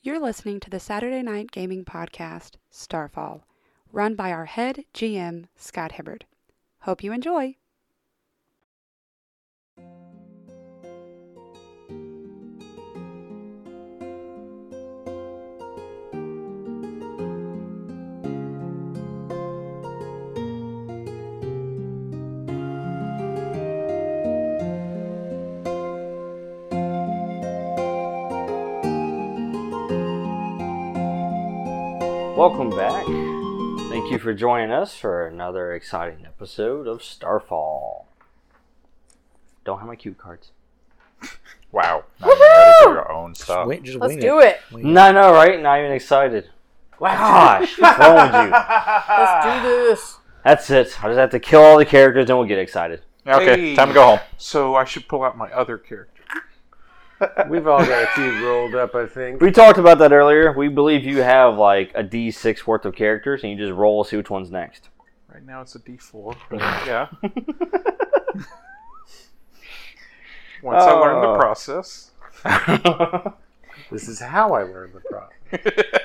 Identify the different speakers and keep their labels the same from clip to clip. Speaker 1: You're listening to the Saturday Night Gaming Podcast, Starfall, run by our head GM, Scott Hibbard. Hope you enjoy.
Speaker 2: Welcome back. Thank you for joining us for another exciting episode of Starfall. Don't have my cue cards.
Speaker 3: Wow. Not even ready for your own stuff.
Speaker 4: Wait, just
Speaker 5: Let's
Speaker 4: wing
Speaker 5: do it.
Speaker 2: No, no, right? Not even excited. Gosh, what's wrong with you?
Speaker 5: Let's do this.
Speaker 2: That's it. I just have to kill all the characters, then we'll get excited.
Speaker 3: Okay,
Speaker 6: Hey.
Speaker 3: time to go home.
Speaker 6: So I should pull out my other character.
Speaker 7: We've all got a few rolled up, I think.
Speaker 2: We talked about that earlier. We believe you have like a D6 worth of characters, and you just roll, see which one's next.
Speaker 6: Right now it's a D4. But yeah. Once I learn
Speaker 2: Oh.
Speaker 6: the process.
Speaker 7: This is how I learned the prop.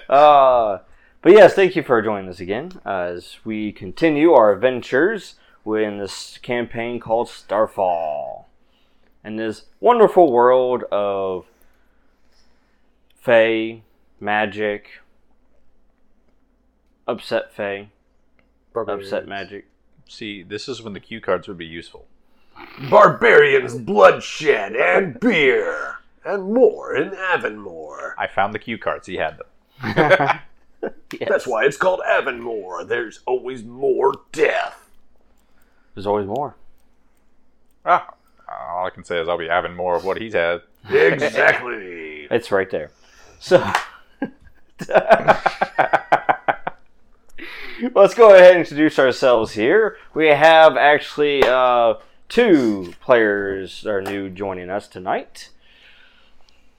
Speaker 2: Uh, but yes, thank you for joining us again as we continue our adventures in this campaign called Starfall. And this wonderful world of Fae, magic, upset Fae, upset magic.
Speaker 3: See, this is when the cue cards would be useful.
Speaker 7: Barbarians, bloodshed, and beer, and more in Avonmore.
Speaker 3: I found the cue cards. He had them.
Speaker 7: That's why it's called Avonmore. There's always more death.
Speaker 2: There's always more.
Speaker 3: Ah, all I can say is I'll be having more of what he's had.
Speaker 7: Exactly.
Speaker 2: It's right there. So let's go ahead and introduce ourselves here. We have actually uh, two players that are new joining us tonight.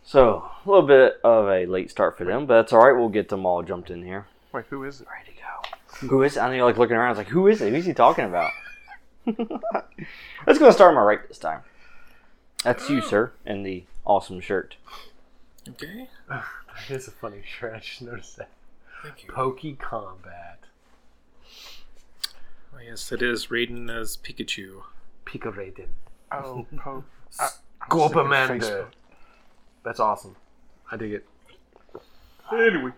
Speaker 2: So a little bit of a late start for them, but that's all right. We'll get them all jumped in here.
Speaker 6: Wait, who is it?
Speaker 2: Ready to go. Who is? I know you're like looking around. It's like who is it? Who's he talking about? Let's go start on my right this time. That's you, sir, in the awesome shirt.
Speaker 4: Okay.
Speaker 7: It's a funny shirt. I just noticed that.
Speaker 4: Thank you.
Speaker 7: Pokey combat.
Speaker 4: Oh, yes, it is Raiden as Pikachu.
Speaker 7: Picorated.
Speaker 6: Oh, Pope.
Speaker 7: Gorbamanda. That's awesome. I dig it.
Speaker 6: Anyway.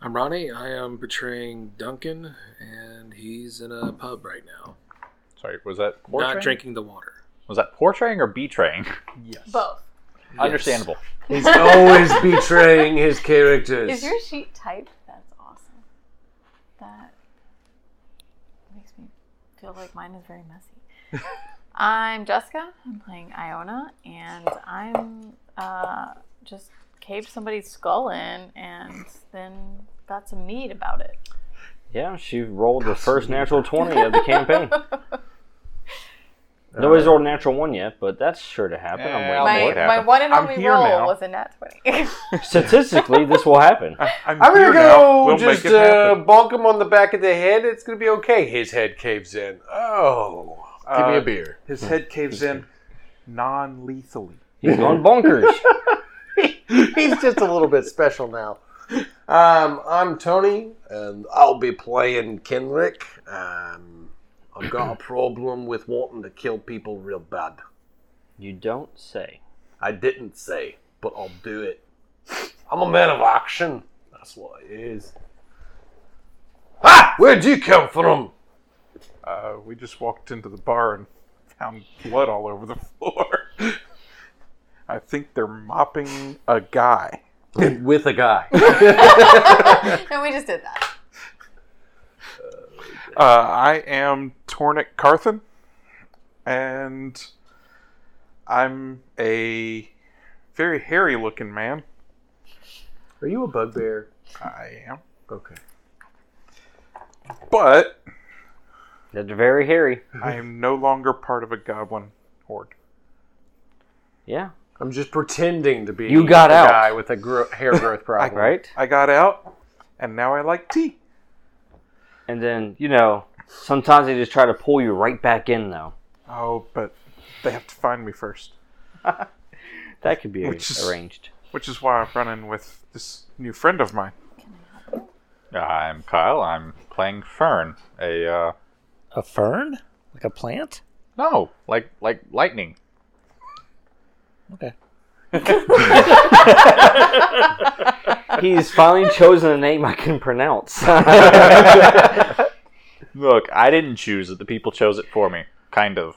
Speaker 4: I'm Ronnie. I am portraying Duncan, and he's in a pub right now,
Speaker 3: Sorry, was that
Speaker 4: not
Speaker 3: portraying?
Speaker 4: drinking the water.
Speaker 3: Was that portraying or betraying?
Speaker 5: Both.
Speaker 3: Understandable.
Speaker 7: He's always betraying his characters.
Speaker 5: Is your sheet typed? That's awesome. That makes me feel like mine is very messy. I'm Jessica. I'm playing Iona, and I'm uh, just caved somebody's skull in, and then got some meat about it.
Speaker 2: Yeah, she rolled the first natural 20 of the campaign. Nobody's rolled a natural one yet, but that's sure to happen. I'm
Speaker 3: Yeah,
Speaker 2: waiting
Speaker 5: my,
Speaker 3: Lord,
Speaker 5: my
Speaker 3: happened.
Speaker 5: one and
Speaker 6: I'm
Speaker 5: only
Speaker 6: here
Speaker 5: roll
Speaker 6: now.
Speaker 5: was a nat twenty.
Speaker 2: for it. Statistically, this will happen.
Speaker 6: I'm,
Speaker 7: I'm
Speaker 6: here
Speaker 7: gonna
Speaker 6: now.
Speaker 7: go
Speaker 6: We'll
Speaker 7: just
Speaker 6: make it
Speaker 7: uh,
Speaker 6: happen.
Speaker 7: bonk him on the back of the head. It's gonna be okay. His head caves in. Oh, give me
Speaker 6: Uh,
Speaker 7: a beer.
Speaker 6: His head caves in non lethally.
Speaker 2: He's going bonkers.
Speaker 7: He's just a little bit special now. Um, I'm Tony, and I'll be playing Kenrick. Um, I've got a problem with wanting to kill people real bad.
Speaker 2: You don't say.
Speaker 7: I didn't say, but I'll do it. I'm a man of action. That's what it is. Ah, where'd you come from?
Speaker 6: Uh, we just walked into the bar and found blood all over the floor. I think they're mopping a guy.
Speaker 7: with a guy.
Speaker 5: and we just did that.
Speaker 6: Uh, I am Tornik Carthen, and I'm a very hairy looking man.
Speaker 7: Are you a bugbear?
Speaker 6: I am.
Speaker 7: Okay.
Speaker 6: But
Speaker 2: That's very hairy.
Speaker 6: I am no longer part of a goblin horde.
Speaker 2: Yeah,
Speaker 7: I'm just pretending to be
Speaker 2: You got
Speaker 7: a
Speaker 2: out.
Speaker 7: guy with a gro- hair growth problem.
Speaker 2: right?
Speaker 6: I got out, and now I like tea.
Speaker 2: And then, you know, sometimes they just try to pull you right back in, though.
Speaker 6: Oh, but they have to find me first.
Speaker 2: That could be
Speaker 6: Which is-
Speaker 2: arranged.
Speaker 6: which is why I'm running with this new friend of mine.
Speaker 3: I'm Kyle. I'm playing Fern, a uh,
Speaker 8: A fern? Like a plant?
Speaker 3: no, like like lightning.
Speaker 8: Okay.
Speaker 2: He's finally chosen a name I can pronounce.
Speaker 3: Look, I didn't choose it. The people chose it for me, kind of.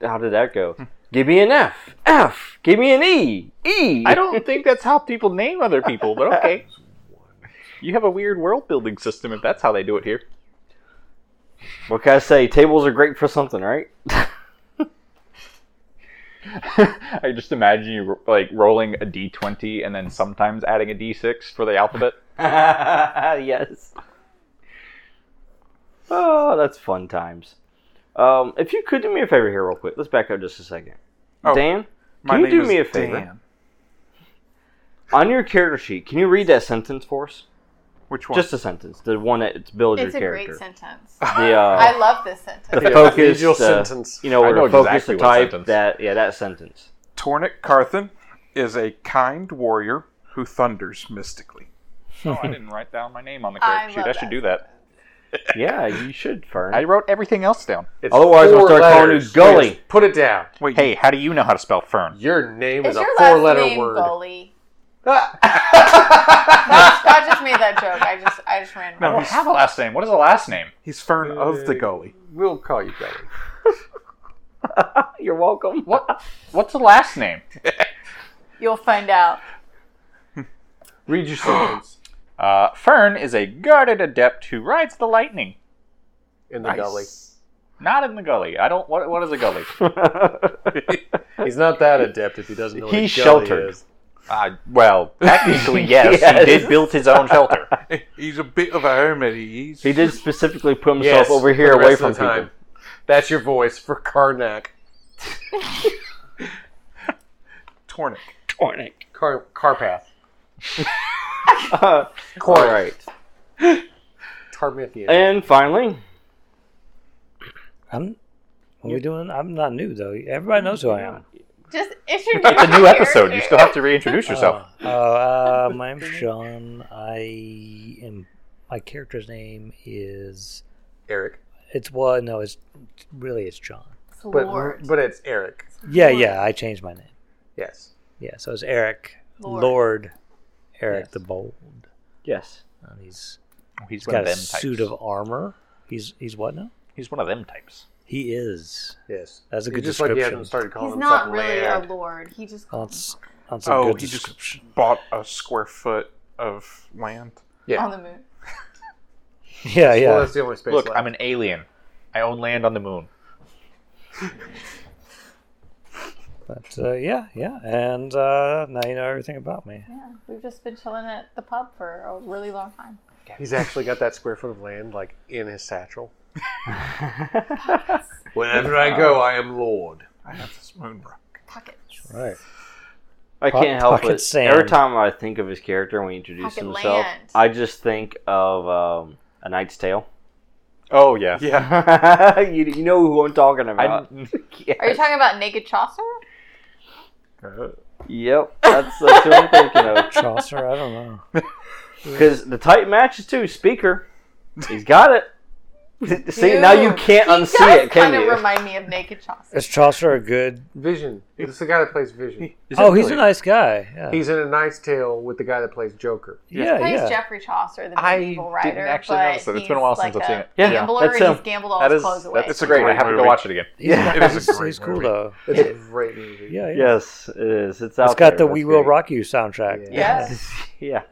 Speaker 2: How did that go? Give me an F. F. Give me an E. E.
Speaker 3: I don't think that's how people name other people, but okay. You have a weird world building system if that's how they do it here.
Speaker 2: What can I say? Tables are great for something, right?
Speaker 3: I just imagine you like rolling a d20 and then sometimes adding a d6 for the alphabet.
Speaker 2: yes. Oh, that's fun times. Um, if you could do me a favor here, real quick, let's back up just a second.
Speaker 6: Oh,
Speaker 2: Dan,
Speaker 6: my
Speaker 2: can you
Speaker 6: name
Speaker 2: do
Speaker 6: is
Speaker 2: me a favor?
Speaker 6: Dan.
Speaker 2: On your character sheet, can you read that sentence for us?
Speaker 6: Which one?
Speaker 2: Just a sentence, the one that builds
Speaker 5: It's a
Speaker 2: your
Speaker 5: great
Speaker 2: character.
Speaker 5: sentence.
Speaker 2: The uh,
Speaker 5: I love this
Speaker 2: the
Speaker 5: sentence.
Speaker 2: focus,
Speaker 7: Procedural
Speaker 2: uh,
Speaker 7: sentence.
Speaker 2: you know,
Speaker 3: I
Speaker 2: where
Speaker 3: know
Speaker 2: to focus
Speaker 3: exactly
Speaker 2: the
Speaker 3: what
Speaker 2: type.
Speaker 3: sentence.
Speaker 2: That yeah, that sentence.
Speaker 6: Tornik Carthan is a kind warrior who thunders mystically.
Speaker 3: oh, I didn't write down my name on the
Speaker 5: I
Speaker 3: character sheet.
Speaker 5: love
Speaker 3: I should
Speaker 5: that.
Speaker 3: do that.
Speaker 2: Yeah, you should, Fern.
Speaker 3: I wrote everything else down.
Speaker 7: It's
Speaker 2: Otherwise, I'll
Speaker 7: four
Speaker 2: start calling you
Speaker 7: letters.
Speaker 2: Gully.
Speaker 7: Yes, Put it down.
Speaker 6: Wait,
Speaker 3: Hey, how do you know how to spell Fern?
Speaker 7: Your name
Speaker 5: Is
Speaker 7: is, a
Speaker 5: your
Speaker 7: four
Speaker 5: last
Speaker 7: letter
Speaker 5: name
Speaker 7: word.
Speaker 5: Goalie?
Speaker 7: Ah.
Speaker 5: That, that just made that joke. I just I just ran.
Speaker 3: I
Speaker 6: No,
Speaker 3: don't
Speaker 6: he's-
Speaker 3: have a last name. What is a last name?
Speaker 6: he's Fern of the Gully.
Speaker 7: Uh, we'll call you Gully.
Speaker 2: You're welcome.
Speaker 3: What? What's a last name?
Speaker 5: You'll find out.
Speaker 7: Read your sentence
Speaker 3: Uh, Fern is a guarded adept who rides the lightning.
Speaker 7: in the gully.
Speaker 3: Not in the gully. I don't. What? What is a gully?
Speaker 7: He's not that adept if he doesn't know what
Speaker 3: He's
Speaker 7: a gully
Speaker 3: sheltered.
Speaker 7: is.
Speaker 3: Uh, well, technically, yes,
Speaker 2: Yes.
Speaker 3: He did build his own shelter.
Speaker 6: He's a bit of a hermit. He's
Speaker 2: He did specifically put himself
Speaker 7: Yes,
Speaker 2: over here
Speaker 7: for the
Speaker 2: away
Speaker 7: rest
Speaker 2: from
Speaker 7: of the time.
Speaker 2: people.
Speaker 7: That's your voice for Karnak.
Speaker 6: Tornik.
Speaker 7: Car Carpath.
Speaker 2: Uh, all
Speaker 7: Corn.
Speaker 2: right.
Speaker 7: Tarmithian.
Speaker 2: And finally,
Speaker 8: I'm. What are we doing? I'm not new though. Everybody knows who I am.
Speaker 5: Just it's your
Speaker 3: It's a new episode. You still have to reintroduce yourself.
Speaker 8: Oh, uh, my name's Sean. I am. My character's name is.
Speaker 7: Eric.
Speaker 8: It's well, no, it's really it's John.
Speaker 7: But
Speaker 5: Lord.
Speaker 7: but it's Eric.
Speaker 8: Yeah, yeah. I changed my name.
Speaker 7: Yes.
Speaker 8: Yeah, so it's Eric
Speaker 5: Lord.
Speaker 8: Lord, Eric
Speaker 2: Yes.
Speaker 8: the Bold.
Speaker 2: yes.
Speaker 8: And he's
Speaker 3: He's
Speaker 8: he's
Speaker 3: one of
Speaker 8: got a
Speaker 3: them
Speaker 8: suit
Speaker 3: types.
Speaker 8: of armor. He's he's what now?
Speaker 3: He's one of them types.
Speaker 8: He is.
Speaker 7: Yes.
Speaker 8: That's a
Speaker 7: He's
Speaker 8: good
Speaker 7: just like he
Speaker 8: description.
Speaker 7: hasn't started calling
Speaker 5: He's
Speaker 7: himself
Speaker 5: not really a
Speaker 7: Laird.
Speaker 5: lord. He just
Speaker 8: that's that's a
Speaker 6: Oh,
Speaker 8: good
Speaker 6: he just
Speaker 8: description.
Speaker 6: bought a square foot of land.
Speaker 5: on
Speaker 7: Yeah.
Speaker 5: the moon.
Speaker 8: yeah, yeah.
Speaker 7: Well, that's the only space
Speaker 3: Look,
Speaker 7: left.
Speaker 3: I'm an alien. I own land on the moon.
Speaker 8: but uh, yeah, yeah. And uh, now you know everything about me.
Speaker 5: Yeah, we've just been chilling at the pub for a really long time.
Speaker 7: He's actually got that square foot of land like in his satchel. Whenever I go, I am Lord.
Speaker 6: I have this moon rock.
Speaker 5: Pockets.
Speaker 8: Right.
Speaker 2: I
Speaker 8: Pocket-
Speaker 2: can't help
Speaker 8: pocket
Speaker 2: it.
Speaker 8: sand.
Speaker 2: Every time I think of his character when he introduces
Speaker 5: Pocket
Speaker 2: himself,
Speaker 5: land.
Speaker 2: I just think of um, A Knight's Tale.
Speaker 3: Oh yeah.
Speaker 6: Yeah.
Speaker 2: you, you know who I'm talking about. Yes.
Speaker 5: Are you talking about naked Chaucer?
Speaker 2: Yep, that's, that's who I'm thinking of.
Speaker 8: Chaucer, I don't know.
Speaker 2: Because the tight matches too. Speaker, he's got it. See, now you
Speaker 5: Dude,
Speaker 2: can't
Speaker 5: he
Speaker 2: unsee it, can
Speaker 5: kind
Speaker 2: you?
Speaker 5: of remind me of naked Chaucer.
Speaker 8: Is Chaucer a good
Speaker 7: Vision. It's the guy that plays Vision.
Speaker 8: Oh, he's a nice guy. Yeah.
Speaker 7: He's in a Knight's Tale with the guy that plays Joker.
Speaker 8: yeah,
Speaker 5: Plays
Speaker 8: yeah.
Speaker 5: Jeffrey Chaucer, the
Speaker 3: I
Speaker 5: medieval
Speaker 3: didn't
Speaker 5: writer.
Speaker 3: actually
Speaker 5: but
Speaker 3: notice it. It's been a while
Speaker 5: he's
Speaker 3: since
Speaker 5: like
Speaker 3: I've seen it.
Speaker 2: Yeah,
Speaker 5: Gambler,
Speaker 2: that's
Speaker 5: and he's
Speaker 2: him.
Speaker 5: gambled all
Speaker 3: That
Speaker 5: his
Speaker 3: is
Speaker 5: clothes away.
Speaker 3: that's a great.
Speaker 6: Great
Speaker 3: I have to go
Speaker 6: movie.
Speaker 3: watch it again.
Speaker 8: He's, yeah.
Speaker 6: It is a
Speaker 8: he's,
Speaker 6: great
Speaker 8: he's cool
Speaker 6: movie.
Speaker 8: though.
Speaker 7: It's a great movie.
Speaker 8: Yeah, yeah.
Speaker 2: Yes, it is. It's out.
Speaker 8: It's got
Speaker 2: there.
Speaker 8: the
Speaker 2: That's
Speaker 8: "We Will
Speaker 2: great.
Speaker 8: Rock You" soundtrack.
Speaker 7: Yeah.
Speaker 5: Yeah.
Speaker 2: yeah.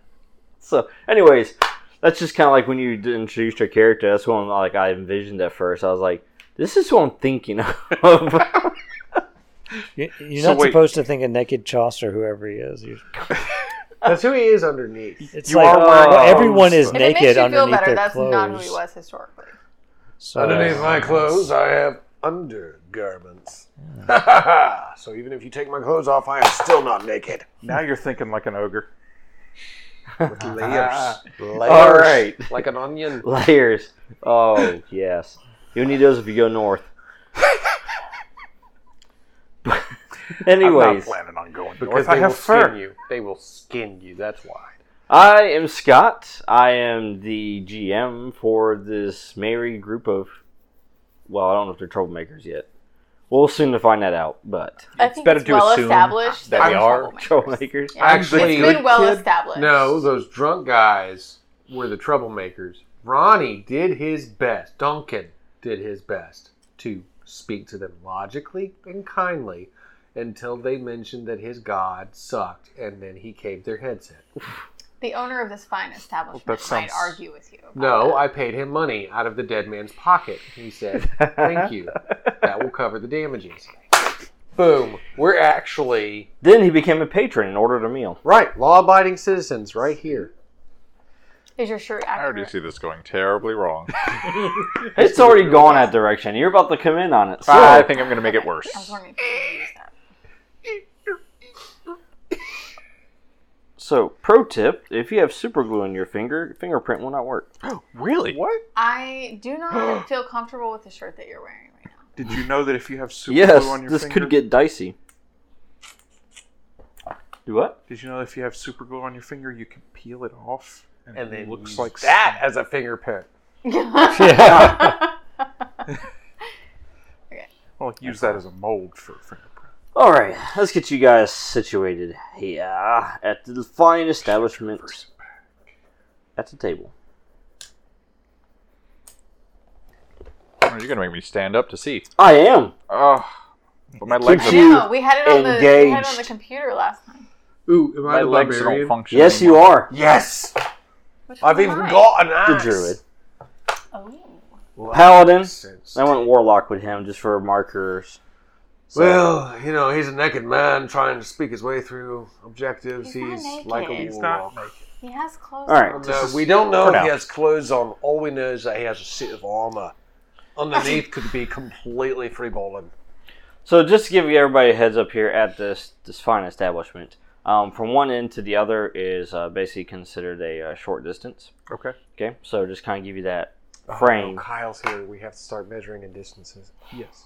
Speaker 2: So, anyways, that's just kind of like when you d- introduced your character. That's when like I envisioned at first. I was like, "This is who I'm thinking of."
Speaker 8: You- You're
Speaker 6: So
Speaker 8: not
Speaker 6: wait.
Speaker 8: supposed to think of naked Chaucer, whoever he is. You're-
Speaker 7: That's who he is underneath.
Speaker 8: It's
Speaker 6: You
Speaker 8: like
Speaker 6: are wearing
Speaker 8: well,
Speaker 6: clothes.
Speaker 8: everyone
Speaker 5: If
Speaker 8: is
Speaker 5: Oh, it makes
Speaker 8: naked
Speaker 5: you feel
Speaker 8: underneath
Speaker 5: better,
Speaker 8: their
Speaker 5: that's
Speaker 8: clothes.
Speaker 5: not who he was historically.
Speaker 8: So,
Speaker 7: Underneath my clothes, I have undergarments. Ha ha ha! so even if you take my clothes off, I am still not naked.
Speaker 6: Now you're thinking like an ogre.
Speaker 7: With layers. layers.
Speaker 2: All right,
Speaker 7: Like an onion.
Speaker 2: layers. Oh yes, you'll need those if you go north.
Speaker 6: I'm not
Speaker 2: Anyways,
Speaker 6: planning on going
Speaker 7: Because
Speaker 6: north.
Speaker 7: they
Speaker 6: I
Speaker 7: will
Speaker 6: have fur.
Speaker 7: skin you. They will skin you. That's why.
Speaker 2: I am Scott. I am the GM for this merry group of. Well, I don't know if they're troublemakers yet. We'll soon to find that out, but
Speaker 5: I think
Speaker 3: better
Speaker 5: it's
Speaker 3: to
Speaker 5: well
Speaker 3: assume
Speaker 5: established
Speaker 3: that
Speaker 5: that
Speaker 3: we
Speaker 5: they're
Speaker 7: Oh
Speaker 3: are
Speaker 5: troublemakers.
Speaker 2: troublemakers.
Speaker 5: Yeah. it's
Speaker 7: the
Speaker 5: been well
Speaker 7: kid-
Speaker 5: established.
Speaker 7: No, those drunk guys were the troublemakers. Ronnie did his best. Duncan did his best to speak to them logically and kindly until they mentioned that his god sucked, and then he caved their heads in.
Speaker 5: The owner of this fine establishment
Speaker 6: That sounds-
Speaker 5: might argue with you. about
Speaker 7: No,
Speaker 5: that.
Speaker 7: I paid him money out of the dead man's pocket. He said, "Thank you. That will cover the damages." Boom. We're actually
Speaker 2: Then he became a patron and ordered a meal.
Speaker 7: right, law-abiding citizens right here.
Speaker 5: is your shirt
Speaker 3: I already
Speaker 5: accurate?
Speaker 3: see this going terribly wrong.
Speaker 2: It's already gone that direction. You're about to come in on it. So
Speaker 3: I think I'm going to make it worse.
Speaker 5: I was wondering if you could use that.
Speaker 2: So, pro tip: if you have super glue on your finger, fingerprint will not work.
Speaker 3: Really? What?
Speaker 5: I do not feel comfortable with the shirt that you're wearing right now.
Speaker 6: Did you know that if you have super
Speaker 2: yes,
Speaker 6: glue on your
Speaker 2: this
Speaker 6: finger,
Speaker 2: could get dicey. Do what?
Speaker 6: did you know if you have super glue on your finger, you can peel it off, and,
Speaker 7: And
Speaker 6: it
Speaker 7: then
Speaker 6: looks
Speaker 7: use
Speaker 6: like
Speaker 7: that as a fingerprint.
Speaker 6: Well, use that as a mold for a fingerprint.
Speaker 2: All right, let's get you guys situated here at the fine establishment at the table.
Speaker 3: Oh, you're going to make me stand up to see.
Speaker 2: I am.
Speaker 3: Oh, but my legs,
Speaker 2: Keeps
Speaker 5: I
Speaker 3: are,
Speaker 2: you-
Speaker 5: know, we had it on the we had it on the
Speaker 2: engaged.
Speaker 5: computer last time.
Speaker 7: Ooh, am I
Speaker 3: my
Speaker 7: the
Speaker 3: legs
Speaker 7: barbarian?
Speaker 3: don't function.
Speaker 2: Yes, you are.
Speaker 7: Yes.
Speaker 5: Which
Speaker 7: I've
Speaker 5: one's
Speaker 7: even
Speaker 5: mine?
Speaker 7: got an
Speaker 2: The
Speaker 7: axe.
Speaker 2: druid,
Speaker 5: Oh.
Speaker 2: paladin.
Speaker 7: Sense.
Speaker 2: I went warlock with him just for markers. So-
Speaker 7: Well, you know, he's a naked man trying to speak his way through objectives.
Speaker 5: He's not
Speaker 7: He's,
Speaker 5: naked.
Speaker 7: like a
Speaker 5: He's
Speaker 7: warlock.
Speaker 5: He has clothes.
Speaker 2: All right.
Speaker 5: on.
Speaker 7: No, we don't know
Speaker 2: for
Speaker 7: if
Speaker 2: now.
Speaker 7: he has clothes on. All we know is that he has a suit of armor. Underneath could be completely free balling.
Speaker 2: So just to give you everybody a heads up here at this this fine establishment, um, from one end to the other is uh, basically considered a uh, short distance.
Speaker 6: Okay.
Speaker 2: Okay, so just kind of give you that
Speaker 7: Oh,
Speaker 2: frame.
Speaker 7: Kyle's here. We have to start measuring in distances.
Speaker 6: Yes.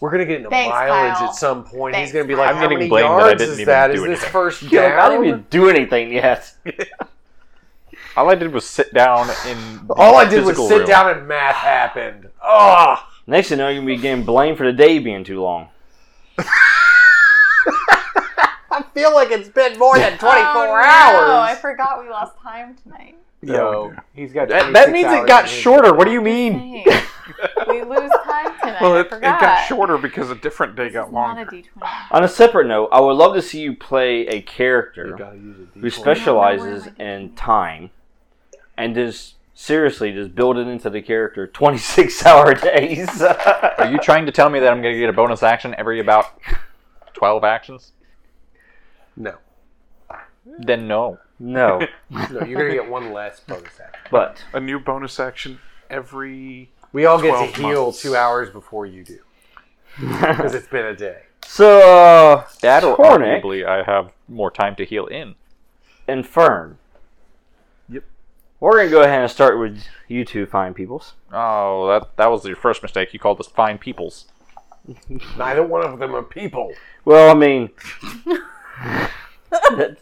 Speaker 7: We're gonna get into
Speaker 5: Thanks,
Speaker 7: mileage
Speaker 5: Kyle.
Speaker 7: at some point.
Speaker 5: Thanks,
Speaker 7: He's gonna be like,
Speaker 5: Kyle.
Speaker 7: "How
Speaker 3: I'm getting
Speaker 7: many
Speaker 3: blamed that I
Speaker 7: yards
Speaker 3: didn't
Speaker 7: is
Speaker 3: even
Speaker 7: that?
Speaker 3: do
Speaker 7: Is this
Speaker 3: anything."
Speaker 7: first
Speaker 2: You're like, I
Speaker 7: down?"
Speaker 2: didn't even do anything yet.
Speaker 3: all I did was sit down in. the
Speaker 7: All I did was
Speaker 3: physical
Speaker 7: sit
Speaker 3: room.
Speaker 7: down and math happened. Oh,
Speaker 2: Next thing you know, you're gonna be getting blamed for the day being too long.
Speaker 7: I feel like it's been more than
Speaker 5: oh, no,
Speaker 7: 24
Speaker 5: I
Speaker 7: hours.
Speaker 5: forgot we lost time tonight.
Speaker 7: No, he's got.
Speaker 3: Oh, That, that
Speaker 7: 26
Speaker 3: means
Speaker 7: hours
Speaker 3: it got
Speaker 7: in his-
Speaker 3: shorter. What do you mean?
Speaker 5: Dang. we lose time tonight.
Speaker 6: Well,
Speaker 5: I
Speaker 6: it, it
Speaker 5: forgot.
Speaker 6: got shorter because a different day
Speaker 5: This
Speaker 6: got
Speaker 5: is not a
Speaker 6: longer.
Speaker 5: D20.
Speaker 2: On a separate note, I would love to see you play a character who specializes
Speaker 5: Where am I
Speaker 2: in
Speaker 5: going?
Speaker 2: time, and just seriously just build it into the character 26 hour days.
Speaker 3: Are you trying to tell me that I'm going to get a bonus action every about 12 actions?
Speaker 7: No,
Speaker 3: Then no.
Speaker 2: no,
Speaker 7: no, you're gonna get one less bonus action.
Speaker 2: but.
Speaker 6: A new bonus action every.
Speaker 7: We all get to
Speaker 6: 12
Speaker 7: heal
Speaker 6: months.
Speaker 7: two hours before you do because it's been a day.
Speaker 2: So, uh,
Speaker 3: That or
Speaker 2: Tornik
Speaker 3: arguably, I have more time to heal in.
Speaker 2: and Fern.
Speaker 6: Yep.
Speaker 2: We're going to go ahead and start with you two fine peoples.
Speaker 3: Oh, that that was your first mistake. You called us fine peoples.
Speaker 7: Neither one of them are people.
Speaker 2: Well, I mean, that,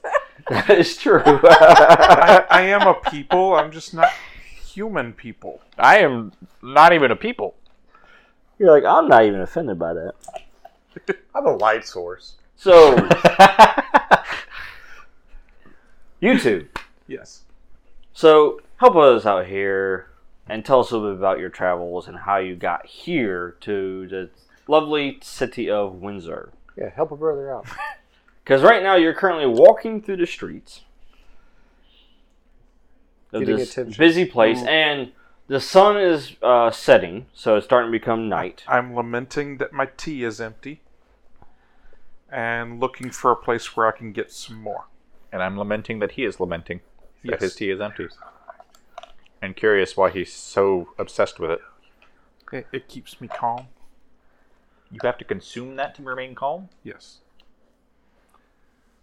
Speaker 2: that is true.
Speaker 6: I, I am a people. I'm just not human people.
Speaker 3: I am not even a people.
Speaker 2: You're like, I'm not even offended by that.
Speaker 7: I'm a light source.
Speaker 2: So, you two.
Speaker 6: Yes.
Speaker 2: So, help us out here and tell us a little bit about your travels and how you got here to the lovely city of Windsor.
Speaker 7: Yeah, help a brother out.
Speaker 2: Because right now you're currently walking through the streets of
Speaker 7: Getting
Speaker 2: this
Speaker 7: attention.
Speaker 2: busy place, and the sun is uh, setting, so it's starting to become night.
Speaker 6: I'm lamenting that my tea is empty and looking for a place where I can get some more.
Speaker 3: And I'm lamenting that he is lamenting that
Speaker 6: Yes.
Speaker 3: his tea is empty. And curious why he's so obsessed with it.
Speaker 6: It, it keeps me calm.
Speaker 3: You have to consume that to remain calm.
Speaker 6: Yes.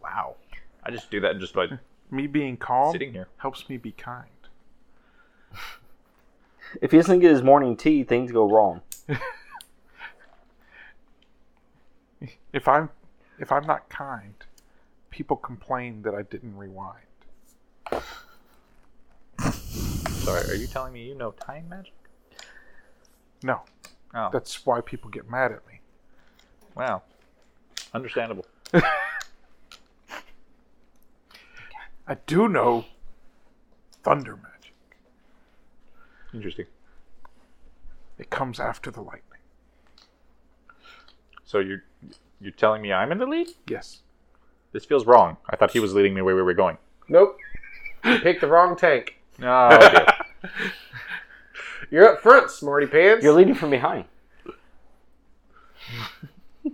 Speaker 3: Wow. I just do that just by
Speaker 6: Me being calm
Speaker 3: sitting here.
Speaker 6: helps me be kind.
Speaker 2: If he doesn't get his morning tea, things go wrong.
Speaker 6: If I'm if I'm not kind, people complain that I didn't rewind.
Speaker 3: Sorry, are you telling me you know time magic?
Speaker 6: No,
Speaker 3: Oh,
Speaker 6: that's why people get mad at me.
Speaker 3: wow. Understandable.
Speaker 6: I do know thunder magic.
Speaker 3: Interesting.
Speaker 6: It comes after the lightning.
Speaker 3: So you're you're telling me I'm in the lead?
Speaker 6: Yes.
Speaker 3: This feels wrong. I thought he was leading me where we were going.
Speaker 7: Nope. You picked the wrong tank.
Speaker 3: No. dear.
Speaker 7: You're up front, smarty pants.
Speaker 2: You're leading from behind.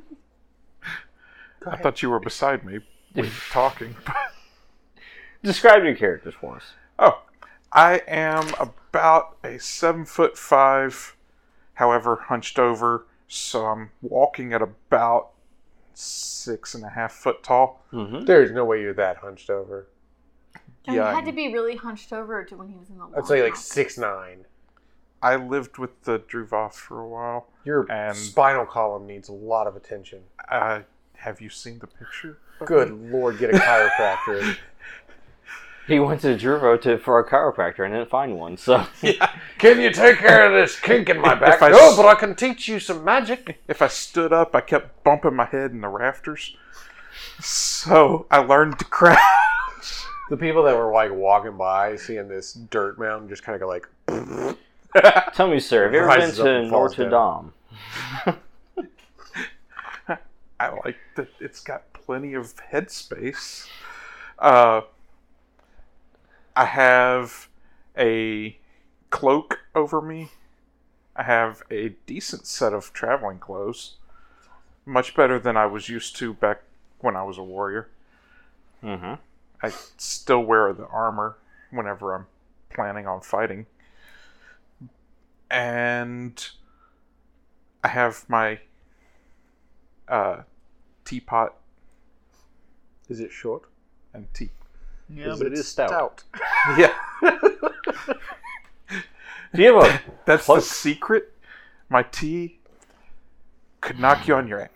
Speaker 6: I thought you were beside me when you were talking.
Speaker 2: Describe your characters for us.
Speaker 6: Oh, I am about a seven foot five, however, hunched over. So I'm walking at about six and a half foot tall.
Speaker 7: There's no way you're that hunched over.
Speaker 5: No,
Speaker 6: Yeah,
Speaker 5: he had
Speaker 6: I-
Speaker 5: to be really hunched over to when he was in the.
Speaker 7: I'd say like
Speaker 5: longhouse.
Speaker 7: six nine.
Speaker 6: I lived with the Druvoth for a while.
Speaker 7: Your
Speaker 6: And-
Speaker 7: spinal column needs a lot of attention.
Speaker 6: Uh, have you seen the picture? of
Speaker 7: Good
Speaker 6: me?
Speaker 7: lord, get a chiropractor.
Speaker 2: He went to Juro to for a chiropractor and didn't find one, so
Speaker 7: can you take care of this kink in my back? Oh,
Speaker 6: If I
Speaker 7: no,
Speaker 6: s-
Speaker 7: but I can teach you some magic.
Speaker 6: If I stood up, I kept bumping my head in the rafters. So I learned to crouch.
Speaker 7: The people that were like walking by, seeing this dirt mound, just kind of go like,
Speaker 2: tell me, sir, have you ever been
Speaker 7: Rises up
Speaker 2: to
Speaker 7: and falls
Speaker 2: Notre Dame?
Speaker 6: I like that it's got plenty of headspace. Uh, I have a cloak over me. I have a decent set of traveling clothes, much better than I was used to back when I was a warrior.
Speaker 2: Mm-hmm.
Speaker 6: I still wear the armor whenever I'm planning on fighting. And I have my uh, teapot
Speaker 7: "Is it short?"
Speaker 6: and tea.
Speaker 3: yeah, but it is stout.
Speaker 6: Yeah,
Speaker 2: Do you have a
Speaker 6: that's
Speaker 2: Cloak.
Speaker 6: the secret. My tea could knock you on your ass.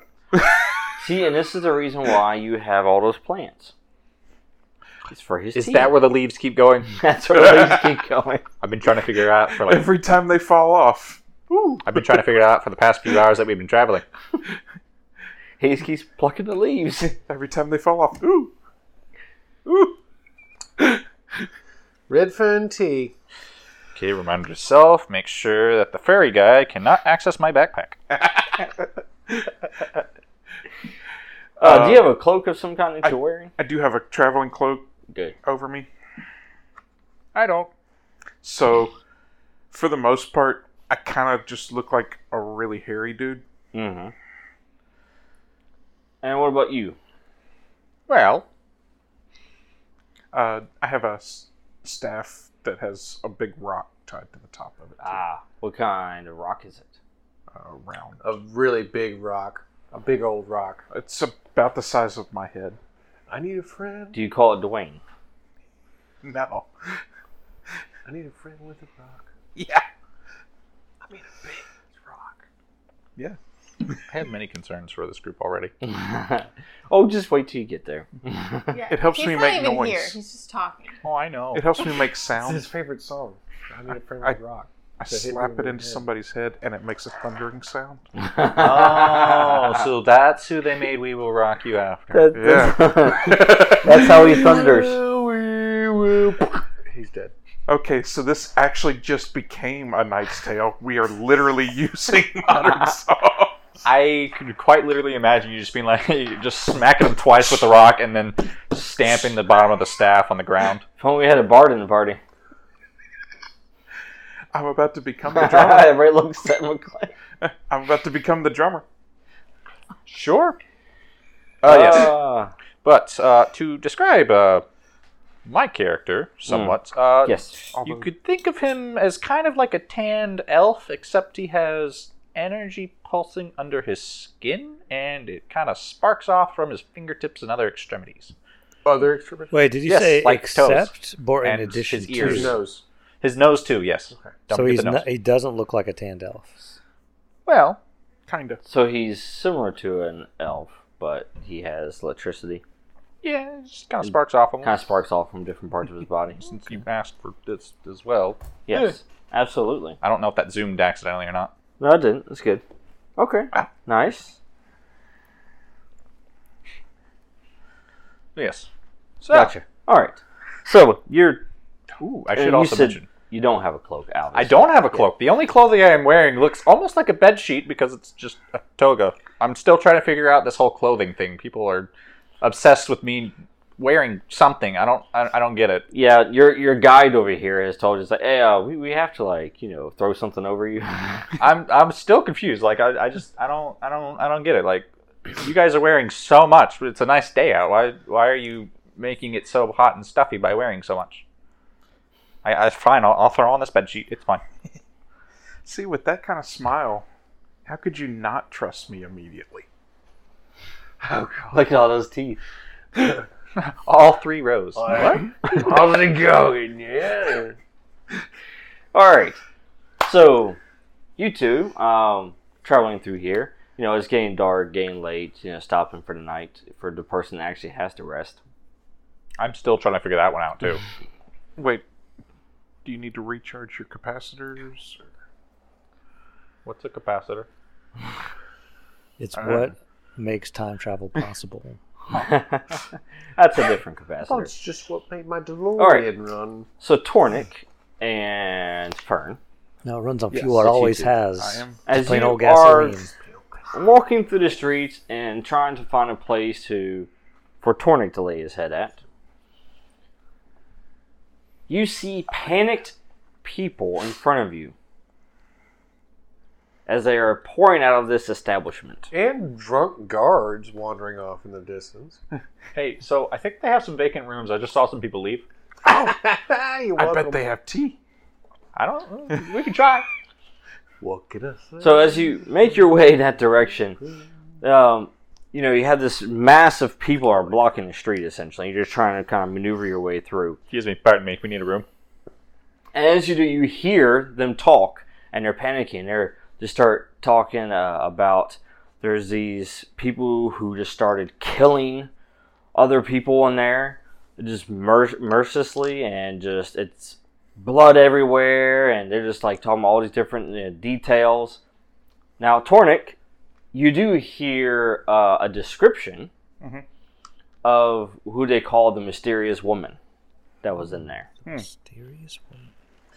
Speaker 2: see? And this is the reason why you have all those plants. It's for his.
Speaker 3: Is
Speaker 2: tea.
Speaker 3: that where the leaves keep going?
Speaker 2: That's where things keep going.
Speaker 3: I've been trying to figure out for like
Speaker 6: Every time they fall off,
Speaker 3: I've been trying to figure it out for the past few hours that we've been traveling.
Speaker 2: He just keeps plucking the leaves.
Speaker 6: every time they fall off, ooh, ooh.
Speaker 7: Red phone tea.
Speaker 3: Okay, remind yourself. Make sure that the fairy guy cannot access my backpack.
Speaker 2: Uh, do you have a cloak of some kind that you're wearing?
Speaker 6: I do have a traveling cloak
Speaker 2: Good.
Speaker 6: over me.
Speaker 3: I don't.
Speaker 6: So, for the most part, I kind of just look like a really hairy dude.
Speaker 2: Mm-hmm. And what about you?
Speaker 3: Well,
Speaker 6: Uh, I have a s- staff that has a big rock tied to the top of it,
Speaker 2: Ah, what kind of rock is it?
Speaker 6: uh, round.
Speaker 7: A really big rock, a big old rock.
Speaker 6: It's about the size of my head.
Speaker 7: I need a friend.
Speaker 2: Do you call it Dwayne?
Speaker 6: No.
Speaker 7: I need a friend with a rock.
Speaker 6: Yeah.
Speaker 7: I mean a big rock.
Speaker 6: Yeah.
Speaker 3: I have many concerns for this group already.
Speaker 2: oh, just wait till you get there.
Speaker 5: Yeah.
Speaker 6: It helps
Speaker 5: He's
Speaker 6: me
Speaker 5: not
Speaker 6: make
Speaker 5: even
Speaker 6: noise.
Speaker 5: Here. He's just talking.
Speaker 3: Oh, I know.
Speaker 6: It helps me make
Speaker 7: It's his
Speaker 6: sounds.
Speaker 7: favorite song. I need a friend
Speaker 6: I-
Speaker 7: with a rock.
Speaker 6: I
Speaker 7: It's a hit
Speaker 6: slap
Speaker 7: over
Speaker 6: it
Speaker 7: the
Speaker 6: into
Speaker 7: head.
Speaker 6: somebody's head and it makes a thundering sound.
Speaker 3: Oh, so that's who they made We Will Rock You after.
Speaker 2: That's how he thunders.
Speaker 7: He's dead.
Speaker 6: Okay, so this actually just became a Knight's Tale. We are literally using modern songs.
Speaker 3: I could quite literally imagine you just being like, just smacking them twice with the rock and then stamping the bottom of the staff on the ground.
Speaker 2: If only we had a bard in the party.
Speaker 6: I'm about to become the drummer.
Speaker 2: Everybody looks at McClane.
Speaker 6: I'm about to become the drummer.
Speaker 3: Sure. Oh, yes.
Speaker 2: Ah,
Speaker 3: But uh, to describe uh, my character somewhat, uh,
Speaker 2: yes.
Speaker 3: you could think of him as kind of like a tanned elf, except he has energy pulsing under his skin, and it kind of sparks off from his fingertips and other extremities.
Speaker 7: Other extremity.
Speaker 8: Wait, did you
Speaker 3: Yes,
Speaker 8: say
Speaker 3: like toes.
Speaker 8: except or in
Speaker 3: And
Speaker 8: addition
Speaker 3: his
Speaker 8: to?
Speaker 3: ears.
Speaker 7: His nose.
Speaker 3: His nose too, yes.
Speaker 8: So
Speaker 3: Don't forget
Speaker 8: he's
Speaker 3: the nose.
Speaker 8: not, he doesn't look like a tanned elf.
Speaker 3: well.
Speaker 6: kind of.
Speaker 2: So he's similar to an elf, but he has electricity.
Speaker 3: Yeah, it just kind of sparks off him.
Speaker 2: Kind of sparks off from different parts of his body.
Speaker 3: Since you asked for this as well,
Speaker 2: Yes, absolutely.
Speaker 3: I don't know if that zoomed accidentally or not.
Speaker 2: No, I didn't. That's good. Okay, nice.
Speaker 3: Yes. So,
Speaker 2: Gotcha. All right. So you're.
Speaker 3: Ooh, I
Speaker 2: and
Speaker 3: should
Speaker 2: you
Speaker 3: also
Speaker 2: said
Speaker 3: mention
Speaker 2: you don't have a cloak, Alvis.
Speaker 3: I don't have a cloak. The only clothing I am wearing looks almost like a bed sheet because it's just a toga. I'm still trying to figure out this whole clothing thing. People are obsessed with me wearing something. I don't. I, I don't get it.
Speaker 2: Yeah, your your guide over here has told us like, hey, uh, we we have to like you know throw something over you.
Speaker 3: I'm. I'm still confused. Like I, I. just. I don't. I don't. I don't get it. Like you guys are wearing so much. It's a nice day out. Why? Why are you making it so hot and stuffy by wearing so much? I. I fine. I'll, I'll throw on this bed sheet. It's fine.
Speaker 6: See, with that kind of smile, how could you not trust me immediately?
Speaker 2: Oh, Look at all those teeth.
Speaker 3: All three rows.
Speaker 7: How's it going? Yeah.
Speaker 2: All right. So, you two, um, traveling through here, you know, it's getting dark, getting late, you know, stopping for the night for the person that actually has to rest.
Speaker 3: I'm still trying to figure that one out too.
Speaker 6: Wait, do you need to recharge your capacitors?
Speaker 3: What's a capacitor?
Speaker 8: It's
Speaker 2: Uh,
Speaker 8: what makes time travel possible.
Speaker 2: That's a different capacitor.
Speaker 7: That's just what made my DeLorean
Speaker 2: right.
Speaker 7: run.
Speaker 2: So, Tornik and Fern,
Speaker 8: No, it runs on
Speaker 6: Yes,
Speaker 8: fuel. It
Speaker 2: it's
Speaker 8: always
Speaker 2: YouTube.
Speaker 8: has.
Speaker 6: I am-
Speaker 8: It's
Speaker 2: As
Speaker 8: plain
Speaker 2: you
Speaker 8: old
Speaker 2: are-
Speaker 8: gasoline.
Speaker 2: walking through the streets and trying to find a place to for Tornik to lay his head at. You see panicked people in front of you as they are pouring out of this establishment.
Speaker 7: And drunk guards wandering off in the distance.
Speaker 3: Hey, so I think they have some vacant rooms. I just saw some people leave.
Speaker 7: You're
Speaker 6: I
Speaker 7: welcome.
Speaker 6: bet they have tea.
Speaker 3: I don't. know. We can try.
Speaker 7: What could I say?
Speaker 2: So as you make your way in that direction, um, you know you have this mass of people are blocking the street. Essentially, you're just trying to kind of maneuver your way through.
Speaker 3: Excuse me. Pardon me. We need a room.
Speaker 2: And as you do, you hear them talk, and they're panicking. They're just start talking uh, about there's these people who just started killing other people in there, just mer- mercilessly, and just it's blood everywhere, and they're just like talking about all these different you know, details. Now, Tornik, you do hear uh, a description
Speaker 6: Mhm.
Speaker 2: of who they call the mysterious woman that was in there.
Speaker 6: Hmm.
Speaker 8: Mysterious woman.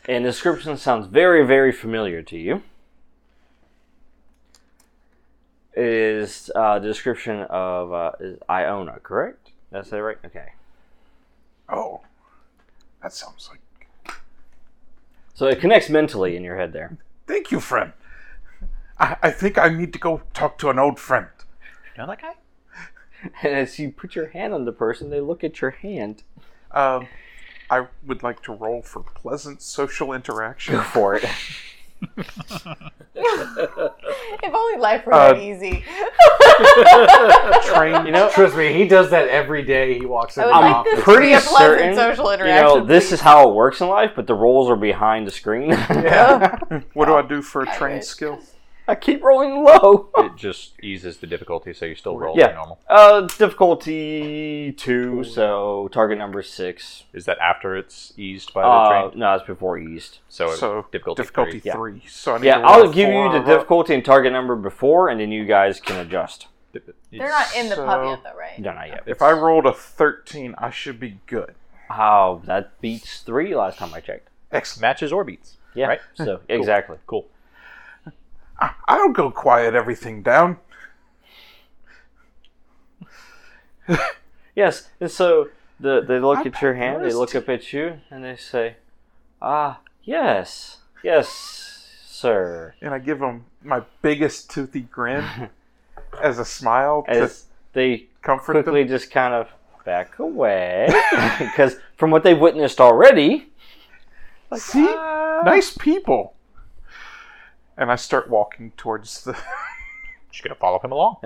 Speaker 2: And the description sounds very, very familiar to you. It Is uh, the description of uh, is Iona correct? That's that right? Okay.
Speaker 6: Oh, that sounds like.
Speaker 2: So it connects mentally in your head there.
Speaker 6: Thank you, friend. I, I think I need to go talk to an old friend.
Speaker 3: You know that guy?
Speaker 2: And as you put your hand on the person, they look at your hand.
Speaker 6: Um, I would like to roll for pleasant social interaction.
Speaker 2: Go for it.
Speaker 5: If only life were
Speaker 6: Uh,
Speaker 5: that easy.
Speaker 6: Train,
Speaker 2: You know,
Speaker 7: Trust me, he does that every day. He walks in
Speaker 5: I
Speaker 7: the
Speaker 5: would like
Speaker 7: office.
Speaker 5: this to be
Speaker 2: pretty
Speaker 5: a pleasant
Speaker 2: certain.
Speaker 5: social
Speaker 2: you
Speaker 5: interaction.
Speaker 2: know, this is how it works in life, but the roles are behind the screen.
Speaker 6: what do I do for a train
Speaker 5: wish.
Speaker 6: skill?
Speaker 2: I keep rolling low.
Speaker 3: It just eases the difficulty, so you still roll
Speaker 2: Yeah.
Speaker 3: like normal.
Speaker 2: Uh, difficulty two, so target number six.
Speaker 3: Is that after it's eased by the
Speaker 2: Uh,
Speaker 3: train?
Speaker 2: no, it's before East.
Speaker 3: So,
Speaker 6: So
Speaker 3: difficulty, three.
Speaker 2: yeah.
Speaker 6: three. So I need
Speaker 2: Yeah,
Speaker 6: to roll
Speaker 2: I'll give you
Speaker 6: for-
Speaker 2: the difficulty and target number before, and then you guys can adjust.
Speaker 5: They're not in the pub yet, though, right?
Speaker 2: No, not yet.
Speaker 6: If I rolled a thirteen, I should be good.
Speaker 2: Oh, that beats three last time I checked.
Speaker 6: Excellent.
Speaker 3: Matches or beats.
Speaker 2: Yeah,
Speaker 3: Right.
Speaker 2: so exactly.
Speaker 3: Cool.
Speaker 6: I, I'll go quiet everything down.
Speaker 2: Yes, and so the, they look
Speaker 6: I
Speaker 2: at your hand, they look
Speaker 6: noticed.
Speaker 2: up at you, and they say, "Ah, yes, yes, sir."
Speaker 6: and I give them my biggest toothy grin as a smile
Speaker 2: As they
Speaker 6: to comfort
Speaker 2: quickly
Speaker 6: them.
Speaker 2: just kind of back away because from what they witnessed already,
Speaker 6: See, nice people. And I start walking towards the.
Speaker 3: Just gonna follow him along.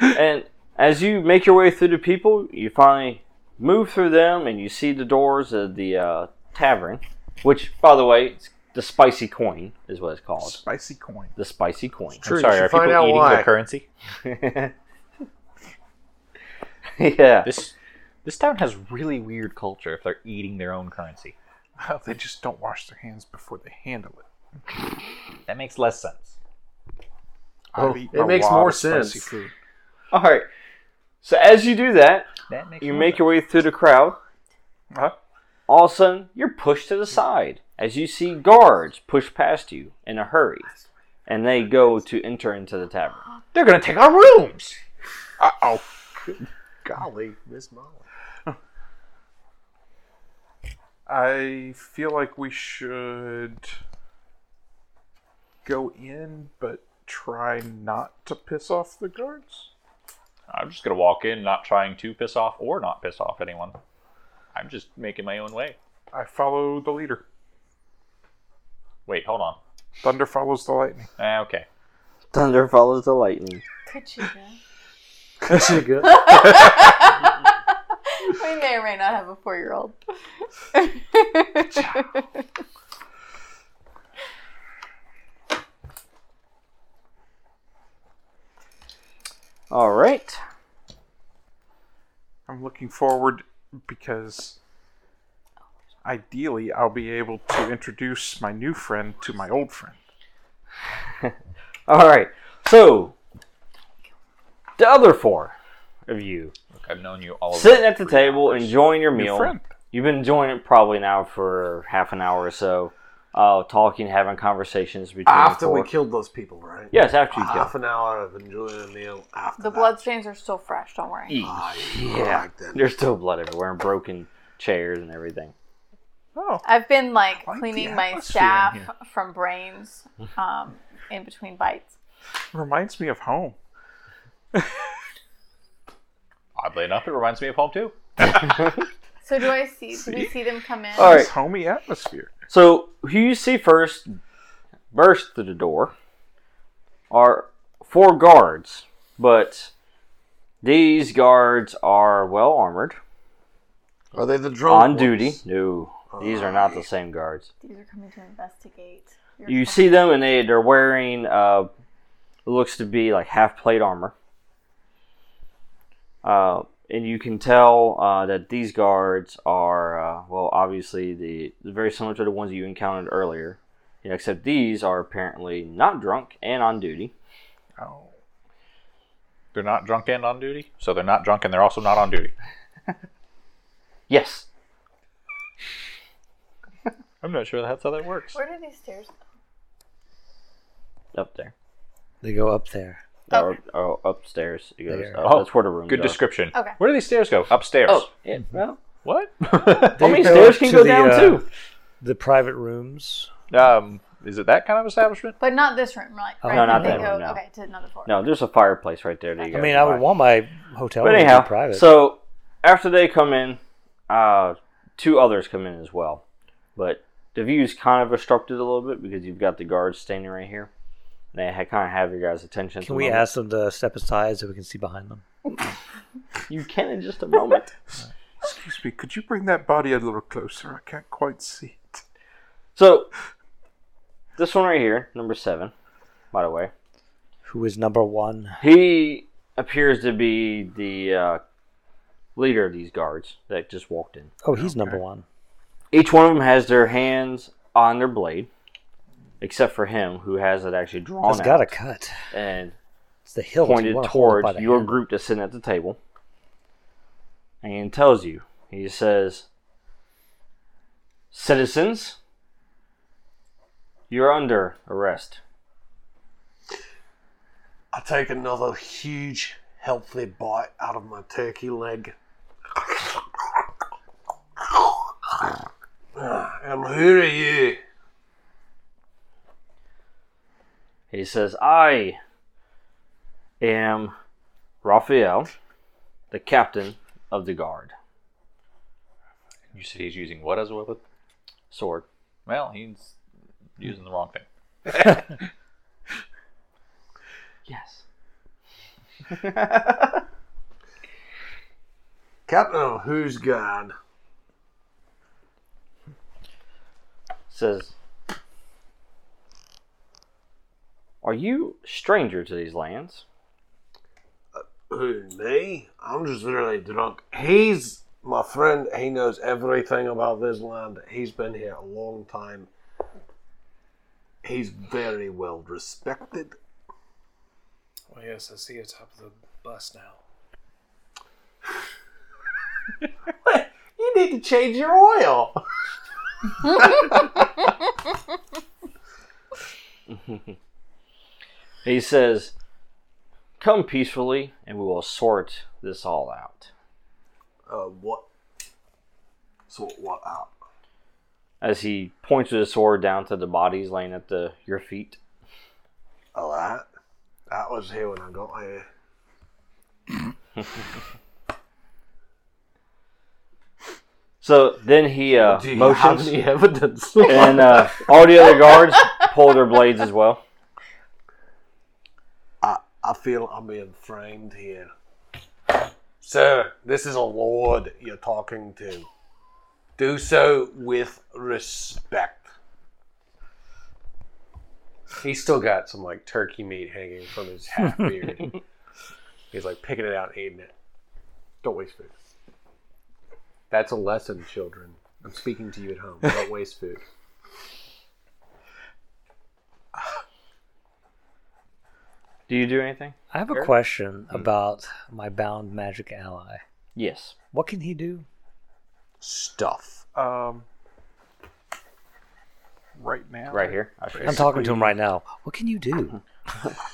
Speaker 2: and as you make your way through the people, you finally move through them, and you see the doors of the uh, tavern, which, by the way, it's the spicy coin is what it's called.
Speaker 6: Spicy coin.
Speaker 2: The spicy coin.
Speaker 7: True,
Speaker 3: I'm
Speaker 7: you
Speaker 3: sorry,
Speaker 7: should
Speaker 3: are people
Speaker 7: find out
Speaker 3: eating
Speaker 7: why.
Speaker 3: their currency?
Speaker 2: yeah.
Speaker 3: This this town has really weird culture if they're eating their own currency.
Speaker 6: Well, they just don't wash their hands before they handle it.
Speaker 3: That makes less sense.
Speaker 6: I've
Speaker 7: Oh,
Speaker 6: eaten
Speaker 7: it
Speaker 6: a
Speaker 7: makes
Speaker 6: lot
Speaker 7: more
Speaker 6: of spicy
Speaker 7: sense.
Speaker 6: food.
Speaker 2: All right. So as you do that,
Speaker 3: That makes
Speaker 2: you
Speaker 3: more
Speaker 2: make
Speaker 3: sense.
Speaker 2: your way through the crowd.
Speaker 6: Huh?
Speaker 2: All of a sudden, you're pushed to the side as you see guards push past you in a hurry, and they go to enter into the tavern.
Speaker 3: They're gonna take our rooms.
Speaker 6: Uh oh.
Speaker 7: Golly, Miss Molly.
Speaker 6: I feel like we should go in, but try not to piss off the guards.
Speaker 3: I'm just gonna walk in, not trying to piss off or not piss off anyone. I'm just making my own way.
Speaker 6: I follow the leader.
Speaker 3: Wait, hold on.
Speaker 6: Thunder follows the lightning.
Speaker 3: Ah, okay.
Speaker 2: Thunder follows the lightning.
Speaker 5: Could she go?
Speaker 7: good.
Speaker 5: we may or may not have a four year old.
Speaker 2: All right.
Speaker 6: I'm looking forward because ideally I'll be able to introduce my new friend to my old friend.
Speaker 2: All right. So, the other four of you
Speaker 3: Look, I've known you all. of
Speaker 2: sitting at the table, enjoying your
Speaker 6: New
Speaker 2: meal.
Speaker 6: friend.
Speaker 2: You've been enjoying it probably now for half an hour or so, uh, talking, having conversations between
Speaker 7: After
Speaker 2: the
Speaker 7: we
Speaker 2: four.
Speaker 7: killed those people, right?
Speaker 2: Yes, after you kill.
Speaker 7: Half an hour of enjoying a meal after
Speaker 5: The
Speaker 7: that.
Speaker 5: bloodstains are still fresh, don't worry.
Speaker 7: Ah,
Speaker 2: Yeah.
Speaker 7: right then.
Speaker 2: There's still blood everywhere and broken chairs and everything.
Speaker 6: Oh,
Speaker 5: I've been like
Speaker 6: I like
Speaker 5: cleaning
Speaker 6: the
Speaker 5: my
Speaker 6: atmosphere
Speaker 5: staff
Speaker 6: in here.
Speaker 5: from brains um, in between bites.
Speaker 6: reminds me of home.
Speaker 3: Oddly enough, it reminds me of home too.
Speaker 5: So do I see, do we see them come in?
Speaker 2: All right.
Speaker 6: It's homey atmosphere.
Speaker 2: So, who you see first burst through the door are four guards, but these guards are well armored,
Speaker 7: Are they the drunk
Speaker 2: on
Speaker 7: ones?
Speaker 2: duty. No, these are not the same guards.
Speaker 5: These are coming to investigate. your
Speaker 2: You see them, and they they're wearing uh, looks to be like half plate armor. Uh, and you can tell uh, that these guards are uh, well, obviously the very similar to the ones you encountered earlier. You know, except these are apparently not drunk and on duty.
Speaker 6: Oh,
Speaker 3: They're not drunk and on duty, so they're not drunk and they're also not on duty.
Speaker 2: Yes,
Speaker 3: I'm not sure that's how that works.
Speaker 5: Where do these stairs?
Speaker 2: up there
Speaker 8: They go up there.
Speaker 2: or, or upstairs. It goes.
Speaker 8: There.
Speaker 2: up. that's where the room.
Speaker 3: Oh, Good
Speaker 2: goes.
Speaker 3: description.
Speaker 5: Okay.
Speaker 3: Where do these stairs go? Upstairs.
Speaker 2: Oh, yeah, well,
Speaker 3: What?
Speaker 2: I
Speaker 8: They
Speaker 2: mean,
Speaker 8: go
Speaker 2: stairs can
Speaker 8: to
Speaker 2: go
Speaker 8: the,
Speaker 2: down
Speaker 8: uh,
Speaker 2: too.
Speaker 8: The private rooms.
Speaker 3: um, is it that kind of establishment?
Speaker 5: But not this room, right?
Speaker 8: Oh,
Speaker 5: right?
Speaker 8: no, not
Speaker 5: They
Speaker 8: that
Speaker 5: go-
Speaker 2: room, no.
Speaker 5: Okay, to another floor.
Speaker 2: No, there's a fireplace right there. That
Speaker 8: I
Speaker 2: you guys
Speaker 8: mean,
Speaker 2: can
Speaker 8: I would
Speaker 2: buy.
Speaker 8: want my hotel
Speaker 2: But
Speaker 8: room
Speaker 2: anyhow,
Speaker 8: to be private.
Speaker 2: so after they come in, uh, two others come in as well. But the view's kind of obstructed a little bit because you've got the guards standing right here. And they ha- kind of have your guys' attention. at
Speaker 8: can
Speaker 2: the
Speaker 8: we
Speaker 2: moment.
Speaker 8: ask them to step aside so we can see behind them?
Speaker 2: You can in just a moment.
Speaker 6: excuse me. Could you bring that body a little closer? I can't quite see it.
Speaker 2: so this one right here, number seven, by the way,
Speaker 8: Who is number one?
Speaker 2: he appears to be the uh, leader of these guards that just walked in.
Speaker 8: Oh, he's number one.
Speaker 2: Each one of them has their hands on their blade, except for him, who has it actually drawn
Speaker 8: He's
Speaker 2: out.
Speaker 8: got a cut.
Speaker 2: and
Speaker 8: It's the hilt. You
Speaker 2: pointed
Speaker 8: wanna hold it by
Speaker 2: towards
Speaker 8: the
Speaker 2: your
Speaker 8: hand.
Speaker 2: group that's sitting at the table and tells you, he says, Citizens, you're under arrest.
Speaker 7: I take another huge, healthy bite out of my turkey leg. Ah, and who are you?
Speaker 2: He says, I am Raphael, the captain of the guard.
Speaker 3: You said he's using what as a weapon?
Speaker 2: Sword.
Speaker 3: Well, he's using the wrong thing.
Speaker 2: Yes.
Speaker 7: Captain of whose guard?
Speaker 2: Says, Are you stranger to these lands?
Speaker 9: Who, me? I'm just really drunk. He's my friend. He knows everything about this land. He's been here a long time. He's very well respected.
Speaker 4: Oh, yes, I see you top of the bus now.
Speaker 9: You need to change your oil.
Speaker 2: He says, Come peacefully, and we will sort this all out.
Speaker 9: Uh, what? So what? Out?
Speaker 2: As he points with his sword down to the bodies laying at the your feet.
Speaker 9: Oh, that? That was here when I got here.
Speaker 2: So then he uh,
Speaker 9: Do you have
Speaker 2: motions,
Speaker 9: any evidence?
Speaker 2: and uh, all the other guards pull their blades as well.
Speaker 9: I, I feel I'm being framed here. Sir, this is a lord you're talking to. Do so with respect. He's still got some like turkey meat hanging from his half beard. He's like picking it out and eating it. Don't waste food. That's a lesson, children. I'm speaking to you at home. Don't waste food.
Speaker 2: Do you do anything? Hmm.
Speaker 8: I have a question about my bound magic ally.
Speaker 2: Yes.
Speaker 8: What can he do?
Speaker 9: Stuff.
Speaker 6: Um, right now,
Speaker 2: Right here. I should-
Speaker 8: I'm talking to him right now. What can you do?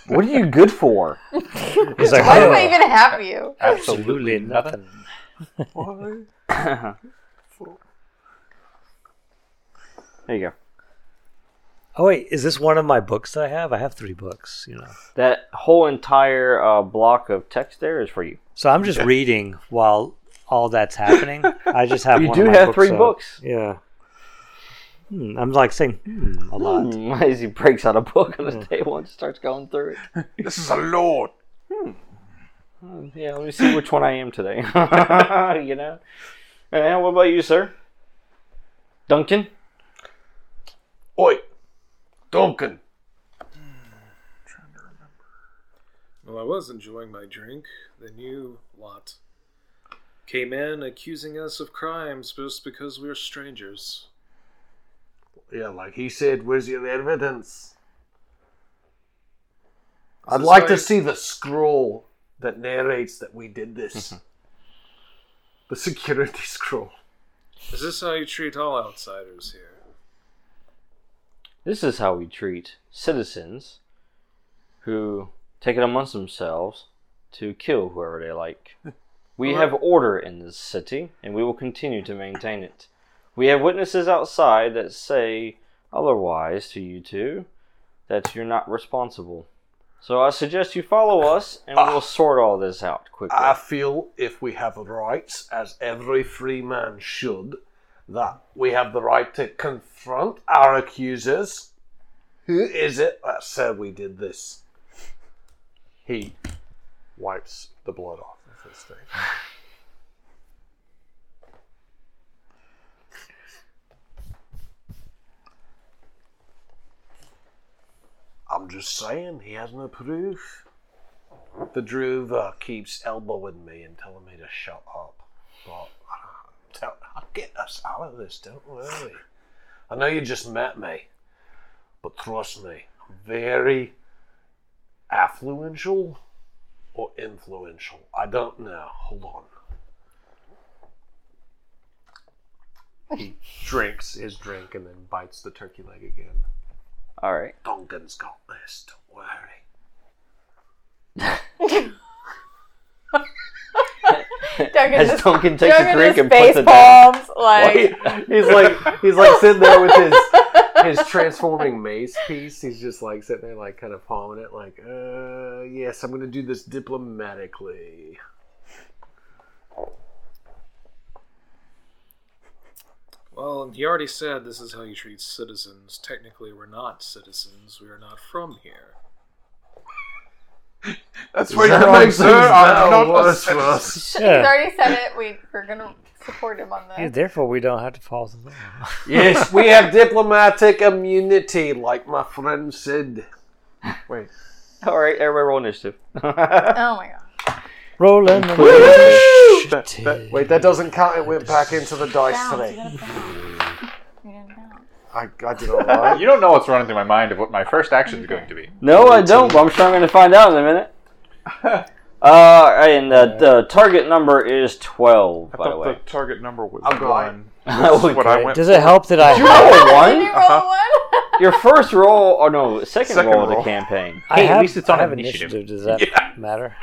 Speaker 2: What are you good for?
Speaker 8: He's like,
Speaker 5: Why do
Speaker 8: "Oh,
Speaker 5: I even have you?
Speaker 8: absolutely nothing.
Speaker 6: Why?
Speaker 2: There you go.
Speaker 8: Oh wait, is this one of my books that I have? I have three books, you know.
Speaker 2: That whole entire uh, block of text there is for you.
Speaker 8: So I'm just reading while all that's happening. I just have.
Speaker 2: You
Speaker 8: one
Speaker 2: do
Speaker 8: of my
Speaker 2: have
Speaker 8: books
Speaker 2: three
Speaker 8: up.
Speaker 2: books.
Speaker 8: Yeah. Hmm, I'm like saying hmm, a lot.
Speaker 2: Hmm, As he breaks out a book on
Speaker 8: Hmm.
Speaker 2: his table and starts going through it. Hmm,
Speaker 6: This is a lord.
Speaker 2: Yeah, let me see which one I am today. you know? And what about you, sir? Duncan?
Speaker 9: Oi, Duncan.
Speaker 4: Well, I was enjoying my drink. Then you lot came in accusing us of crimes just because we are strangers.
Speaker 9: Yeah, like he said, where's your evidence?
Speaker 4: This
Speaker 9: I'd
Speaker 4: is
Speaker 9: like
Speaker 4: why-
Speaker 9: to see the scroll that narrates that we did this. the security scroll.
Speaker 4: Is this how you treat all outsiders here?
Speaker 2: This is how we treat citizens who take it amongst themselves to kill whoever they like. We have order in this city, and we will continue to maintain it. We have witnesses outside that say otherwise to you two that you're not responsible. So I suggest you follow us, and
Speaker 6: Ah.
Speaker 2: we'll sort all this out quickly.
Speaker 9: I feel if we have rights, as every free man should, that we have the right to confront our accusers. Who is it that said we did this? He wipes the blood off of his face. I'm just saying, he has no proof. The Druva keeps elbowing me and telling me to shut up. But tell, I'll get us out of this, don't worry. I know you just met me, but trust me, I'm very affluential or influential. I don't know. Hold on. He drinks his drink and then bites the turkey leg again.
Speaker 2: all right.
Speaker 9: Dongan's got this, don't worry.
Speaker 5: Duncan
Speaker 2: As
Speaker 5: just-
Speaker 2: Duncan takes a
Speaker 5: Duncan
Speaker 2: drink
Speaker 5: just
Speaker 2: and puts
Speaker 5: face
Speaker 2: it down.
Speaker 5: palms, like
Speaker 9: he's like he's like sitting there with his his transforming mace piece. He's just like sitting there, like kind of palming it, like, uh, yes, I'm gonna do this diplomatically.
Speaker 4: Well, you already said this is how you treat citizens. Technically, we're not citizens. We are not from here.
Speaker 6: That's where you're like, sir. I'm not a citizen."
Speaker 5: Sh-
Speaker 8: Yeah.
Speaker 5: he's already said it. We we're gonna support him on
Speaker 8: Yeah,
Speaker 5: this.
Speaker 8: therefore, we don't have to follow the law.
Speaker 9: Yes, we have diplomatic immunity, like my friend said.
Speaker 6: Wait.
Speaker 2: All right, everybody roll initiative.
Speaker 5: Oh my god.
Speaker 8: Rolling the
Speaker 6: That- that-
Speaker 8: initiative.
Speaker 7: Wait, that doesn't count. It went back into the dice
Speaker 5: Bounce. You gotta
Speaker 7: today.
Speaker 5: bounce. You didn't bounce.
Speaker 7: I, I did all right.
Speaker 3: You don't know what's running through my mind of what my first action is going to be.
Speaker 2: no, I don't. But I'm sure I'm going to find out in a minute. Uh, and the, the target number is twelve.
Speaker 6: I
Speaker 2: By the
Speaker 6: thought the
Speaker 2: way,
Speaker 6: target number was
Speaker 7: I'm
Speaker 6: one.
Speaker 7: blind.
Speaker 6: That's what I went.
Speaker 8: Does it help that I
Speaker 2: you roll a
Speaker 5: Did you
Speaker 2: one?
Speaker 5: roll
Speaker 6: Uh-huh.
Speaker 5: a one?
Speaker 2: Your first roll, or no, second,
Speaker 6: Second
Speaker 2: roll, of
Speaker 6: roll.
Speaker 2: the campaign.
Speaker 8: I
Speaker 3: Hey, at
Speaker 8: have,
Speaker 3: least it's on
Speaker 8: I have
Speaker 3: initiative.
Speaker 8: Does that matter?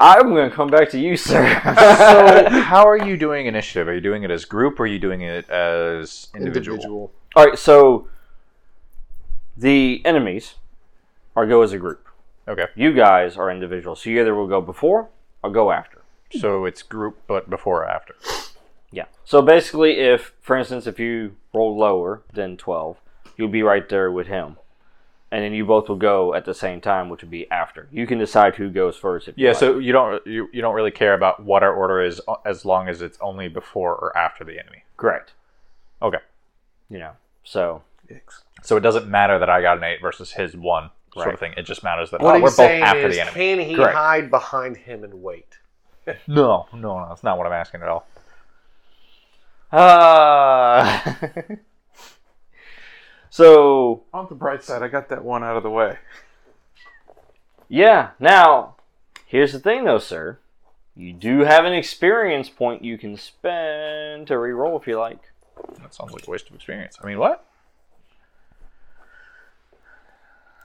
Speaker 2: I'm going to come back to you, sir.
Speaker 3: so, how are you doing initiative? Are you doing it as group or are you doing it as individual?
Speaker 7: Individual.
Speaker 2: All right, so the enemies are go as a group.
Speaker 3: Okay.
Speaker 2: You guys are individuals, so you either will go before or go after.
Speaker 3: So, it's group but before or after.
Speaker 2: Yeah. So basically, if, for instance, if you roll lower than 12, you'll be right there with him. And then you both will go at the same time, which would be after. You can decide who goes first. If you
Speaker 3: Yeah,
Speaker 2: like.
Speaker 3: so you don't you, you don't really care about what our order is o- as long as it's only before or after the enemy.
Speaker 2: Correct.
Speaker 3: Okay.
Speaker 2: You know, so.
Speaker 3: So it doesn't matter that I got an 8 versus his 1 sort
Speaker 2: Right.
Speaker 3: of thing. It just matters that
Speaker 7: What
Speaker 3: oh, we're
Speaker 7: he's
Speaker 3: both
Speaker 7: saying
Speaker 3: after
Speaker 7: is,
Speaker 3: the enemy.
Speaker 7: can he
Speaker 3: Correct.
Speaker 7: hide behind him and wait?
Speaker 3: No, no, no, that's not what I'm asking at all.
Speaker 2: Uh, so
Speaker 6: On the bright side, I got that one out of the way.
Speaker 2: Yeah. Now, here's the thing, though, sir. You do have an experience point you can spend to reroll if you like.
Speaker 3: That sounds like a waste of experience. I mean, what?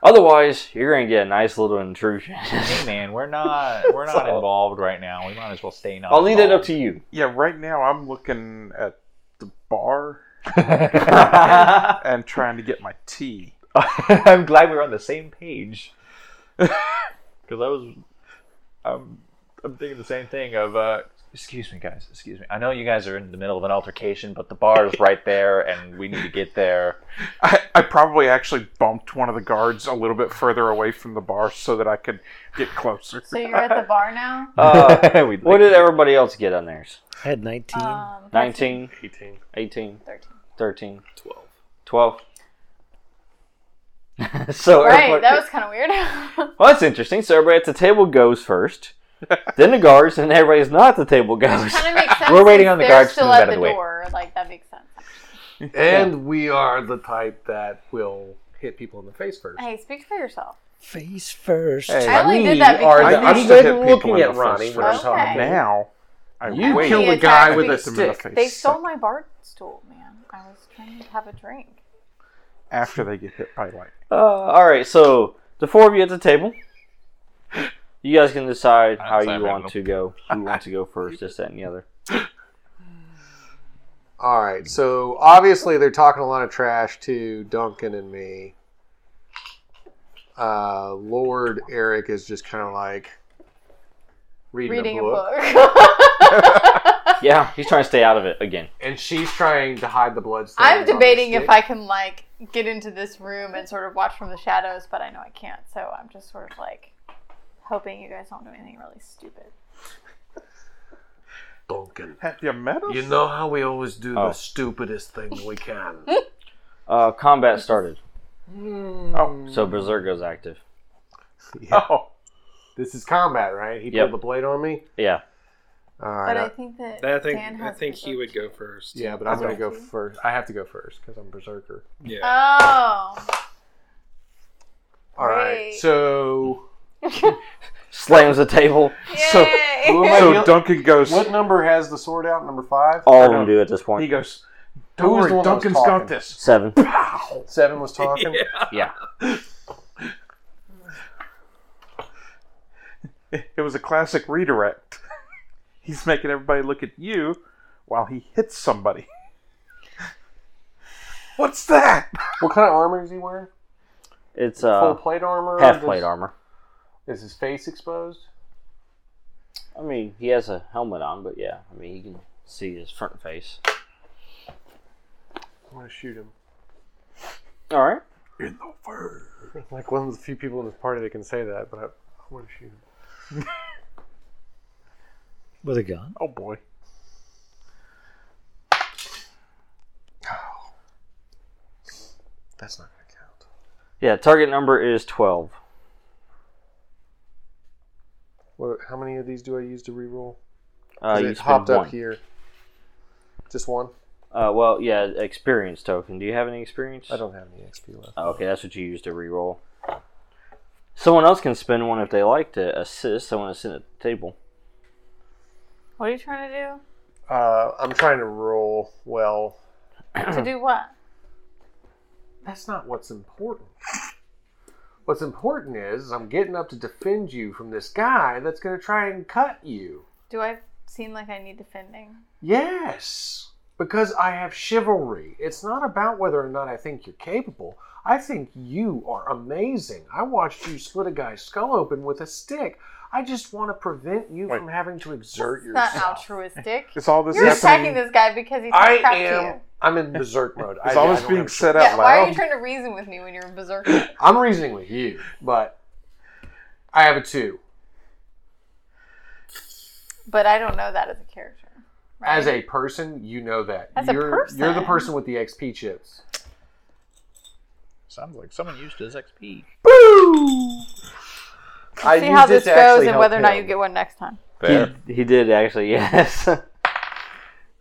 Speaker 2: Otherwise, you're gonna get a nice little intrusion.
Speaker 3: Hey man, we're not we're not involved right now. We might as well stay not.
Speaker 2: I'll leave that up
Speaker 3: involved.
Speaker 2: to you.
Speaker 6: Yeah, right now I'm looking at the bar and trying to get my tea.
Speaker 3: I'm glad we're on the same page. Because I was, I'm, I'm thinking the same thing of. Uh, excuse me, guys. Excuse me. I know you guys are in the middle of an altercation, but the bar is right there, and we need to get there.
Speaker 6: I, I probably actually bumped one of the guards a little bit further away from the bar so that I could get closer.
Speaker 5: So you're at the bar now?
Speaker 2: Uh,
Speaker 3: We'd
Speaker 2: what
Speaker 3: like-
Speaker 2: did everybody else get on theirs?
Speaker 8: I had 19.
Speaker 5: Um,
Speaker 2: 19,
Speaker 4: 18.
Speaker 2: 18,
Speaker 5: 13.
Speaker 2: 13,
Speaker 4: 12.
Speaker 2: 12. so
Speaker 5: Right,
Speaker 2: everybody-
Speaker 5: that was kind of weird.
Speaker 2: well, that's interesting. So everybody at the table goes first, then the guards, and everybody's not at the table goes.
Speaker 5: kind of makes sense.
Speaker 3: We're waiting
Speaker 5: since
Speaker 3: on the
Speaker 5: they're
Speaker 3: guards to
Speaker 5: still
Speaker 3: move
Speaker 5: at
Speaker 3: out of the way.
Speaker 5: door. Like that makes sense.
Speaker 7: And we are the type that will hit people in the face first.
Speaker 5: Hey, speak for yourself.
Speaker 8: Face first.
Speaker 5: I only did that
Speaker 7: are
Speaker 5: because
Speaker 7: the-
Speaker 6: I
Speaker 7: I'm
Speaker 6: used to hit
Speaker 7: good
Speaker 6: people
Speaker 7: looking
Speaker 6: in the
Speaker 7: at Ronnie
Speaker 6: face
Speaker 7: when I'm
Speaker 5: first.
Speaker 7: talking.
Speaker 5: Okay.
Speaker 6: Now, I
Speaker 7: You
Speaker 6: wait.
Speaker 7: killed a
Speaker 5: attacked
Speaker 7: guy
Speaker 5: me.
Speaker 7: with a
Speaker 6: Hit them in the
Speaker 7: stick.
Speaker 6: face.
Speaker 5: They stole my bar stool, man. I was trying to have a drink.
Speaker 6: after they get hit by lightning.
Speaker 2: Uh, all right, so the four of you at the table, you guys can decide how
Speaker 3: Sam
Speaker 2: you want
Speaker 3: Admiral.
Speaker 2: to go. Who wants to go first, this, that, and the other.
Speaker 7: All right, so obviously they're talking a lot of trash to Duncan and me. Uh, Lord Eric is just kind of like reading,
Speaker 5: Reading
Speaker 7: a, book,
Speaker 5: A book.
Speaker 2: Yeah, he's trying to stay out of it again.
Speaker 7: and she's trying to hide the blood. stain
Speaker 5: I'm
Speaker 7: on her
Speaker 5: debating if
Speaker 7: stick.
Speaker 5: I can like get into this room and sort of watch from the shadows, but I know I can't. So I'm just sort of like hoping you guys don't do anything really stupid.
Speaker 7: Duncan.
Speaker 6: Have you met us?
Speaker 7: You know how we always do
Speaker 2: Oh.
Speaker 7: the stupidest thing we can.
Speaker 5: Hmm?
Speaker 2: Uh, combat started,
Speaker 8: Hmm.
Speaker 6: oh.
Speaker 2: so Berserk goes active.
Speaker 7: Yeah.
Speaker 6: oh.
Speaker 7: This is combat, right? He
Speaker 2: Yep.
Speaker 7: pulled the blade on me.
Speaker 2: Yeah.
Speaker 7: All
Speaker 5: But I
Speaker 7: right.
Speaker 5: think that
Speaker 4: I think
Speaker 5: Dan
Speaker 4: I
Speaker 5: has
Speaker 4: think he would
Speaker 5: berserk.
Speaker 4: go first.
Speaker 7: yeah, but I'm gonna go
Speaker 5: Okay.
Speaker 7: first. I have to go first because I'm berserker.
Speaker 4: Yeah.
Speaker 5: Oh,
Speaker 7: All right.
Speaker 5: Great.
Speaker 7: So
Speaker 2: Slams the table.
Speaker 6: So,
Speaker 5: yay!
Speaker 7: Who am I
Speaker 6: so
Speaker 7: deal-
Speaker 6: Duncan goes.
Speaker 7: What number has the sword out? Number five.
Speaker 2: All of them do at this
Speaker 6: He
Speaker 2: point.
Speaker 6: goes. Don't
Speaker 7: Who was
Speaker 6: worry,
Speaker 7: the one that was
Speaker 6: Duncan's
Speaker 7: talking?
Speaker 6: got this.
Speaker 2: Seven.
Speaker 7: Seven was talking.
Speaker 2: Yeah.
Speaker 6: It was a classic redirect. He's making everybody look at you while he hits somebody. What's that?
Speaker 7: What kind of armor is he wearing?
Speaker 2: It's
Speaker 7: Full
Speaker 2: uh,
Speaker 7: plate armor. or
Speaker 2: half
Speaker 7: does-
Speaker 2: plate armor.
Speaker 7: Is his face exposed?
Speaker 2: I mean, he has a helmet on, but yeah, I mean, he can see his front face.
Speaker 7: I'm gonna shoot him.
Speaker 2: All right.
Speaker 6: In the word.
Speaker 7: Like one of the few people in this party that can say that, but I, I want to shoot him.
Speaker 8: With a gun.
Speaker 6: Oh boy.
Speaker 7: That's not gonna count.
Speaker 2: Yeah, target number is 12.
Speaker 7: What? How many of these do I use to reroll?
Speaker 2: Uh,
Speaker 7: 'Cause
Speaker 2: you
Speaker 7: it
Speaker 2: spend
Speaker 7: hopped
Speaker 2: one.
Speaker 7: up here. Just one.
Speaker 2: Uh, well, yeah, experience token. Do you have any experience?
Speaker 7: I don't have any XP left.
Speaker 2: Oh, okay, that's what you use to reroll. Someone else can spend one if they like to assist someone that's sitting at the table.
Speaker 5: What are you trying to
Speaker 7: Uh, I'm trying to roll well.
Speaker 5: do? to do what?
Speaker 7: That's not what's important. What's important is I'm getting up to defend you from this guy that's going to try and cut you.
Speaker 5: Do I seem like I need defending?
Speaker 7: Yes, because I have chivalry. It's not about whether or not I think you're capable. I think you are amazing. I watched you split a guy's skull open with a stick. I just want to prevent you
Speaker 6: Wait.
Speaker 7: from having to exert
Speaker 5: It's not
Speaker 7: yourself.
Speaker 5: altruistic.
Speaker 6: Is all this
Speaker 5: You're attacking
Speaker 6: happening?
Speaker 5: this guy because he's
Speaker 7: I
Speaker 5: crap to
Speaker 7: am.
Speaker 5: you.
Speaker 7: I'm in berserk mode.
Speaker 6: Is
Speaker 7: I-
Speaker 6: all
Speaker 7: I
Speaker 6: this
Speaker 7: don't
Speaker 6: being
Speaker 7: have-
Speaker 6: said
Speaker 5: Yeah,
Speaker 6: out
Speaker 5: why are you
Speaker 6: loud?
Speaker 5: trying to reason with me when you're a berserker?
Speaker 7: I'm reasoning with you, but I have a two.
Speaker 5: but I don't know that as a character. right?
Speaker 7: As a person, you know that.
Speaker 5: As a
Speaker 7: you're, You're the
Speaker 5: person.
Speaker 7: person with the XP chips.
Speaker 3: Sounds like someone used his XP.
Speaker 7: I
Speaker 5: see
Speaker 7: used
Speaker 5: how
Speaker 7: it
Speaker 5: this
Speaker 7: to actually
Speaker 5: goes and
Speaker 7: help
Speaker 5: whether or not you
Speaker 7: him.
Speaker 5: get one next time.
Speaker 3: Fair.
Speaker 2: He, he did actually, yes. that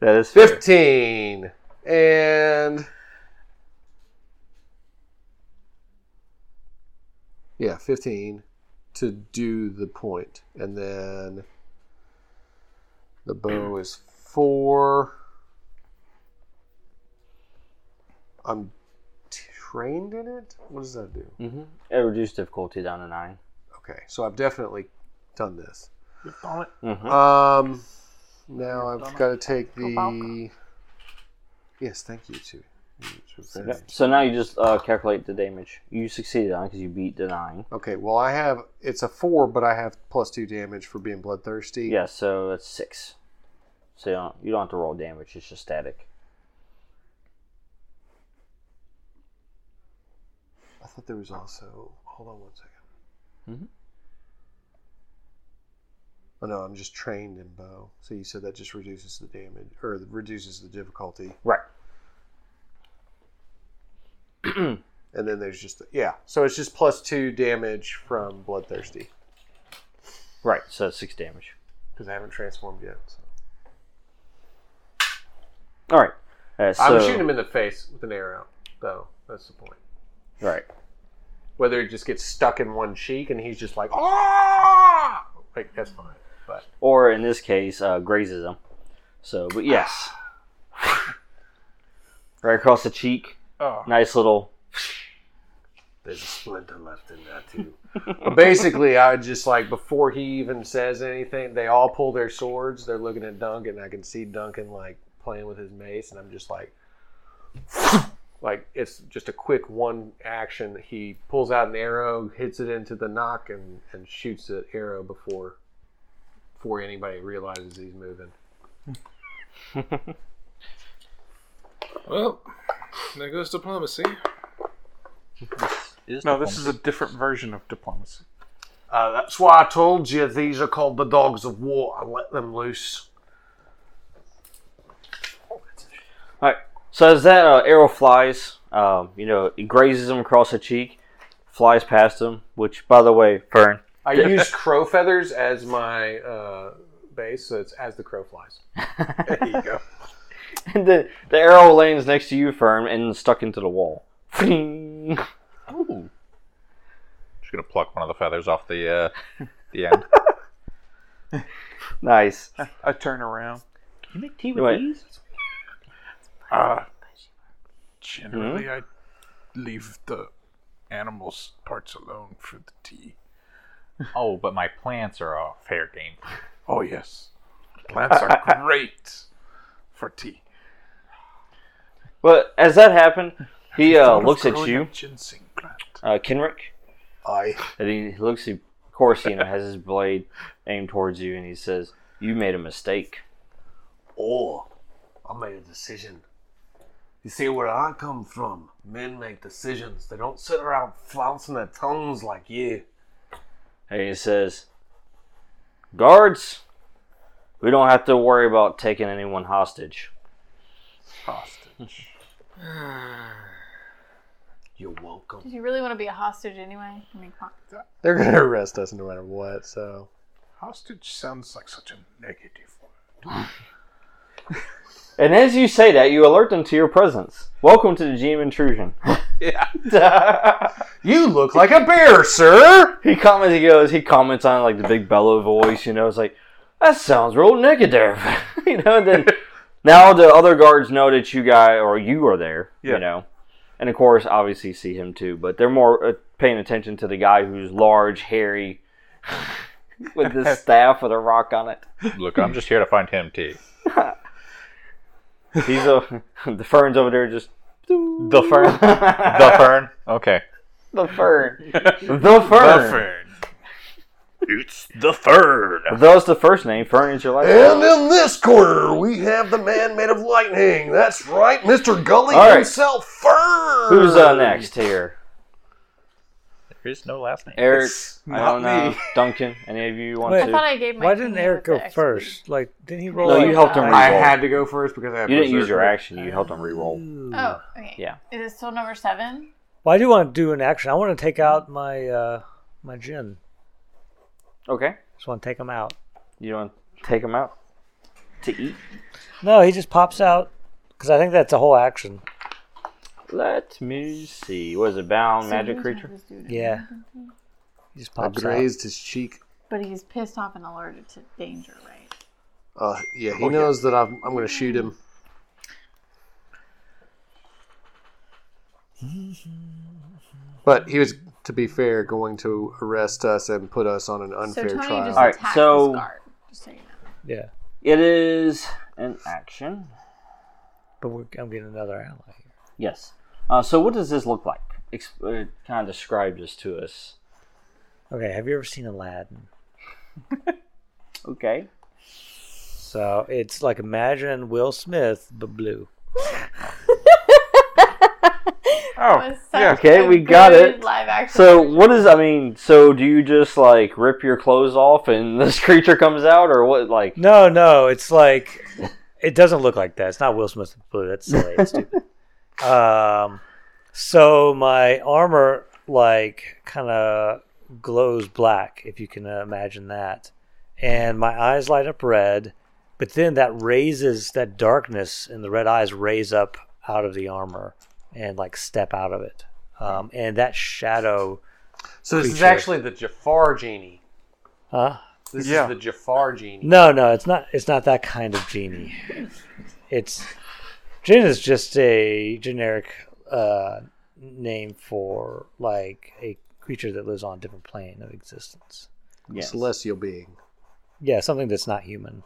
Speaker 2: is fair.
Speaker 7: 15 and yeah 15 to do the point and then the bow is 4 i'm trained in it what does that do
Speaker 2: Mm-hmm. It reduced difficulty down to 9
Speaker 7: okay so i've definitely done this
Speaker 2: Mm-hmm.
Speaker 7: Um, now I've
Speaker 3: Donna.
Speaker 7: got to take
Speaker 5: You're
Speaker 7: the.
Speaker 5: welcome.
Speaker 7: Yes, thank you too.
Speaker 2: So now you just uh, calculate the damage. You succeeded on because you beat the nine.
Speaker 7: Okay, well I have it's a four, but I have plus two damage for being bloodthirsty.
Speaker 2: Yeah, so that's six. So you don't, you don't have to roll damage. It's just static.
Speaker 7: I thought there was also. Oh, Hold on one second.
Speaker 2: Mhm.
Speaker 7: Oh no, I'm just trained in bow. So you said that just reduces the damage or reduces the difficulty.
Speaker 2: Right.
Speaker 7: And then there's just yeah, so it's just plus two damage from bloodthirsty
Speaker 2: Right. So that's six damage.
Speaker 7: because I haven't transformed yet. So.
Speaker 2: All right. Uh, so,
Speaker 7: I'm shooting him in the face with an arrow, though. That's the point.
Speaker 2: Right.
Speaker 7: Whether it just gets stuck in one cheek and he's just like, ah, like that's fine. But
Speaker 2: Or in this case, uh, grazes him. So, but yes. right across the cheek.
Speaker 6: Oh,
Speaker 2: Nice little.
Speaker 7: there's a splinter left in that too. But basically, I just like before he even says anything, they all pull their swords. They're looking at Duncan. I can see Duncan like playing with his mace, and I'm just like. Like it's just a quick one action. He pulls out an arrow, hits it into the knock, and, and shoots the arrow before before anybody realizes he's moving.
Speaker 4: Well, there goes diplomacy.
Speaker 6: no, this is a different version of diplomacy.
Speaker 7: Uh, that's why I told you these are called the dogs of war. I let them loose.
Speaker 2: All right. So as that uh, arrow flies, um, you know, it grazes him across the cheek, flies past him. Which, by the way, Fern,
Speaker 7: I use crow feathers as my uh, base, so it's as the crow flies. there you go.
Speaker 2: And the, the arrow lands next to you, Fern, and stuck into the wall. Fling.
Speaker 3: Just gonna pluck one of the feathers off the uh, the end.
Speaker 2: nice.
Speaker 6: I turn around.
Speaker 8: You make tea
Speaker 2: Right.
Speaker 6: Uh,
Speaker 2: Hmm?
Speaker 6: generally, I leave the animals parts alone for the tea.
Speaker 3: oh, but my plants are all fair game.
Speaker 6: Oh yes, plants are great for tea.
Speaker 2: But as that happened, he uh,
Speaker 6: Thought of
Speaker 2: looks at
Speaker 6: growing a
Speaker 2: you,
Speaker 6: Ginseng plant.
Speaker 2: uh, Kenrick,
Speaker 7: I
Speaker 2: and he looks. He, of course, you know, has his blade aimed towards you, and he says, "You made a mistake."
Speaker 7: oh, I made a decision. You see where I come from. Men make decisions. They don't sit around flouncing their tongues like you.
Speaker 2: And he says, "Guards, we don't have to worry about taking anyone hostage."
Speaker 6: Hostage.
Speaker 7: You're welcome.
Speaker 5: Did you really want to be a hostage anyway? I mean, come on.
Speaker 7: They're gonna arrest us no matter what. So
Speaker 6: Hostage sounds like such a negative word.
Speaker 2: And as you say that, you alert them to your presence. Welcome to the GM intrusion.
Speaker 7: You look like a bear, sir.
Speaker 2: He comments. He goes. He comments on like the big bellow voice. You know, it's like that sounds real negative. you know. And then now the other guards know that you guy or you are there.
Speaker 6: Yeah.
Speaker 2: You know, and of course, obviously, see him too. But they're more uh, paying attention to the guy who's large, hairy, with his staff with a rock on it.
Speaker 3: Look, I'm just here to find him, T.
Speaker 2: He's a the ferns over there just
Speaker 3: The fern. the fern. Okay.
Speaker 2: the fern. The fern.
Speaker 3: It's the fern.
Speaker 2: Those the first name. Fern is your last name.
Speaker 7: And in this corner, we have the man made of lightning. That's right, Mr. Gully
Speaker 2: All right.
Speaker 7: himself, Fern.
Speaker 2: Who's uh, next here?
Speaker 3: There is no last name.
Speaker 2: Eric,
Speaker 6: It's
Speaker 2: I don't
Speaker 6: not
Speaker 2: know.
Speaker 6: me.
Speaker 2: Duncan, any of you want
Speaker 8: Wait.
Speaker 5: I
Speaker 2: to?
Speaker 5: thought I gave my.
Speaker 8: Why didn't
Speaker 5: opinion
Speaker 8: Eric
Speaker 5: with the
Speaker 8: go
Speaker 5: extra-
Speaker 8: first? Like, didn't he roll?
Speaker 2: No,
Speaker 8: like
Speaker 2: you helped him
Speaker 8: nine?
Speaker 2: re-roll.
Speaker 7: to go first because I had
Speaker 2: you didn't use your
Speaker 7: berserker.
Speaker 2: action. You helped him re-roll.
Speaker 5: Oh, okay.
Speaker 2: Yeah.
Speaker 5: It is still number seven.
Speaker 8: Well, I do want to do an action. I want to take out my uh, my gin.
Speaker 2: Okay.
Speaker 8: Just want to take him out.
Speaker 2: You want to take him out to eat?
Speaker 8: No, he just pops out because I think that's a whole action.
Speaker 2: Let me see. Was it bound magic creature?
Speaker 8: Yeah, he just
Speaker 7: I
Speaker 8: pops out.
Speaker 7: grazed his cheek.
Speaker 5: But he's pissed off and alerted to danger, right?
Speaker 7: Uh, yeah, he knows that I'm, I'm going to shoot him. But he was, to be fair, going to arrest us and put us on an unfair
Speaker 5: so Tony
Speaker 7: trial.
Speaker 5: just
Speaker 2: All right,
Speaker 5: attacked
Speaker 2: so-
Speaker 5: this guard. Just so you know.
Speaker 8: Yeah,
Speaker 2: It is an action.
Speaker 8: but we're, I'm getting another ally. here.
Speaker 2: Yes. Uh, so what does this look like? Ex- uh, kind of describe this to us.
Speaker 8: Okay, have you ever seen Aladdin?
Speaker 2: Okay.
Speaker 8: So it's like imagine Will Smith but blue.
Speaker 5: That
Speaker 6: Oh,
Speaker 5: was such
Speaker 6: yeah.
Speaker 2: Okay,
Speaker 5: a
Speaker 2: we got
Speaker 5: good
Speaker 2: it.
Speaker 5: Live action.
Speaker 2: So what is? I mean, so do you just like rip your clothes off and this creature comes out, or what? Like,
Speaker 8: No, no, it's like it doesn't look like that. It's not Will Smith but blue. That's silly. That's stupid. Um, so my armor like kind of glows black, if you can uh, imagine that, and my eyes light up red. But then that raises that darkness, and the red eyes raise up out of the armor and like step out of it. Um, and that shadow,
Speaker 7: so this is
Speaker 8: creature.
Speaker 7: actually the Jafar genie.
Speaker 8: huh?
Speaker 7: This
Speaker 6: Yeah.
Speaker 7: is the Jafar genie.
Speaker 8: No, no, it's not. It's not that kind of genie. It's gin is just a generic uh, name for like a creature that lives on a different plane of existence.
Speaker 2: yes.
Speaker 7: Celestial being.
Speaker 8: Yeah, something that's not human,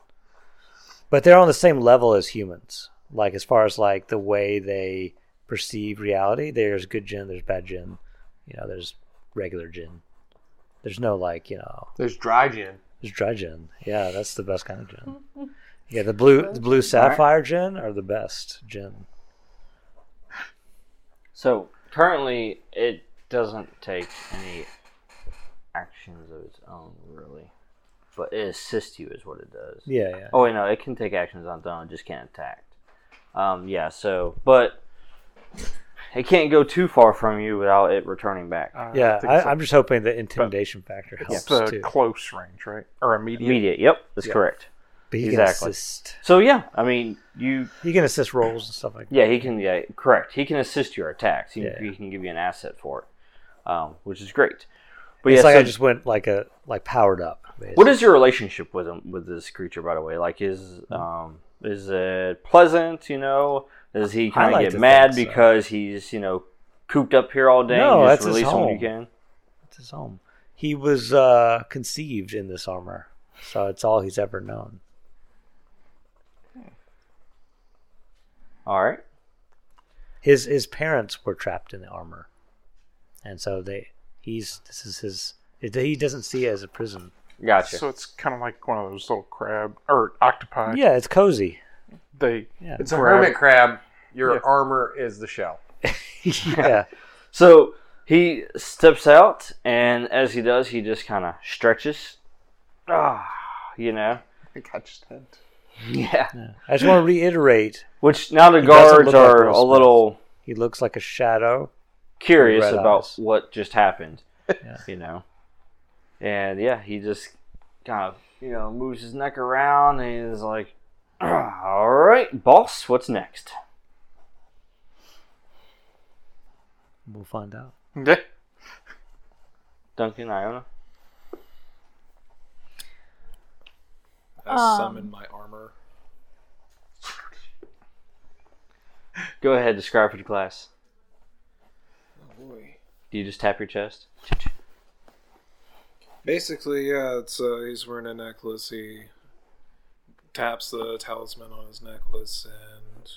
Speaker 8: but they're on the same level as humans. Like as far as like the way they perceive reality, there's good gin, there's bad gin. You know, there's regular gin. There's no like you know
Speaker 7: There's dry gin.
Speaker 8: there's dry gin. Yeah, that's the best kind of gin. Yeah, the blue the blue sapphire gin are the best gin.
Speaker 2: So currently, it doesn't take any actions of its own, really, but it assists you is what it does.
Speaker 8: Yeah, yeah.
Speaker 2: Oh wait, no, it can take actions on its own, it just can't attack. Um, yeah. So, but it can't go too far from you without it returning back.
Speaker 6: Uh,
Speaker 8: yeah,
Speaker 6: think
Speaker 8: I,
Speaker 6: it's
Speaker 8: I'm just hoping the intimidation factor
Speaker 6: it's
Speaker 8: helps
Speaker 6: the
Speaker 8: too.
Speaker 6: close range, right? Or immediate.
Speaker 2: Immediate. Yep, that's correct.
Speaker 8: But he
Speaker 2: exactly.
Speaker 8: can assist.
Speaker 2: So yeah, I mean, you
Speaker 8: He can assist rolls and stuff like that.
Speaker 2: Yeah, he can. Yeah, correct. He can assist your attacks. He,
Speaker 8: Yeah.
Speaker 2: he can give you an asset for it, um, which is great. But
Speaker 8: It's
Speaker 2: yeah,
Speaker 8: like
Speaker 2: so
Speaker 8: I just went like a like powered up. Basically.
Speaker 2: what is your relationship with him with this creature? By the way, like is
Speaker 8: Hmm.
Speaker 2: um, is it pleasant? You know, does he
Speaker 8: I
Speaker 2: kind of
Speaker 8: like
Speaker 2: get
Speaker 8: to
Speaker 2: mad
Speaker 8: think so.
Speaker 2: because he's you know cooped up here all day?
Speaker 8: No,
Speaker 2: and you
Speaker 8: that's
Speaker 2: just
Speaker 8: his
Speaker 2: release him when
Speaker 8: home.
Speaker 2: you can.
Speaker 8: It's his home? He was uh, conceived in this armor, so it's all he's ever known.
Speaker 2: All right.
Speaker 8: His his parents were trapped in the armor, and so they he's this is his. He doesn't see it as a prison.
Speaker 2: Gotcha.
Speaker 6: So uh, it's kind of like one of those little crab or octopi.
Speaker 8: Yeah, it's cozy.
Speaker 6: They
Speaker 8: Yeah.
Speaker 7: It's a hermit crab. Your
Speaker 6: Yeah.
Speaker 7: armor is the shell.
Speaker 8: yeah.
Speaker 2: So he steps out, and as he does, he just kind of stretches. Ah, you know.
Speaker 6: I think I just had.
Speaker 2: Yeah.
Speaker 8: I just want to reiterate
Speaker 2: Which now the
Speaker 8: He doesn't
Speaker 2: guards
Speaker 8: look like
Speaker 2: are
Speaker 8: Will
Speaker 2: a
Speaker 8: Smith.
Speaker 2: little.
Speaker 8: he looks like a shadow.
Speaker 2: curious
Speaker 8: Red
Speaker 2: about
Speaker 8: eyes.
Speaker 2: what just happened.
Speaker 8: Yeah.
Speaker 2: You know, and yeah, he just kind of you know moves his neck around and is like, "Ah, "All right, boss, what's next?"
Speaker 8: We'll find out.
Speaker 6: Yeah.
Speaker 2: Duncan Iona.
Speaker 4: I
Speaker 5: Um.
Speaker 4: summon my armor.
Speaker 2: Go ahead, describe for the class.
Speaker 4: Oh boy.
Speaker 2: Do you just tap your chest?
Speaker 4: Basically, yeah, it's uh, he's wearing a necklace. He taps the talisman on his necklace, and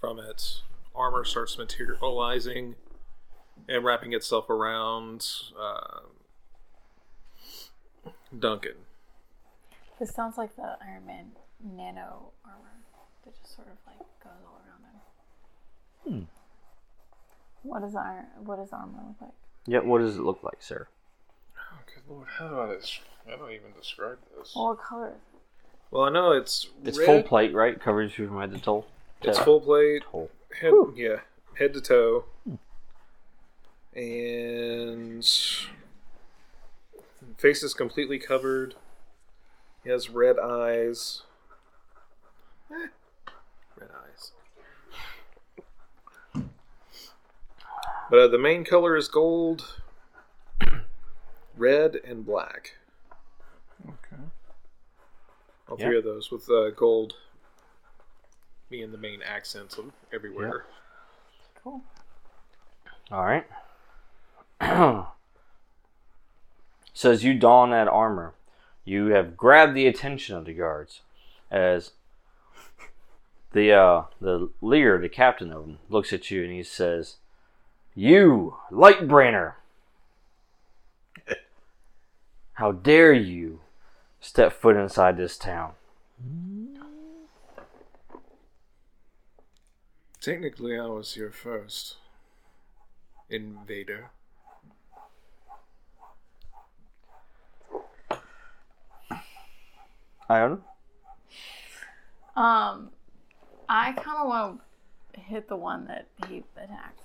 Speaker 4: from it, armor starts materializing and wrapping itself around uh, Duncan.
Speaker 5: This sounds like the Iron Man nano armor that just sort of like goes all around him. Hmm. What does iron? What does armor look like?
Speaker 2: Yep. What does it look like, sir?
Speaker 4: Oh, good lord.
Speaker 6: How do I, des- I don't even describe this.
Speaker 5: Well, what color? Is it?
Speaker 4: Well, I know it's
Speaker 2: It's
Speaker 4: red.
Speaker 2: full plate, right? Covers you from head to toe.
Speaker 4: It's
Speaker 2: toe.
Speaker 4: full plate.
Speaker 2: Toe.
Speaker 4: Head, yeah, head to toe. And face is completely covered. He has red eyes. Eh, Red eyes. But uh, the main color is gold, red, and black.
Speaker 6: Okay.
Speaker 4: All
Speaker 2: Yeah.
Speaker 4: three of those with uh, gold being the main accents of everywhere.
Speaker 5: Cool.
Speaker 2: All right. so as you don that armor, you have grabbed the attention of the guards, as the uh, the leader, the captain of them, looks at you and he says, "You, Lightbrainer, how dare you step foot inside this town?"
Speaker 4: Technically, I was here first. Invader.
Speaker 2: Iona,
Speaker 5: Um, I kind of want to hit the one that he attacked.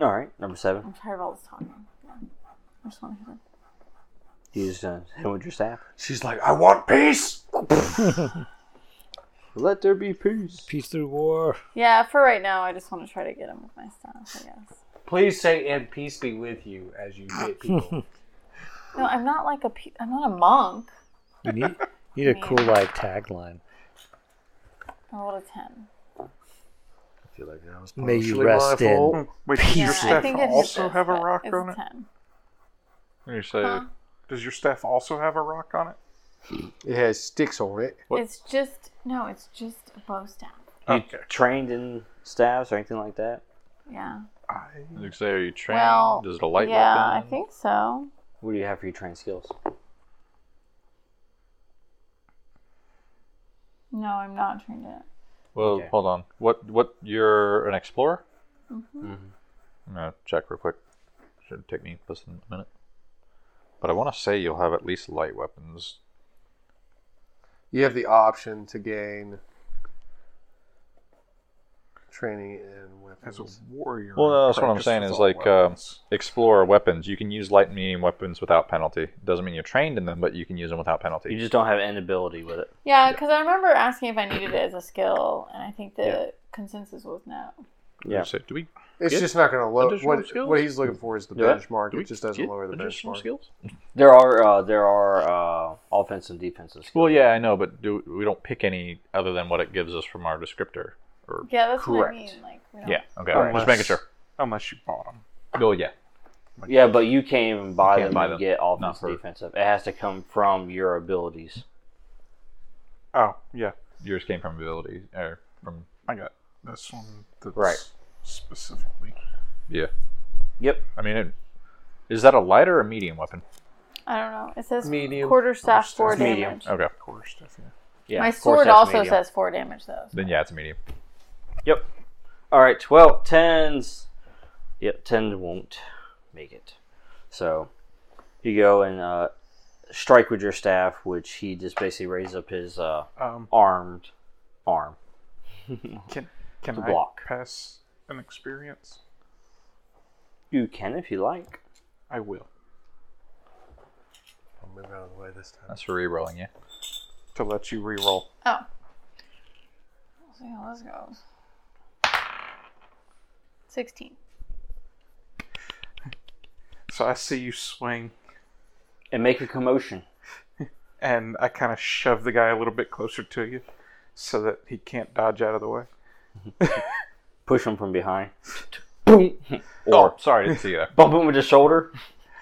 Speaker 2: all right, number seven.
Speaker 5: I'm tired of all this talking. I just want to hit him.
Speaker 2: You just uh, hit him with your staff.
Speaker 6: She's like, I want peace.
Speaker 2: Let there be peace.
Speaker 8: Peace through war.
Speaker 5: Yeah, for right now, I just want to try to get him with my staff. I guess.
Speaker 7: Please say, and peace be with you as you hit people.
Speaker 5: No, I'm not like a. Pe- I'm not a monk.
Speaker 8: You need, you need a cool like tagline.
Speaker 5: I rolled a ten.
Speaker 7: I feel like that was
Speaker 8: May you
Speaker 7: partially
Speaker 8: rest
Speaker 7: my
Speaker 8: in.
Speaker 7: fault.
Speaker 6: Wait, does
Speaker 5: Yeah,
Speaker 6: your
Speaker 5: I
Speaker 6: staff
Speaker 5: think it hits
Speaker 6: also
Speaker 5: this,
Speaker 6: have a
Speaker 5: but
Speaker 6: rock
Speaker 5: it's
Speaker 6: on it?
Speaker 5: Ten.
Speaker 3: You say
Speaker 5: Huh?
Speaker 6: Does your staff also have a rock on it?
Speaker 7: It has sticks on it.
Speaker 3: What-
Speaker 5: It's just no. It's just a bow staff.
Speaker 2: You
Speaker 6: Okay.
Speaker 2: trained in staffs or anything like that?
Speaker 5: Yeah.
Speaker 6: I,
Speaker 3: you say, are you trained?
Speaker 5: Well,
Speaker 3: Does it a light
Speaker 5: yeah,
Speaker 3: weapon?
Speaker 5: I think so.
Speaker 2: What do you have for your trained skills?
Speaker 5: No, I'm not trained in it.
Speaker 3: Well,
Speaker 2: Okay.
Speaker 3: hold on. What? What? You're an explorer.
Speaker 5: Mhm.
Speaker 2: Mm-hmm.
Speaker 3: I'm gonna check real quick. Should take me less than a minute. But I want to say you'll have at least light weapons.
Speaker 7: You have the option to gain training in
Speaker 6: as a
Speaker 7: weapons.
Speaker 6: warrior.
Speaker 3: Well, no,
Speaker 6: I
Speaker 3: that's what I'm
Speaker 6: practice
Speaker 3: saying
Speaker 6: with
Speaker 3: is
Speaker 6: all
Speaker 3: like um,
Speaker 6: weapons.
Speaker 3: explore weapons. You can use light and medium weapons without penalty. Doesn't mean you're trained in them, but you can use them without penalty.
Speaker 2: You just don't have an ability with it.
Speaker 5: Yeah, because I remember asking if I needed it as a skill, and I think the
Speaker 3: Yeah.
Speaker 5: consensus was no.
Speaker 2: Yeah.
Speaker 3: So do we
Speaker 7: it's
Speaker 3: get
Speaker 7: just not going to lower.
Speaker 3: additional
Speaker 7: What,
Speaker 3: skills?
Speaker 7: what he's looking for is the
Speaker 3: Yeah.
Speaker 7: benchmark.
Speaker 3: do we
Speaker 7: It just doesn't
Speaker 3: get
Speaker 7: lower the
Speaker 3: additional
Speaker 7: benchmark.
Speaker 3: skills?
Speaker 2: There are uh, there are uh, offensive and defensive skills.
Speaker 3: Well, yeah, I know, but do we don't pick any other than what it gives us from our descriptor? Or
Speaker 5: Yeah, that's what I
Speaker 2: Correct.
Speaker 5: mean. Like, we don't,
Speaker 3: yeah, okay,
Speaker 2: Alright.
Speaker 3: just making sure.
Speaker 6: Unless you bought them.
Speaker 3: Oh yeah,
Speaker 2: Yeah, but you can't even buy
Speaker 3: Can't
Speaker 2: them
Speaker 3: buy
Speaker 2: and
Speaker 3: them.
Speaker 2: get
Speaker 3: Not
Speaker 2: offensive
Speaker 3: for-
Speaker 2: defensive. It has to come from your abilities.
Speaker 6: Oh, yeah.
Speaker 3: yours came from ability or from
Speaker 6: I got this one. That's
Speaker 2: Right.
Speaker 6: Specifically.
Speaker 3: yeah.
Speaker 2: Yep.
Speaker 3: I mean, it, is that a light or a medium weapon?
Speaker 5: I don't know. It says
Speaker 7: Medium.
Speaker 5: quarter staff four
Speaker 2: Medium.
Speaker 5: damage.
Speaker 3: Okay,
Speaker 6: Core stuff, yeah.
Speaker 2: Yeah,
Speaker 5: My
Speaker 2: of course
Speaker 5: sword
Speaker 2: that's
Speaker 5: also
Speaker 2: medium.
Speaker 5: says four damage though.
Speaker 3: then yeah, it's a medium.
Speaker 2: Yep. All right, 12 tens. Yep, 10 won't make it. So you go and uh, strike with your staff, which he just basically raises up his uh,
Speaker 6: Um,
Speaker 2: armed arm.
Speaker 6: can can
Speaker 2: To
Speaker 6: I
Speaker 2: block.
Speaker 6: pass an experience?
Speaker 2: You can if you like.
Speaker 6: I will.
Speaker 7: I'm move out of the way this time.
Speaker 3: That's for re-rolling, yeah.
Speaker 6: to let you re-roll.
Speaker 5: Oh. We'll see how this goes. 16.
Speaker 6: So I see you swing,
Speaker 2: and make a commotion.
Speaker 6: and I kind of shove the guy a little bit closer to you, so that he can't dodge out of the way.
Speaker 2: Push him from behind. Boom. or
Speaker 3: Oh, sorry, didn't see you.
Speaker 2: bump him with his shoulder.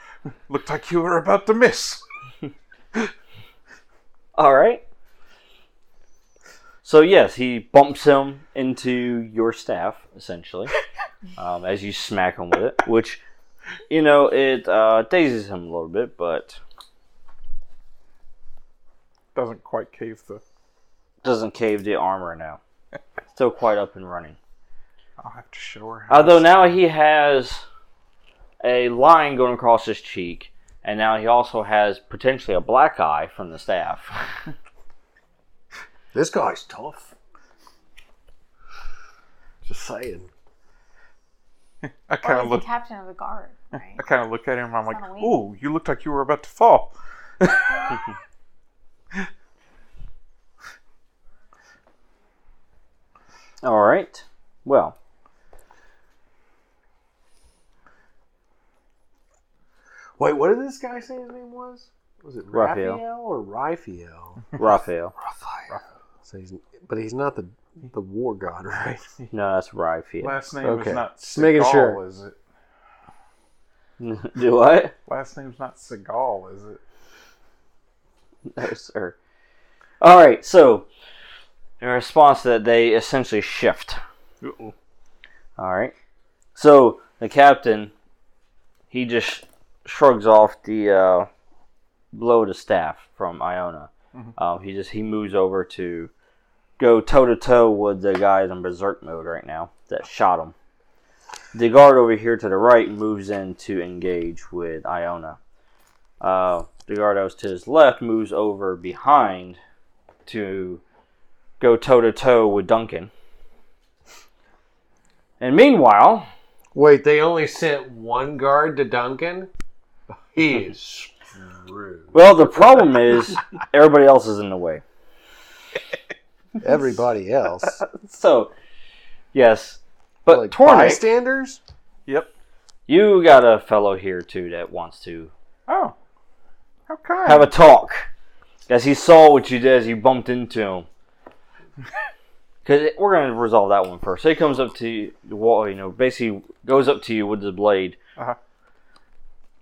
Speaker 6: Looked like you were about to miss.
Speaker 2: All right. So yes, he bumps him into your staff essentially, um, as you smack him with it, which you know it uh, dazes him a little bit, but
Speaker 6: Doesn't quite cave the.
Speaker 2: doesn't cave the armor now. Still quite up and running.
Speaker 6: I'll have to show her. How
Speaker 2: Although now he has a line going across his cheek, and now he also has potentially a black eye from the staff.
Speaker 7: This guy's tough. Just saying.
Speaker 6: I
Speaker 5: Well,
Speaker 6: kind
Speaker 5: he's
Speaker 6: of
Speaker 5: the
Speaker 6: look.
Speaker 5: captain of the guard, right?
Speaker 6: I kind of look at him. and I'm like,
Speaker 5: kinda weak.
Speaker 6: "Ooh, you looked like you were about to fall."
Speaker 2: All right. Well,
Speaker 7: Wait, what did this guy say his name was? Was it
Speaker 2: Raphael.
Speaker 7: Raphael, or Raphael?
Speaker 2: Raphael.
Speaker 7: Raphael. So he's, but he's not the the war god, right?
Speaker 2: No, that's Raphael.
Speaker 6: Last name
Speaker 7: Okay.
Speaker 6: is not
Speaker 7: Just making
Speaker 6: Seagal,
Speaker 7: sure.
Speaker 6: is it?
Speaker 2: Do what?
Speaker 6: Last name's not Seagal, is it?
Speaker 2: No, sir. All right. So, in response to that, they essentially shift.
Speaker 6: Uh-oh.
Speaker 2: All right. So the captain, he just shrugs off the uh, blow to staff from Iona. Um, he just he moves over to go toe to toe with the guys in berserk mode right now that shot him. The guard over here to the right moves in to engage with Iona. Uh, the guard that was to his left moves over behind to go toe to toe with Duncan. And meanwhile,
Speaker 7: Wait, they only sent one guard to Duncan. He is screwed.
Speaker 2: Well, the problem is everybody else is in the way.
Speaker 7: Everybody else,
Speaker 2: So, yes, but
Speaker 7: like
Speaker 2: Tornik,
Speaker 7: bystanders.
Speaker 6: Yep.
Speaker 2: you got a fellow here too that wants to
Speaker 6: Oh, how kind.
Speaker 2: have a talk, as he saw what you did as you bumped into him. Because we're gonna resolve that one first. So he comes up to you, well, you know, basically goes up to you with the blade,
Speaker 6: Uh-huh.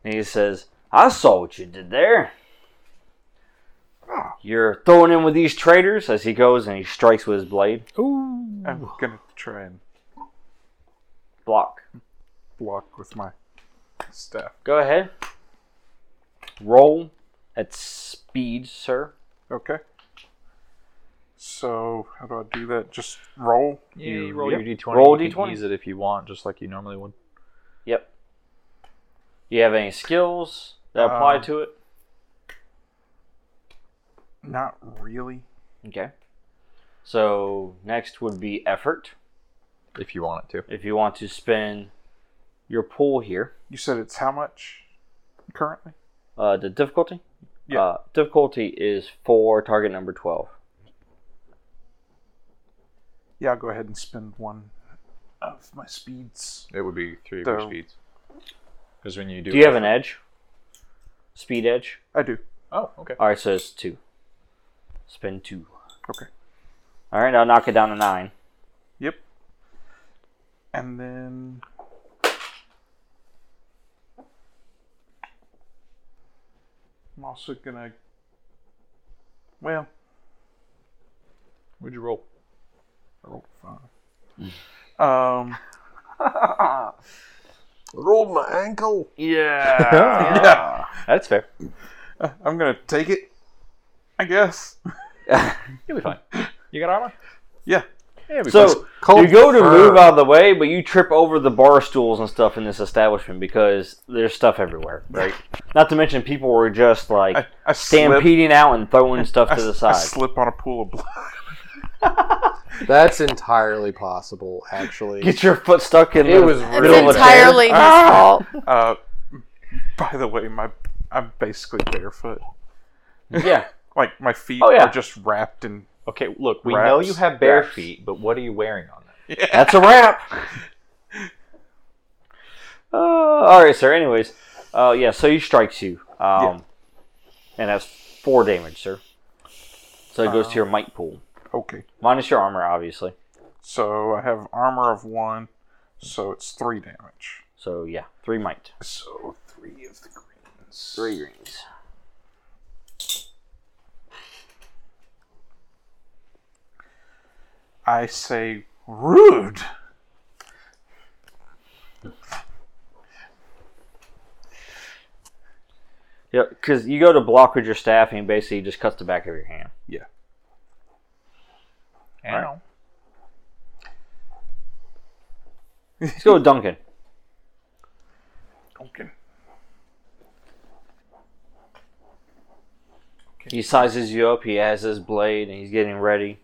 Speaker 2: and he says, "I saw what you did there."
Speaker 6: Oh.
Speaker 2: You're throwing in with these traitors as he goes and he strikes with his blade.
Speaker 6: I'm gonna try and
Speaker 2: Block.
Speaker 6: block with my staff.
Speaker 2: Go ahead. Roll at speed, sir.
Speaker 6: Okay. So how do I do that? Just roll.
Speaker 3: Yeah, you roll your d20.
Speaker 2: Roll
Speaker 3: you can
Speaker 2: d20.
Speaker 3: use it if you want, just like you normally would.
Speaker 2: Yep. You have any skills that apply
Speaker 6: Um,
Speaker 2: to it?
Speaker 6: Not really.
Speaker 2: Okay. So next would be effort.
Speaker 3: If you want it to.
Speaker 2: If you want to spend your pool here,
Speaker 6: You said it's how much currently?
Speaker 2: uh, the difficulty.
Speaker 6: Yeah.
Speaker 2: Uh, difficulty is for target number twelve.
Speaker 6: Yeah, I'll go ahead and spend one of my speeds.
Speaker 3: It would be three of
Speaker 6: So-
Speaker 3: your speeds. Because when you do.
Speaker 2: Do you have an edge? Speed edge.
Speaker 6: I do.
Speaker 3: Oh, okay.
Speaker 2: All right, so it's two. Spend two.
Speaker 6: Okay.
Speaker 2: All right, I'll knock it down to nine.
Speaker 6: Yep. And then I'm also gonna. Well,
Speaker 3: What'd you roll?
Speaker 6: I rolled a five. um.
Speaker 7: Rolled my ankle.
Speaker 6: yeah.
Speaker 3: That's fair.
Speaker 6: I'm gonna take it. I guess.
Speaker 3: You'll be fine. You got armor?
Speaker 6: Yeah.
Speaker 3: Yeah, we
Speaker 2: So
Speaker 7: Called
Speaker 2: you go to
Speaker 7: fur.
Speaker 2: move out of the way, but you trip over the bar stools and stuff in this establishment because there's stuff everywhere, right? Not to mention people were just like
Speaker 6: I, I slip.
Speaker 2: stampeding out and throwing stuff
Speaker 6: I,
Speaker 2: to the
Speaker 6: I
Speaker 2: side.
Speaker 6: slip on a pool of blood.
Speaker 7: That's entirely possible, actually.
Speaker 2: Get your foot stuck in
Speaker 7: It
Speaker 2: the
Speaker 7: was
Speaker 5: It's
Speaker 2: middle of a chair. Ah!
Speaker 5: Oh. entirely his fault.
Speaker 6: Uh, by the way, my I'm basically barefoot.
Speaker 2: Yeah.
Speaker 6: Like my feet
Speaker 2: Oh, yeah.
Speaker 6: are just wrapped in.
Speaker 3: Okay, look, we know
Speaker 6: Wraps.
Speaker 3: you have bare
Speaker 6: Wraps.
Speaker 3: feet, but what are you wearing on them?
Speaker 2: That's a wrap. Uh, all right, sir. Anyways, uh, yeah. So he strikes you, um, and that's four damage, sir. So it goes
Speaker 6: Uh,
Speaker 2: to your might pool,
Speaker 6: Okay,
Speaker 2: minus your armor, obviously.
Speaker 6: so I have armor of one, so it's three damage.
Speaker 2: So yeah, three might,
Speaker 6: So three of the greens.
Speaker 2: three greens.
Speaker 6: I say rude.
Speaker 2: Yep, because you go to block with your staff, and basically he just cuts the back of your hand.
Speaker 6: Yeah.
Speaker 3: Ow.
Speaker 2: Let's go with Duncan.
Speaker 6: Duncan.
Speaker 2: He sizes you up. He has his blade, and he's getting ready.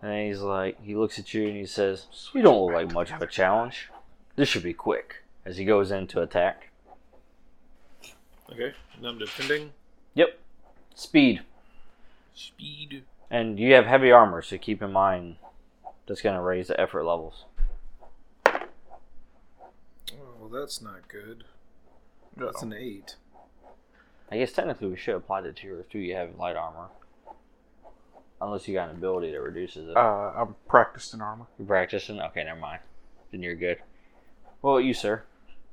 Speaker 2: And then he's like, he looks at you and he says, "You don't look like much of a challenge. This should be quick." As he goes in to attack.
Speaker 4: Okay, and I'm defending.
Speaker 2: Yep, speed,
Speaker 4: Speed.
Speaker 2: and you have heavy armor, so keep in mind that's going to raise the effort levels.
Speaker 4: Oh, that's not good. That's an eight.
Speaker 2: I guess technically we should apply that to yours too. You have light armor, unless you got an ability that reduces it.
Speaker 6: Uh, I'm practiced in armor.
Speaker 2: You practicing? Okay, never mind. Then you're good. What about you, sir?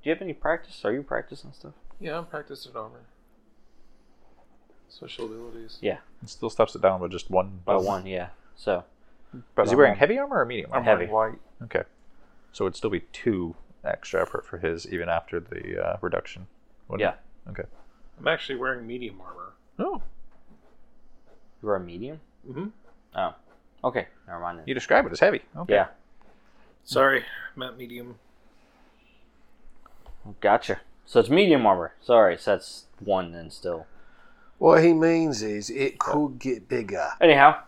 Speaker 2: Do you have any practice? Are you practicing stuff?
Speaker 4: Yeah, I'm practiced at armor. Special abilities.
Speaker 2: Yeah,
Speaker 3: It still stuffs it down with just one.
Speaker 2: by
Speaker 3: button.
Speaker 2: one. Yeah. So
Speaker 6: But
Speaker 3: Is he
Speaker 6: I'm
Speaker 3: wearing
Speaker 6: on-
Speaker 3: heavy armor or medium
Speaker 6: I'm
Speaker 3: armor?
Speaker 2: Heavy.
Speaker 6: on light.
Speaker 3: Okay. So it'd still be two extra effort for his, even after the uh, reduction. wouldn't
Speaker 2: yeah,
Speaker 3: it? Okay.
Speaker 4: I'm actually wearing medium armor.
Speaker 3: Oh,
Speaker 2: you are a medium.
Speaker 4: Mm-hmm.
Speaker 2: Oh, okay. Never mind. Then.
Speaker 3: you describe it as heavy. Okay.
Speaker 2: Yeah,
Speaker 4: Sorry, I'm at medium.
Speaker 2: gotcha. So it's medium armor. Sorry, so that's one then still.
Speaker 7: What he means is it could get bigger.
Speaker 2: Anyhow,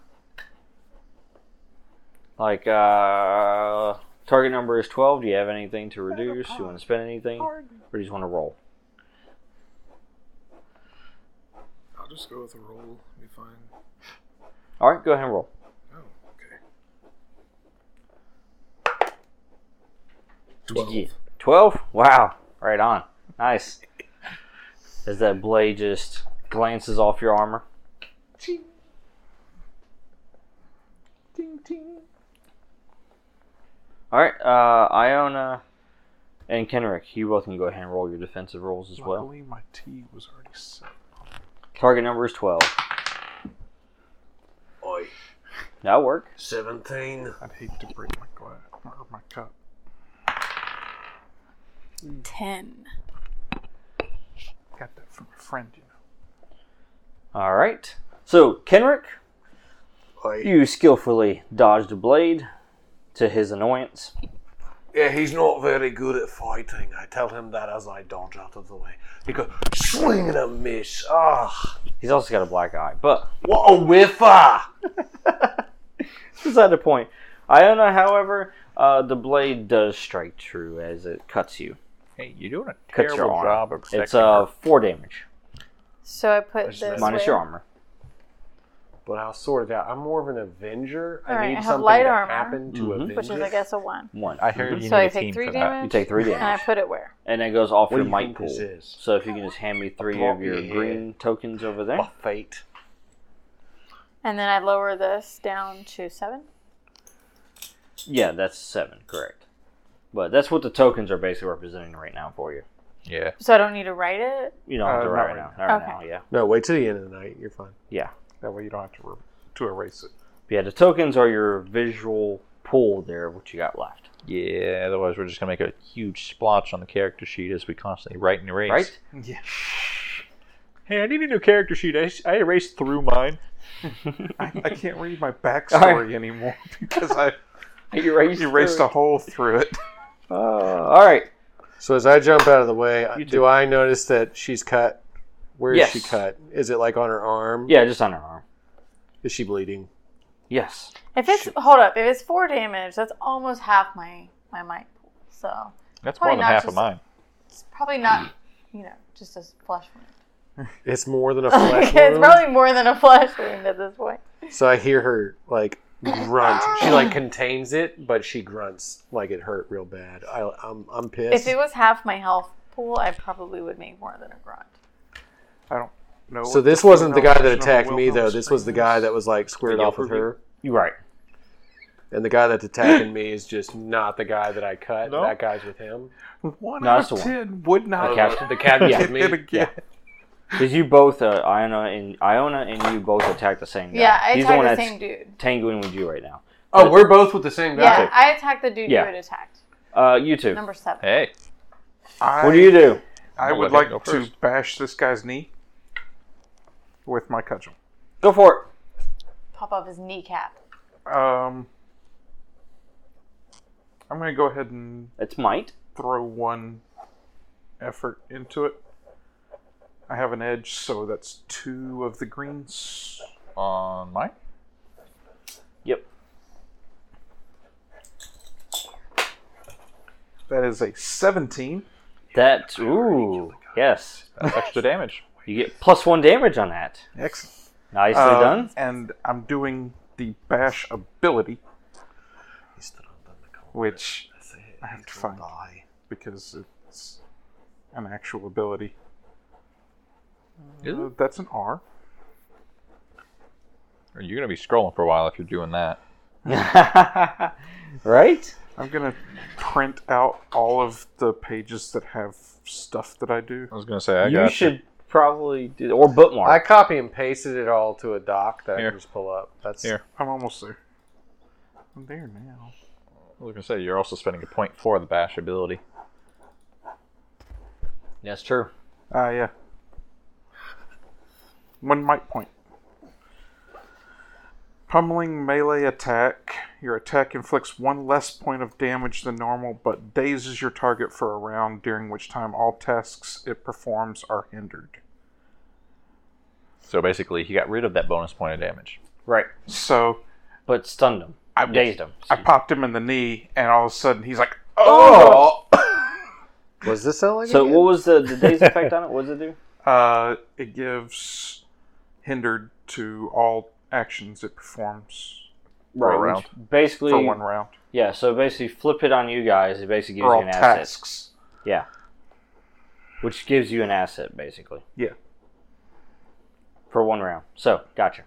Speaker 2: like uh, target number is twelve. Do you have anything to reduce? Do you want to spend anything, or do you just want to roll?
Speaker 4: I'll just go with a roll. Be fine.
Speaker 2: All right, go ahead and roll.
Speaker 4: Oh, okay.
Speaker 2: What'd you get? Twelve? Wow. Right on. Nice. As that blade just glances off your armor. Alright, uh Iona and Kenrick, you both can go ahead and roll your defensive rolls as well.
Speaker 6: Luckily, my tea was already set.
Speaker 2: Target number is twelve.
Speaker 7: Oi,
Speaker 2: That'll work.
Speaker 7: 17.
Speaker 6: I'd hate to break my glass or my cup.
Speaker 5: Ten.
Speaker 6: Got that from a friend, you know.
Speaker 2: Alright. So Kenrick,
Speaker 7: Oi.
Speaker 2: you skillfully dodged a blade to his annoyance.
Speaker 7: Yeah, he's not very good at fighting. I tell him that as I dodge out of the way. He goes, swing and a miss. Ah,
Speaker 2: He's also got a black eye, but
Speaker 7: what a whiffer!
Speaker 2: beside the point. Iona, however, uh, the blade does strike true as it cuts you.
Speaker 3: Hey, you're doing a
Speaker 2: Cuts
Speaker 3: terrible
Speaker 2: your arm.
Speaker 3: job of protecting
Speaker 2: it's uh, four damage,
Speaker 5: So I put this.
Speaker 2: minus
Speaker 5: way.
Speaker 2: your armor.
Speaker 7: But I'll sort it out. I'm more of an Avenger.
Speaker 5: All
Speaker 7: I
Speaker 5: right,
Speaker 7: need
Speaker 5: I have
Speaker 7: something
Speaker 5: light
Speaker 7: to
Speaker 5: armor,
Speaker 7: happen to
Speaker 2: Mhm.
Speaker 7: avenge
Speaker 5: Which is, I
Speaker 7: it.
Speaker 5: guess, a one.
Speaker 2: One.
Speaker 3: I heard you
Speaker 5: So
Speaker 3: need
Speaker 5: I
Speaker 3: a team
Speaker 5: take three
Speaker 3: for that.
Speaker 5: damage.
Speaker 2: You take three
Speaker 5: And I
Speaker 2: damage,
Speaker 5: put it where?
Speaker 2: and it goes off
Speaker 7: What
Speaker 2: your
Speaker 7: do you
Speaker 2: might
Speaker 7: think
Speaker 2: pool.
Speaker 7: this is?
Speaker 2: So if you can just hand me three
Speaker 7: block
Speaker 2: of your
Speaker 7: your head.
Speaker 2: green tokens over there.
Speaker 7: Buffet.
Speaker 5: And then I lower this down to seven.
Speaker 2: Yeah, that's seven, correct. But that's what the tokens are basically representing right now for you.
Speaker 3: Yeah.
Speaker 5: So I don't need to write it.
Speaker 2: You don't
Speaker 6: Uh,
Speaker 2: have to
Speaker 6: not
Speaker 2: write right
Speaker 6: right
Speaker 2: now. Not right
Speaker 5: Okay.
Speaker 2: now, yeah.
Speaker 7: No, wait till the end of the night. You're fine.
Speaker 2: Yeah.
Speaker 6: That way you don't have to re- to erase it.
Speaker 2: But yeah, the tokens are your visual pool there of what you got left.
Speaker 3: Yeah, otherwise we're just going to make a huge splotch on the character sheet as we constantly write and erase.
Speaker 2: Right?
Speaker 3: Hey, I need a new character sheet. I, I erased through mine.
Speaker 6: I, I can't read my
Speaker 2: All
Speaker 6: backstory anymore because I
Speaker 2: Erased.
Speaker 6: erased a hole through it.
Speaker 2: Uh, all right.
Speaker 7: So as I jump out of the way,
Speaker 2: You
Speaker 7: do I notice that she's cut? Where is
Speaker 2: Yes.
Speaker 7: she cut? Is it like on her arm?
Speaker 2: Yeah, just on her arm.
Speaker 7: Is she bleeding?
Speaker 2: Yes.
Speaker 5: If it's hold up, if it's four damage, that's almost half my my might pool. So
Speaker 3: That's
Speaker 5: Probably
Speaker 3: more than
Speaker 5: not
Speaker 3: half
Speaker 5: just-
Speaker 3: of mine.
Speaker 5: it's probably not, you know, just a flesh wound.
Speaker 7: It's more than a flesh
Speaker 5: it's
Speaker 7: wound.
Speaker 5: probably more than a flesh wound at this point.
Speaker 7: So I hear her like grunt. she like contains it, but she grunts like it hurt real bad. I, I'm I'm
Speaker 5: If
Speaker 7: pissed.
Speaker 5: it was half my health pool, I probably would make more than a grunt.
Speaker 6: I don't know.
Speaker 7: so
Speaker 6: what
Speaker 7: this wasn't the
Speaker 6: female
Speaker 7: guy that
Speaker 6: version of a
Speaker 7: attacked me though.
Speaker 6: Wilhelm
Speaker 7: This was the
Speaker 6: scream
Speaker 7: guy
Speaker 6: is.
Speaker 7: that was like squared
Speaker 6: The
Speaker 7: off with
Speaker 6: Yelper
Speaker 7: her,
Speaker 2: You're right.
Speaker 7: and the guy that's attacking me is just not the guy that I cut.
Speaker 6: No?
Speaker 7: That guy's with him.
Speaker 6: One
Speaker 2: No,
Speaker 6: out
Speaker 2: that's
Speaker 6: of
Speaker 2: the one.
Speaker 6: ten would
Speaker 2: The
Speaker 6: not
Speaker 3: Oh,
Speaker 2: cat-
Speaker 7: The cat with
Speaker 2: Yeah.
Speaker 6: hit
Speaker 7: me.
Speaker 6: it again.
Speaker 2: Because you both, uh, Iona and Iona and you both attack the same guy.
Speaker 5: Yeah, I
Speaker 2: He's the
Speaker 5: attacked
Speaker 2: one
Speaker 5: the,
Speaker 2: that's
Speaker 5: same dude.
Speaker 2: tangling with you right now.
Speaker 7: Oh, we're both with the same guy.
Speaker 5: Yeah, I attacked the dude
Speaker 2: Yeah.
Speaker 5: you had attacked.
Speaker 2: Uh, you two.
Speaker 5: Number seven.
Speaker 3: Hey,
Speaker 6: I,
Speaker 2: What do you do?
Speaker 6: I
Speaker 3: I'll
Speaker 6: would
Speaker 3: let him
Speaker 6: like
Speaker 3: go
Speaker 6: to
Speaker 3: first.
Speaker 6: bash this guy's knee with my cudgel.
Speaker 2: Go for
Speaker 5: Pop off his kneecap.
Speaker 6: Um, I'm going to go ahead and
Speaker 2: it. It's might.
Speaker 6: throw one effort into it. I have an edge, so that's two of the greens.
Speaker 3: on mine.
Speaker 2: Yep.
Speaker 6: That is a 17.
Speaker 2: That. Ooh. Yes.
Speaker 3: That's extra damage.
Speaker 2: You get plus one damage on that.
Speaker 6: Excellent.
Speaker 2: Nicely
Speaker 6: Uh,
Speaker 2: done.
Speaker 6: And I'm doing the bash ability, which I have to find because it's an actual ability.
Speaker 3: Is
Speaker 6: Uh, that's an R.
Speaker 3: Or You're gonna be scrolling for a while if you're doing that.
Speaker 2: right?
Speaker 6: I'm gonna print out all of the pages that have stuff that I do.
Speaker 3: I was gonna say I
Speaker 2: you
Speaker 3: got
Speaker 2: should probably do or bookmark.
Speaker 7: I copy and pasted it all to a doc that I
Speaker 3: Here.
Speaker 7: can just pull up. That's
Speaker 3: Here.
Speaker 6: I'm almost there. I'm there now.
Speaker 3: I was gonna say you're also spending a point for the bash ability.
Speaker 2: That's true.
Speaker 6: Ah, yeah. One might point. Pummeling melee attack. Your attack inflicts one less point of damage than normal, but dazes your target for a round, during which time all tasks it performs are hindered.
Speaker 3: So basically, he got rid of that bonus point of damage.
Speaker 2: Right.
Speaker 6: So
Speaker 2: But stunned him.
Speaker 6: I
Speaker 2: Dazed him.
Speaker 6: I popped him in the knee, and all of a sudden he's like, "Oh!"
Speaker 7: Oh. was this elegant?
Speaker 2: So what was the, the daze effect on it? What does it do?
Speaker 6: Uh, it gives hindered to all actions it performs
Speaker 3: For a
Speaker 2: Right. which Basically,
Speaker 6: for one round,
Speaker 2: yeah. So basically, flip it on you guys. It basically gives
Speaker 6: or
Speaker 2: you
Speaker 6: all
Speaker 2: an asset,
Speaker 6: tasks.
Speaker 2: which gives you an asset basically.
Speaker 6: Yeah.
Speaker 2: For one round. So gotcha.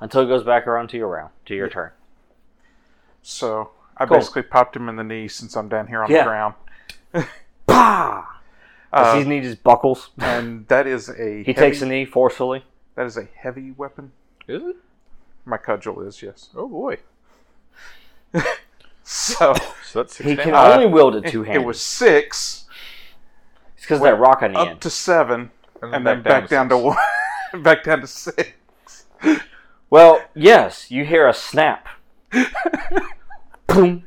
Speaker 2: Until it goes back around to your round, to your turn.
Speaker 6: So I
Speaker 2: Cool.
Speaker 6: basically popped him in the knee since I'm down here on
Speaker 2: Yeah.
Speaker 6: the ground.
Speaker 2: Pah! Does
Speaker 6: Uh,
Speaker 2: his knee just buckles?
Speaker 6: and that is a
Speaker 2: He
Speaker 6: heavy,
Speaker 2: takes a knee forcefully.
Speaker 6: that is a heavy weapon.
Speaker 3: Is it?
Speaker 6: My cudgel is yes.
Speaker 3: Oh boy.
Speaker 6: So
Speaker 3: So that's six
Speaker 2: He
Speaker 3: damage.
Speaker 2: can only wield it
Speaker 6: Uh, it,
Speaker 2: two
Speaker 6: it
Speaker 2: handed.
Speaker 6: was six
Speaker 2: it's because that rock on the
Speaker 6: up
Speaker 2: end.
Speaker 6: to seven, and, then back down,
Speaker 3: six.
Speaker 6: to one, back down to six.
Speaker 2: Well, yes, you hear a snap. Boom.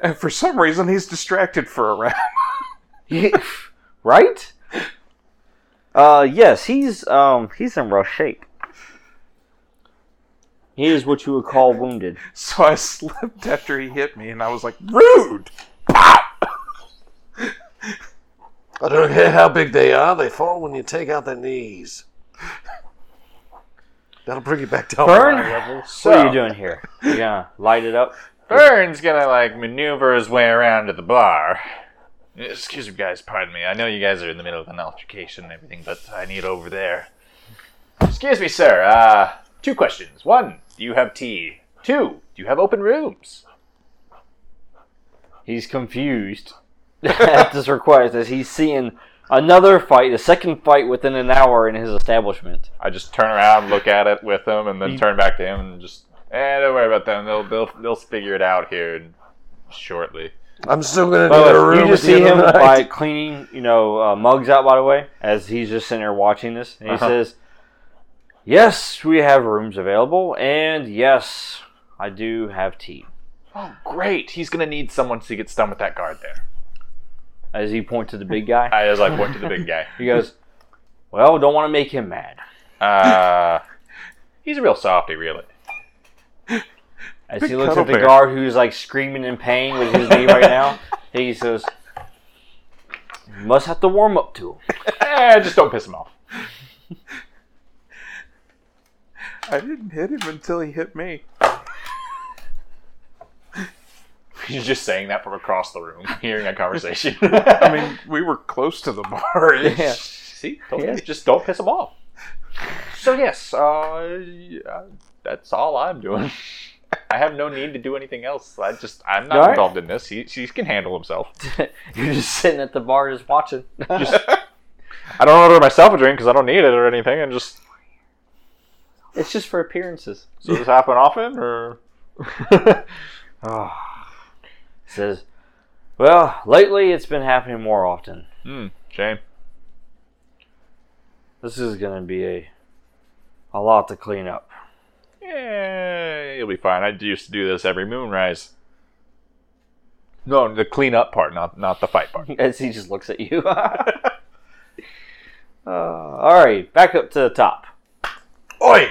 Speaker 6: And for some reason, he's distracted for a round.
Speaker 2: Yeah, right? Uh, yes, he's um he's in rough shape. He is what you would call wounded.
Speaker 6: So I slipped after he hit me, and I was like, "Rude."
Speaker 7: I don't care how big they are. They fall when you take out their knees. That'll bring you back down.
Speaker 2: Burn. What are
Speaker 3: Oh, So
Speaker 2: you doing here? You gonna light it up?
Speaker 3: Burn's gonna like maneuver his way around to the bar. Excuse me, guys. Pardon me. I know you guys are in the middle of an altercation and everything, but I need over there. Excuse me, sir. Uh, two questions. One, do you have tea? Two, do you have open rooms?
Speaker 2: He's confused at this request as he's seeing another fight, the second fight within an hour in his establishment.
Speaker 3: I just turn around, look at it with him, and then turn back to him and just, eh, don't worry about them. They'll they'll they'll figure it out here in- shortly.
Speaker 7: I'm still gonna
Speaker 2: By
Speaker 7: need
Speaker 2: the
Speaker 7: a
Speaker 2: way,
Speaker 7: room.
Speaker 2: you just
Speaker 7: at the
Speaker 2: see
Speaker 7: end of
Speaker 2: him
Speaker 7: the night.
Speaker 2: by cleaning, you know, uh, mugs out. By the way, as he's just sitting there watching this, and he
Speaker 3: Uh-huh.
Speaker 2: says, "Yes, we have rooms available, and yes, I do have tea."
Speaker 3: Oh, great! He's gonna need someone to get done with that guard there.
Speaker 2: As he points to the big guy,
Speaker 3: I just like point to the big guy.
Speaker 2: he goes, "Well, don't want to make him mad."
Speaker 3: Uh, he's a real softy, really.
Speaker 2: As
Speaker 6: Big
Speaker 2: he looks at the
Speaker 6: cuddle bear.
Speaker 2: guard who's like screaming in pain with his knee right now, he says, Must have to warm up to him.
Speaker 3: Eh, just don't piss him off.
Speaker 6: I didn't hit him until he hit me.
Speaker 3: He's just saying that from across the room, hearing that conversation.
Speaker 6: I mean, we were close to the bar.
Speaker 3: Yeah. See, Don't- just don't piss them off. So yes, uh, yeah, that's all I'm doing. I have no need to do anything else. I just I'm not
Speaker 2: All right.
Speaker 3: involved in this. He, he can handle himself.
Speaker 2: You're just sitting at the bar, just watching.
Speaker 3: I don't order myself a drink because I don't need it or anything, and just
Speaker 2: it's just for appearances.
Speaker 3: so this happen often or
Speaker 2: Says, well, lately it's been happening more often.
Speaker 3: Hmm, shame.
Speaker 2: This is gonna be a a lot to clean up.
Speaker 3: Yeah, you'll be fine. I used to do this every moonrise. No, the clean up part, not not the fight part.
Speaker 2: As he just looks at you. uh, all right, back up to the top.
Speaker 6: Oi!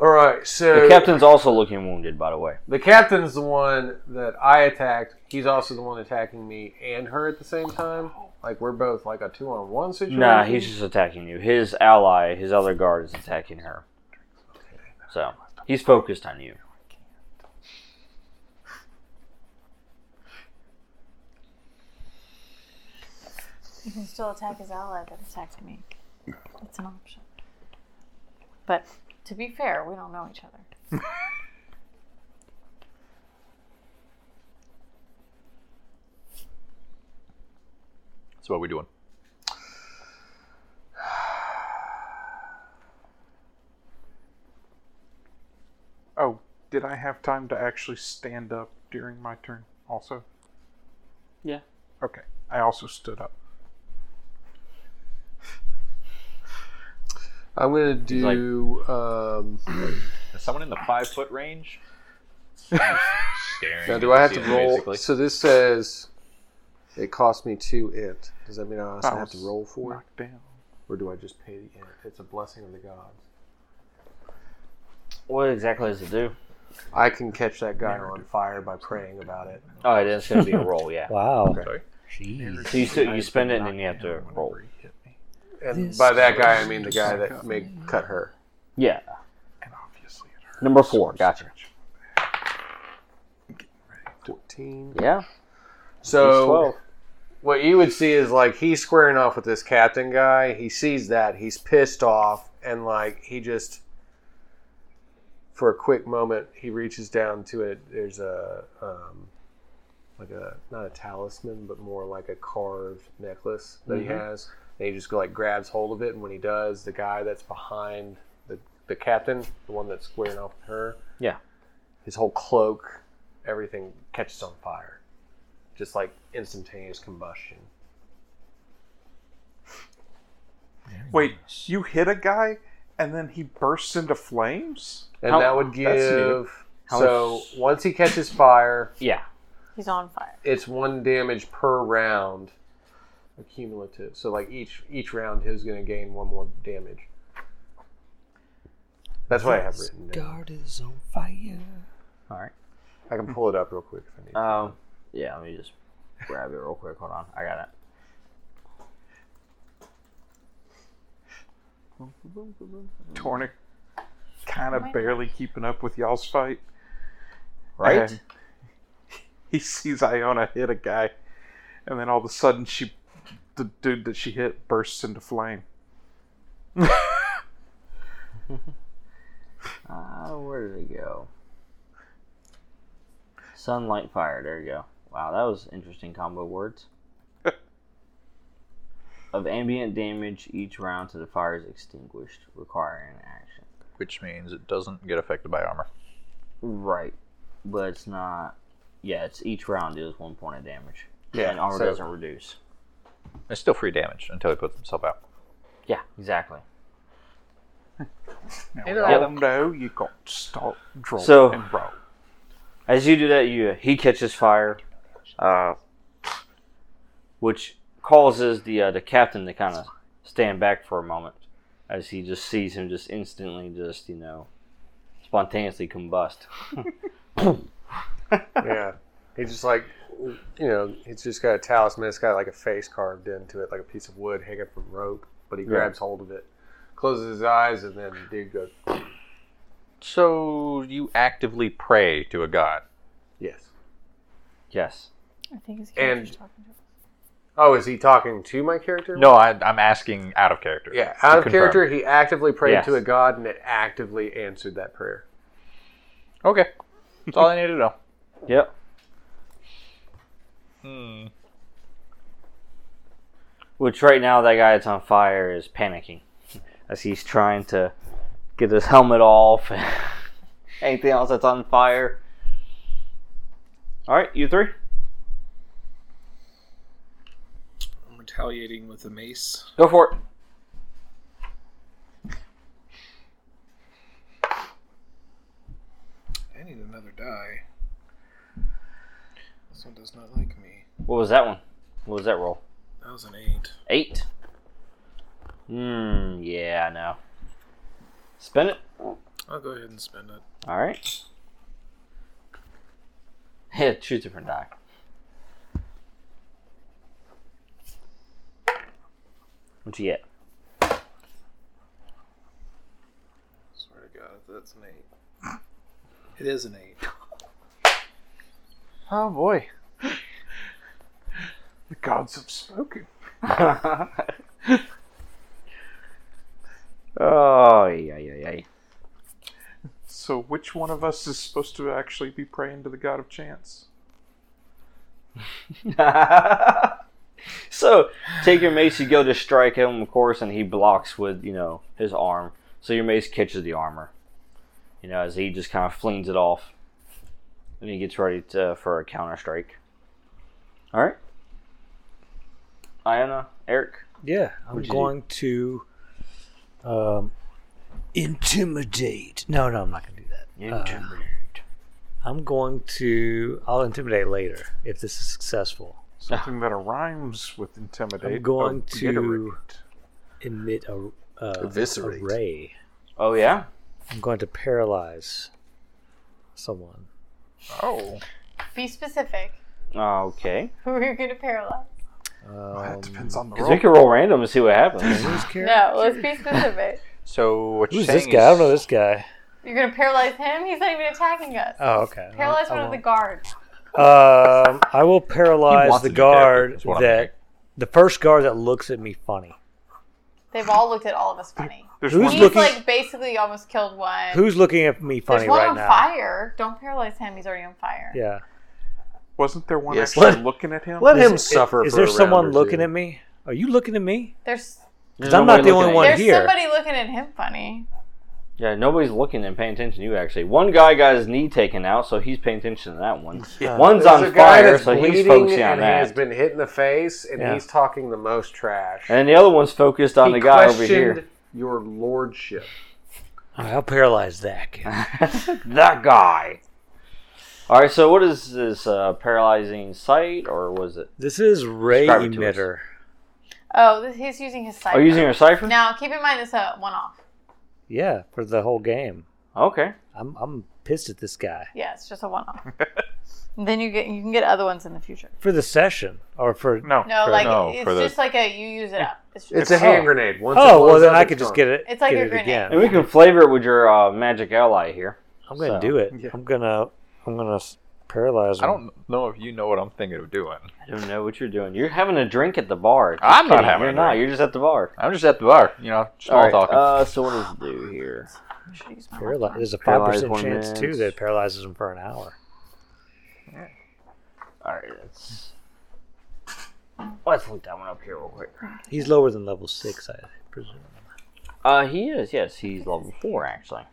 Speaker 7: All right, so
Speaker 2: The captain's also looking wounded, by the way.
Speaker 7: the captain's the one that I attacked. He's also the one attacking me and her at the same time. Like we're both like a two on one situation.
Speaker 2: Nah, he's just attacking you. His ally, his other guard, is attacking her. So he's focused on you.
Speaker 5: You can still attack his ally that attacked me. It's an option. But to be fair, we don't know each other.
Speaker 3: That's what we're doing.
Speaker 6: Oh, did I have time to actually stand up during my turn also?
Speaker 2: Yeah.
Speaker 6: Okay. I also stood up.
Speaker 7: I'm gonna do. um,
Speaker 3: Is someone in the five foot range? Staring
Speaker 7: now,
Speaker 3: at
Speaker 7: do I have
Speaker 3: the
Speaker 7: to
Speaker 3: ceiling,
Speaker 7: roll?
Speaker 3: basically.
Speaker 7: So this says it cost me two int. Does that mean I also have to
Speaker 6: was
Speaker 7: roll for it,
Speaker 6: knocked down.
Speaker 7: or do I just pay the int? It's a blessing of the gods.
Speaker 2: What exactly does it do?
Speaker 7: I can catch that guy on fire by praying about it.
Speaker 2: Oh, it is going to be a roll, yeah.
Speaker 8: Wow.
Speaker 3: Sorry.
Speaker 8: Jeez.
Speaker 2: So you, still, you spend it and then you have to roll.
Speaker 7: And by that guy, I mean the guy that may cut her.
Speaker 2: Yeah.
Speaker 6: And obviously it hurt.
Speaker 2: Number four, gotcha.
Speaker 7: 14.
Speaker 2: Yeah. He's
Speaker 7: So
Speaker 2: 12.
Speaker 7: what you would see is like he's squaring off with this captain guy. He sees that he's pissed off, and like he just for a quick moment he reaches down to it. There's a um, like a not a talisman, but more like a carved necklace that
Speaker 2: Mm-hmm.
Speaker 7: he has. And he just like grabs hold of it, and when he does, the guy that's behind the the captain, the one that's squaring off with her,
Speaker 2: Yeah.
Speaker 7: his whole cloak, everything catches on fire just like instantaneous combustion.
Speaker 6: Wait, you hit a guy and then he bursts into flames?
Speaker 7: And
Speaker 2: How-
Speaker 7: that would
Speaker 6: that's new.
Speaker 7: give.
Speaker 2: How
Speaker 7: so once he catches fire,
Speaker 2: Yeah.
Speaker 5: He's on fire.
Speaker 7: it's one damage per round, accumulative. So like each each round, he's going to gain one more damage. That's what I have written. Down.
Speaker 8: is on fire.
Speaker 2: All right.
Speaker 7: I can pull it up real quick if I need.
Speaker 2: Um, yeah, let me just grab it real quick. Hold on. I got it.
Speaker 6: Tornic kind
Speaker 7: Oh
Speaker 6: of barely keeping up with y'all's fight.
Speaker 2: Right?
Speaker 6: And he sees Iona hit a guy, and then all of a sudden, she, the dude that she hit, bursts into flame.
Speaker 2: Uh, where did it go? Sunlight fire. There you go. Wow, that was interesting combo words. of ambient damage each round to the fire is extinguished, requiring an action.
Speaker 3: Which means it doesn't get affected by armor.
Speaker 2: Right, but it's not. Yeah, it's each round deals one point of damage.
Speaker 7: Yeah,
Speaker 2: and armor
Speaker 7: so-
Speaker 2: doesn't reduce.
Speaker 3: It's still free damage until he puts himself out.
Speaker 2: Yeah, exactly.
Speaker 6: Now,
Speaker 7: It
Speaker 6: y'all
Speaker 7: all-
Speaker 6: know you got to stop, draw,
Speaker 2: So-
Speaker 6: and roll.
Speaker 2: As you do that, you he catches fire, uh, which causes the uh, the captain to kind of stand back for a moment, as he just sees him just instantly just you know spontaneously combust.
Speaker 7: yeah, he just like you know, it's just got a talisman. It's got like a face carved into it, like a piece of wood hanging from rope. But he grabs hold of it, closes his eyes, and then the dude goes,
Speaker 3: So you actively pray to a god.
Speaker 7: "Yes."
Speaker 2: Yes.
Speaker 5: I think he's
Speaker 7: And-
Speaker 5: just talking to us.
Speaker 7: Oh, is he talking to my character?
Speaker 3: No, I, I'm asking out of character.
Speaker 7: Yeah, out
Speaker 3: To
Speaker 7: of character, he actively prayed
Speaker 2: Yes.
Speaker 7: to a god, and it actively answered that prayer.
Speaker 3: confirm. Okay, that's all I need to know.
Speaker 2: Yep.
Speaker 3: Hmm.
Speaker 2: Which right now that guy that's on fire is panicking as he's trying to get his helmet off and anything else that's on fire. All right, you three.
Speaker 4: I'm retaliating with a mace.
Speaker 2: Go for it.
Speaker 4: I need another die. This one does not like me.
Speaker 2: What was that one? What was that roll?
Speaker 4: That was an eight.
Speaker 2: Eight. Hmm. Yeah, I know. Spin it.
Speaker 4: I'll go ahead and spend it.
Speaker 2: All right. Yeah, choose a different die. What you get?
Speaker 4: Swear to God, that's an eight. It is an eight.
Speaker 3: Oh boy.
Speaker 6: The gods have spoken.
Speaker 2: oh yeah, yeah, yeah.
Speaker 6: So, which one of us is supposed to actually be praying to the god of chance?
Speaker 2: so take your mace, you go to strike him, of course, and he blocks with you know his arm. So your mace catches the armor, you know, as he just kind of flings it off, and he gets ready to, for a counter strike. All right, Iona, Eric.
Speaker 8: Yeah, I'm
Speaker 2: What'd you do?
Speaker 8: going to um, intimidate. No, no, I'm not going to do that.
Speaker 2: Intimidate.
Speaker 8: uh, I'm going to. I'll intimidate later if this is successful.
Speaker 6: Something that rhymes with intimidate.
Speaker 8: I'm going to-
Speaker 6: obliterate.
Speaker 8: Emit a, uh,
Speaker 7: Eviscerate.
Speaker 8: a ray.
Speaker 2: Oh yeah.
Speaker 8: I'm going to paralyze someone.
Speaker 6: Oh,
Speaker 5: Be specific.
Speaker 2: Ah, Okay.
Speaker 5: Who are you going to paralyze?
Speaker 6: that
Speaker 8: Um,
Speaker 6: depends on the
Speaker 2: Because we
Speaker 6: roll.
Speaker 2: can roll random and see what happens.
Speaker 8: who's char-
Speaker 5: No, let's be specific.
Speaker 3: So what
Speaker 8: Who's
Speaker 3: you're
Speaker 8: this
Speaker 3: saying
Speaker 8: guy? I don't know
Speaker 3: is-
Speaker 8: this guy.
Speaker 5: You're going to paralyze him? He's not even attacking us.
Speaker 8: Oh, okay.
Speaker 5: Paralyze
Speaker 8: I
Speaker 5: one of the
Speaker 8: won't.
Speaker 5: guards.
Speaker 8: Um, I will
Speaker 3: He
Speaker 8: paralyze
Speaker 3: wants
Speaker 8: the
Speaker 3: to be dead,
Speaker 8: guard
Speaker 3: is what I'm
Speaker 8: that the first guard that looks at me funny.
Speaker 5: They've all looked at all of us funny.
Speaker 6: There's
Speaker 8: Who's
Speaker 6: one
Speaker 5: He's
Speaker 8: looking-
Speaker 5: like basically almost killed one.
Speaker 8: Who's looking at me funny
Speaker 5: There's one
Speaker 8: right
Speaker 5: on
Speaker 8: now?
Speaker 5: fire. Don't paralyze him. He's already on fire.
Speaker 8: Yeah.
Speaker 6: Wasn't there one
Speaker 7: Yes,
Speaker 6: actually
Speaker 7: let-
Speaker 6: looking at him?
Speaker 7: Let
Speaker 8: Is-
Speaker 7: him suffer.
Speaker 8: Is
Speaker 7: for
Speaker 8: there
Speaker 7: a round or
Speaker 8: someone looking
Speaker 7: two.
Speaker 8: at me? Are you looking at me?
Speaker 5: There's
Speaker 2: There's
Speaker 8: I'm not
Speaker 2: nobody
Speaker 8: the only
Speaker 2: looking at
Speaker 8: one
Speaker 2: you.
Speaker 5: there's
Speaker 8: here.
Speaker 5: somebody looking at him funny.
Speaker 2: Yeah, nobody's looking and paying attention to you actually. One guy got his knee taken out, so he's paying attention to that one. One's
Speaker 7: Uh, There's
Speaker 2: on
Speaker 7: a guy
Speaker 2: fire,
Speaker 7: that's
Speaker 2: so he's
Speaker 7: bleeding
Speaker 2: focusing on
Speaker 7: and he has
Speaker 2: that.
Speaker 7: been hit in the face, and
Speaker 8: Yeah.
Speaker 7: he's talking the most trash.
Speaker 2: And then the other one's focused on
Speaker 7: He
Speaker 2: the guy over here.
Speaker 7: questioned Your lordship.
Speaker 8: All right, I'll paralyze that. kid.
Speaker 2: that guy. All right, so what is this uh, paralyzing sight, or was it?
Speaker 8: This is ray
Speaker 2: Describe it to us.
Speaker 8: emitter.
Speaker 5: Oh, this, he's using his
Speaker 2: Are
Speaker 5: cipher.
Speaker 2: you using your cipher?
Speaker 5: Now, keep in mind this a one off.
Speaker 8: Yeah, for the whole game.
Speaker 2: Okay.
Speaker 8: I'm I'm pissed at this guy
Speaker 5: Yeah, it's just a one off. then you get you can get other ones in the future.
Speaker 8: for the session or Oh, for.
Speaker 6: No.
Speaker 5: No, like
Speaker 3: no,
Speaker 5: it's
Speaker 3: for the-
Speaker 5: just like a you use it up. It's, just,
Speaker 7: It's a hand grenade. Once it
Speaker 8: Oh well,
Speaker 7: blows
Speaker 8: then
Speaker 7: up,
Speaker 8: I
Speaker 7: it's
Speaker 8: could just
Speaker 7: gone.
Speaker 8: get it.
Speaker 5: It's like
Speaker 8: get
Speaker 5: a
Speaker 8: it
Speaker 5: grenade.
Speaker 2: And
Speaker 8: again.
Speaker 2: we can flavor it with your uh, magic ally here.
Speaker 8: I'm gonna
Speaker 2: So-
Speaker 8: do it.
Speaker 6: Yeah.
Speaker 8: I'm gonna I'm gonna s- paralyze.
Speaker 3: I
Speaker 8: him.
Speaker 3: don't know if you know what I'm thinking of doing.
Speaker 2: I don't know what you're doing. You're having a drink at the bar. Just
Speaker 3: I'm not
Speaker 2: kidding,
Speaker 3: having
Speaker 2: You're
Speaker 3: a
Speaker 2: not.
Speaker 3: drink.
Speaker 2: You're just at the bar.
Speaker 3: I'm just at the bar, you know, small
Speaker 2: All right,
Speaker 3: talking.
Speaker 2: Uh, so what does it do here?
Speaker 5: I should use my
Speaker 8: Paraly-
Speaker 5: left
Speaker 8: There's a five
Speaker 2: Paralyze
Speaker 8: percent
Speaker 2: one
Speaker 8: chance
Speaker 2: man.
Speaker 8: too that it paralyzes him for an hour.
Speaker 2: All right, let's let's look that one up here real quick.
Speaker 8: He's lower than level six, I presume.
Speaker 2: Uh, he is. Yes, he's level four actually.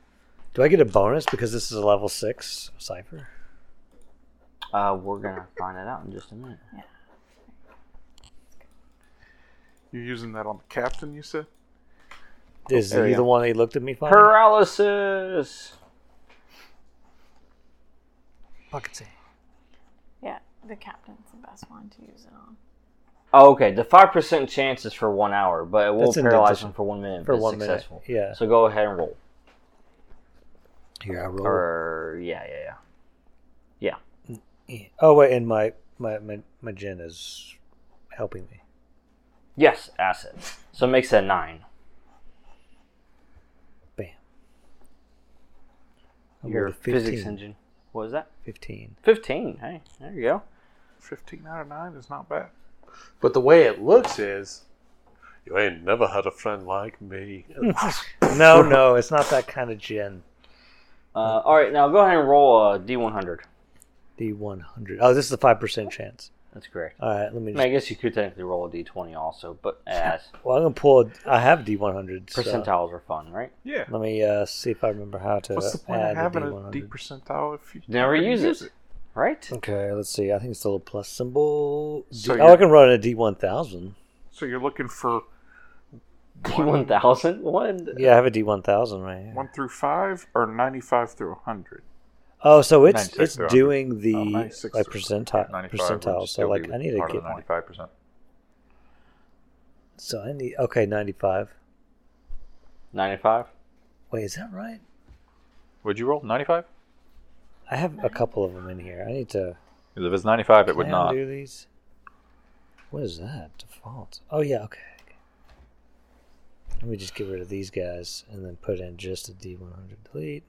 Speaker 8: Do I get a bonus because this is a level six cipher?
Speaker 2: Uh, we're gonna find it out in just a minute.
Speaker 6: You're using that on the captain, you said?
Speaker 8: Is
Speaker 2: Oh, There
Speaker 8: he
Speaker 2: you
Speaker 8: the
Speaker 2: go.
Speaker 8: one that he looked at me funny?
Speaker 2: Paralysis.
Speaker 8: Bucket say.
Speaker 5: Yeah, the captain's the best one to use it on.
Speaker 2: Oh, okay. The five percent chance is for one hour, but it will
Speaker 8: That's in
Speaker 2: paralyze
Speaker 8: addition-
Speaker 2: him for one minute. if
Speaker 8: for
Speaker 2: it's
Speaker 8: one minute,
Speaker 2: successful.
Speaker 8: yeah.
Speaker 2: So go ahead and roll.
Speaker 8: Here I roll.
Speaker 2: Or yeah, yeah, yeah.
Speaker 8: Yeah. Mm, Oh wait, and my my my, my gin is helping me.
Speaker 2: Yes, acid. So it makes that nine.
Speaker 8: Bam. I
Speaker 2: Your
Speaker 8: rolled a
Speaker 2: physics engine. What was that?
Speaker 8: 15.
Speaker 2: Fifteen. Hey, there you go.
Speaker 6: 15 out of 9 is not bad.
Speaker 7: But the way it looks is,
Speaker 6: You ain't never had a friend like me.
Speaker 8: No, no, it's not that kind of gin.
Speaker 2: Uh, all right, now go ahead and roll a D one hundred.
Speaker 8: The 100. Oh, this is a 5% chance.
Speaker 2: That's correct.
Speaker 8: All right, let me
Speaker 2: I,
Speaker 8: just.
Speaker 2: mean, I guess you could technically roll a D twenty also, but as
Speaker 8: Well, I'm going to pull. a- I have D100. so
Speaker 2: percentiles are fun, right?
Speaker 6: Yeah.
Speaker 8: let me uh, see if I remember how to.
Speaker 6: What's the point
Speaker 8: add
Speaker 6: of having
Speaker 8: a
Speaker 6: a
Speaker 8: D100.
Speaker 6: D percentile if you
Speaker 2: Never
Speaker 6: never
Speaker 2: use it, right?
Speaker 8: Okay, let's see. I think it's the little plus symbol. D-
Speaker 6: So
Speaker 8: oh, I
Speaker 6: you're-
Speaker 8: can run a D1000.
Speaker 6: So you're looking for
Speaker 2: D one thousand one.
Speaker 8: Yeah, I have a D1000 right here.
Speaker 6: 1 through 5 or 95 through 100?
Speaker 8: Oh, so it's
Speaker 3: 96
Speaker 8: it's
Speaker 3: they're on.
Speaker 8: doing the
Speaker 6: Oh, 96
Speaker 8: like
Speaker 6: they're
Speaker 8: percentile percentile. So like I need to get
Speaker 3: ninety five percent.
Speaker 8: so I need okay ninety five.
Speaker 2: Ninety five.
Speaker 8: Wait, is that right?
Speaker 3: Would you roll ninety five?
Speaker 8: I have a couple of them in here. I need to
Speaker 3: If it's ninety five, it
Speaker 8: can
Speaker 3: would
Speaker 8: I
Speaker 3: not.
Speaker 8: undo these. What is that default? Oh yeah, okay. okay. Let me just get rid of these guys and then put in just a D one hundred delete.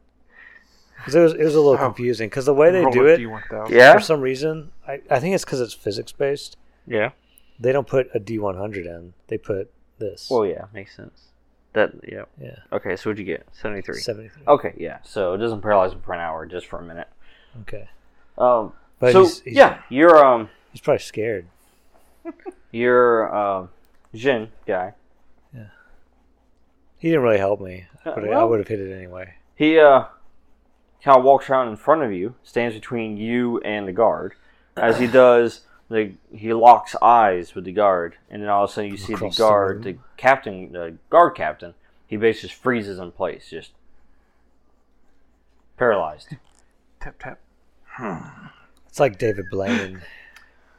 Speaker 8: 'Cause it was it was a little
Speaker 6: Oh.
Speaker 8: confusing because the way they do it
Speaker 6: D1000.
Speaker 8: for some reason I, I think it's because it's physics based.
Speaker 2: Yeah.
Speaker 8: They don't put a D one hundred in. They put this.
Speaker 2: Well, yeah, makes sense. That yeah.
Speaker 8: yeah,
Speaker 2: Okay, so what'd you get? Seventy three.
Speaker 8: seventy three.
Speaker 2: Okay, yeah. So it doesn't paralyze him for an hour, just for a minute.
Speaker 8: Okay.
Speaker 2: Um.
Speaker 8: But
Speaker 2: so
Speaker 8: he's- he's-
Speaker 2: yeah, you're um.
Speaker 8: He's probably scared.
Speaker 2: your uh, Jin guy.
Speaker 8: He didn't really help me. I
Speaker 2: Uh,
Speaker 8: would've- I
Speaker 2: well-
Speaker 8: would have hit it anyway.
Speaker 2: He uh, kind of walks around in front of you, stands between you and the guard. As he does, the he locks eyes with the guard, and then all of a sudden you see the
Speaker 8: Across the
Speaker 2: guard,
Speaker 8: room.
Speaker 2: the, captain, the guard captain. He basically just freezes in place, just paralyzed.
Speaker 6: Tap, tap.
Speaker 8: It's like David Blaine.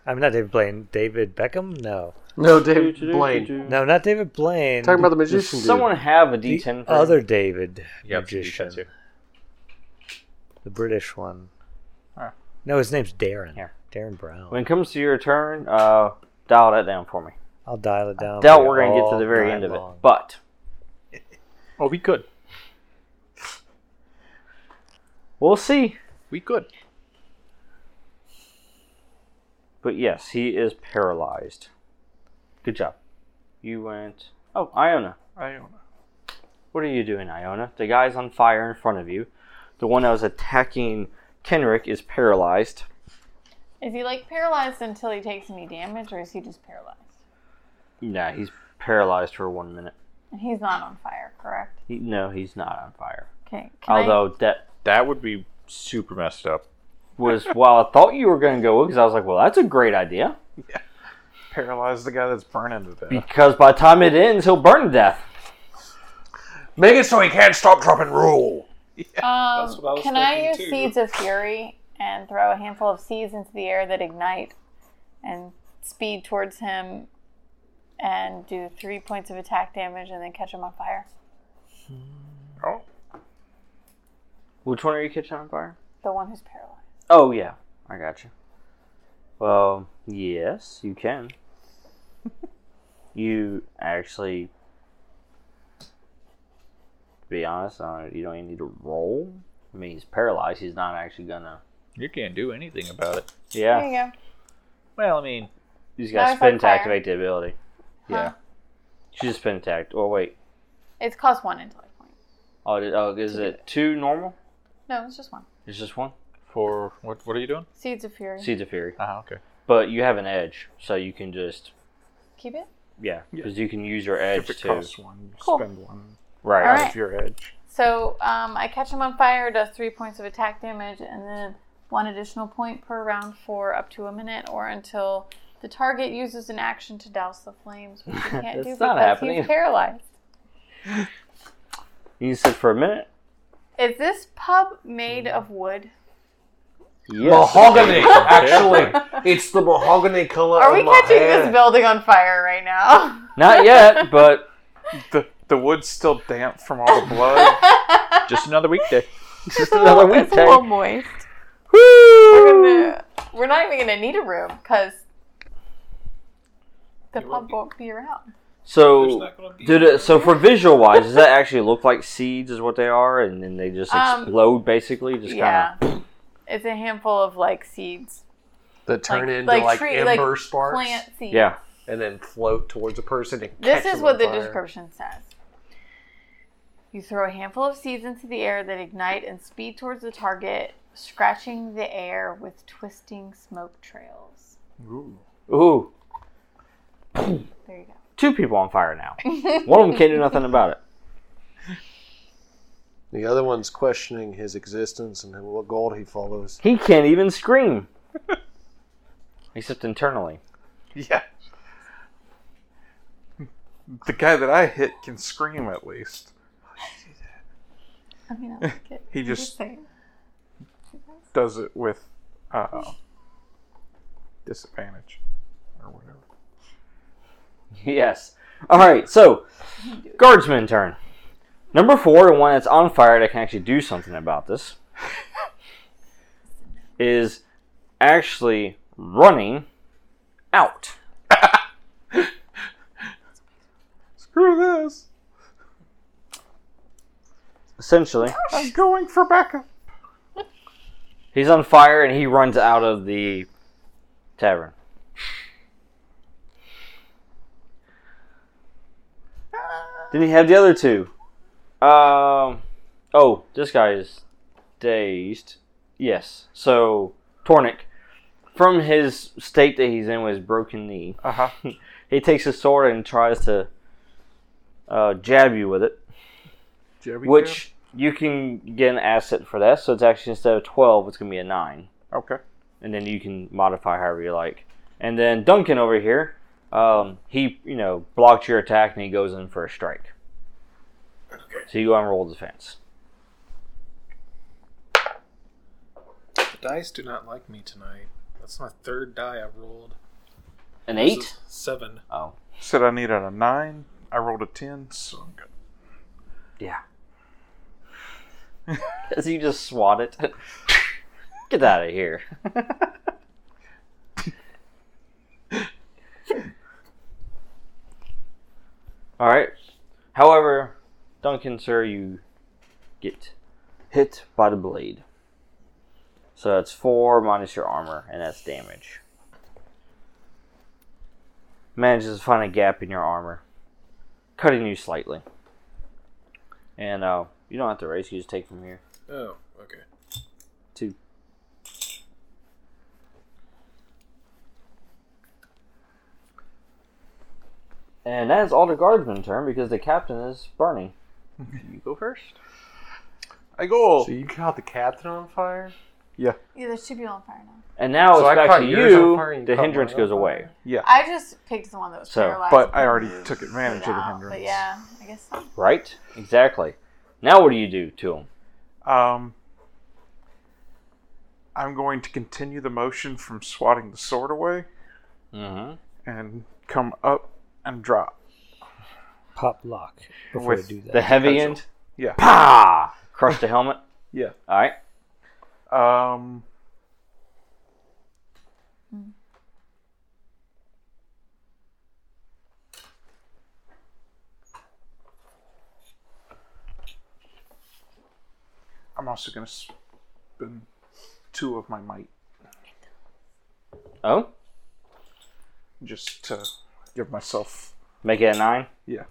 Speaker 8: I mean, not David Blaine. David Beckham? No.
Speaker 7: no, David Blaine.
Speaker 8: No, not David Blaine.
Speaker 7: Talking about the
Speaker 2: Does
Speaker 7: magician dude.
Speaker 2: someone have a
Speaker 8: the
Speaker 2: D10 for him?
Speaker 8: other David
Speaker 3: Yeah,
Speaker 8: magician.
Speaker 3: D10 too.
Speaker 8: The British one.
Speaker 3: Huh.
Speaker 8: No, his name's Darren.
Speaker 2: Here.
Speaker 8: Darren Brown.
Speaker 2: When it comes to your turn, uh, dial that down for me.
Speaker 8: I'll dial it down.
Speaker 2: Doubt
Speaker 8: for you
Speaker 2: we're gonna get
Speaker 8: all
Speaker 2: to the very
Speaker 8: night
Speaker 2: end of it,
Speaker 8: long.
Speaker 2: but
Speaker 3: Oh, we could.
Speaker 2: we'll see.
Speaker 3: We could.
Speaker 2: But yes, he is paralyzed. Good job. You went. Oh, Iona.
Speaker 6: I don't know.
Speaker 2: What are you doing, Iona? The guy's on fire in front of you. The one that was attacking Kenrick is paralyzed.
Speaker 5: Is he like paralyzed until he takes any damage, or is he just paralyzed?
Speaker 2: Nah, he's paralyzed for one minute.
Speaker 5: And he's not on fire, correct?
Speaker 2: He, no, he's not on fire.
Speaker 5: Okay. Can I,
Speaker 2: Although that
Speaker 3: That would be super messed up.
Speaker 2: was while I thought you were going to go because I was like, well, that's a great idea.
Speaker 6: Paralyze the guy that's burning to death.
Speaker 2: Because by the time it ends, he'll burn to death.
Speaker 7: Make it so he can't stop, drop, and roll.
Speaker 5: um,
Speaker 4: That's what I was
Speaker 5: can I
Speaker 4: thinking,
Speaker 5: use
Speaker 4: too.
Speaker 5: seeds of fury and throw a handful of seeds into the air that ignite and speed towards him and do three points of attack damage and then catch him on fire?
Speaker 6: Oh,
Speaker 2: Which one are you catching on fire?
Speaker 5: The one who's paralyzed.
Speaker 2: Oh, yeah. I got you. Well, yes, you can. you actually, to be honest, uh, you don't even need to roll. I mean, he's paralyzed. He's not actually gonna.
Speaker 3: You can't do anything about it.
Speaker 2: Yeah,
Speaker 5: There you go.
Speaker 3: Well, I mean,
Speaker 2: he's
Speaker 5: Now
Speaker 2: got
Speaker 5: he's on
Speaker 2: spin to
Speaker 5: fire.
Speaker 2: activate the ability.
Speaker 3: yeah.
Speaker 2: She's spin attacked. Oh wait,
Speaker 5: It's cost one intellect point.
Speaker 2: oh, did, oh is it two normal?
Speaker 5: No, it's just one.
Speaker 2: It's just one.
Speaker 3: For what? What are you doing?
Speaker 5: Seeds of fury.
Speaker 2: Seeds of Fury,
Speaker 3: Ah, okay.
Speaker 2: but you have an edge, so you can just
Speaker 5: Keep it.
Speaker 2: yeah, because you can use your edge
Speaker 6: if it
Speaker 2: to
Speaker 6: costs one, you
Speaker 5: Cool.
Speaker 6: spend one
Speaker 2: right.
Speaker 5: All
Speaker 6: out
Speaker 5: right.
Speaker 6: of your edge.
Speaker 5: So um, I catch him on fire, does three points of attack damage, and then one additional point per round for up to a minute or until the target uses an action to douse the flames, which he can't do
Speaker 2: That's
Speaker 5: because
Speaker 2: not happening.
Speaker 5: he's paralyzed.
Speaker 2: You sit for a minute.
Speaker 5: Is this pub made of wood?
Speaker 2: Yes.
Speaker 7: Mahogany, actually. it's the mahogany color.
Speaker 5: Are we
Speaker 7: of my
Speaker 5: catching
Speaker 7: hair.
Speaker 5: this building on fire right now?
Speaker 2: Not yet, but
Speaker 6: The, the wood's still damp from all the blood.
Speaker 3: Just another weekday.
Speaker 2: just another
Speaker 5: it's a
Speaker 2: weekday.
Speaker 5: little moist.
Speaker 2: Woo!
Speaker 5: We're gonna We're not even gonna need a room because the
Speaker 4: You
Speaker 5: pub
Speaker 4: won't
Speaker 5: won't be around.
Speaker 4: There's
Speaker 2: So,
Speaker 4: not gonna be-
Speaker 2: did it, so for visual wise, does that actually look like seeds? Is what they are, and then they just
Speaker 5: Um,
Speaker 2: explode, basically, just
Speaker 5: yeah,
Speaker 2: kind
Speaker 5: it's a handful of like seeds,
Speaker 7: that turn
Speaker 5: Like-
Speaker 7: into
Speaker 5: like
Speaker 7: like,
Speaker 5: tree- like
Speaker 7: ember sparks
Speaker 5: plant
Speaker 2: of
Speaker 5: seeds.
Speaker 2: yeah.
Speaker 7: and then float towards a person. And
Speaker 5: This
Speaker 7: catch
Speaker 5: is
Speaker 7: them
Speaker 5: what
Speaker 7: on
Speaker 5: the
Speaker 7: fire.
Speaker 5: description says. You throw a handful of seeds into the air that ignite and speed towards the target, scratching the air with twisting smoke trails.
Speaker 2: Ooh,
Speaker 5: There you go.
Speaker 2: two people on fire now. One of them can't do nothing about it.
Speaker 7: The other one's questioning his existence and what gold he follows.
Speaker 2: He can't even scream, except internally.
Speaker 6: Yeah. The guy that I hit can scream at least.
Speaker 5: I mean, I like it.
Speaker 6: He
Speaker 5: I'm
Speaker 6: just
Speaker 5: saying.
Speaker 6: does it with uh, disadvantage or whatever.
Speaker 2: Yes. All right. So, guardsman turn. Number four, the one that's on fire that can actually do something about this, is actually running out.
Speaker 6: Screw this!
Speaker 2: Essentially,
Speaker 6: I'm going for backup.
Speaker 2: he's on fire and he runs out of the tavern. Then you have the other two. Um. Oh, this guy is dazed. Yes. So Tornik, from his state that he's in with his broken knee,
Speaker 6: Uh huh.
Speaker 2: he takes his sword and tries to uh, jab you with it, which you can get an asset for that. So it's actually instead of twelve, it's gonna be a nine,
Speaker 6: Okay.
Speaker 2: and then you can modify however you like. And then Duncan over here, um, he you know blocked your attack and he goes in for a strike. So you go and roll defense.
Speaker 4: The dice do not like me tonight. That's my third die I've rolled.
Speaker 2: An
Speaker 4: This
Speaker 2: eight.
Speaker 4: is Seven.
Speaker 2: Oh,
Speaker 6: Said I needed a nine. I rolled a ten, so I'm good.
Speaker 2: yeah. As you just swat it. Get out of here. All right. However, Duncan, sir, you get hit by the blade. So that's four minus your armor, and that's damage. Manages to find a gap in your armor, cutting you slightly. And uh, you don't have to race, you just take from here.
Speaker 4: Oh, okay.
Speaker 2: Two. And that is all the guardsman's turn because the captain is burning.
Speaker 6: You go first. I go.
Speaker 7: So you caught the captain on fire?
Speaker 5: Yeah, this should be on fire now.
Speaker 2: And now
Speaker 7: So
Speaker 2: it's
Speaker 7: I
Speaker 2: back
Speaker 7: caught
Speaker 2: to
Speaker 7: yours
Speaker 2: you.
Speaker 7: on fire and you
Speaker 2: the
Speaker 7: caught
Speaker 2: hindrance
Speaker 7: mine on
Speaker 2: goes away.
Speaker 7: fire?
Speaker 6: yeah,
Speaker 5: I just picked the one that was
Speaker 2: So,
Speaker 5: paralyzed.
Speaker 6: but
Speaker 5: and
Speaker 6: I already
Speaker 5: put
Speaker 6: took
Speaker 5: it
Speaker 6: advantage of the
Speaker 5: out.
Speaker 6: hindrance.
Speaker 5: But yeah, I guess so.
Speaker 2: Right? Exactly. Now what do you do to him?
Speaker 6: Um, I'm going to continue the motion from swatting the sword away
Speaker 2: Mm-hmm.
Speaker 6: and come up and drop.
Speaker 8: Pop lock before
Speaker 6: With
Speaker 8: I do that.
Speaker 2: The heavy
Speaker 6: Potential.
Speaker 2: end?
Speaker 6: Yeah.
Speaker 2: Pah! Crush the helmet.
Speaker 6: Yeah.
Speaker 2: All right.
Speaker 6: Um. I'm also gonna spin two of my might
Speaker 2: Oh,
Speaker 6: just to give myself
Speaker 2: make it a nine.
Speaker 6: yeah.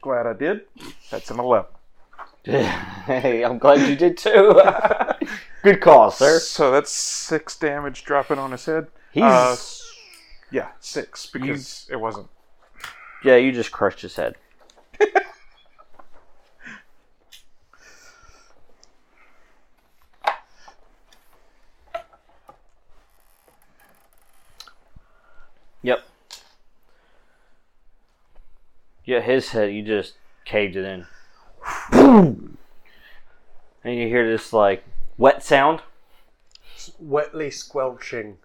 Speaker 6: Glad I did. That's an eleven.
Speaker 2: hey, I'm glad you did too. Good call, sir.
Speaker 6: So that's six damage dropping on his head.
Speaker 2: He's
Speaker 6: Uh, Yeah, six because it wasn't.
Speaker 2: yeah. You just crushed his head. yep. Yeah, his head. You just caved it in. and you hear this like wet sound.
Speaker 7: Wetly squelching.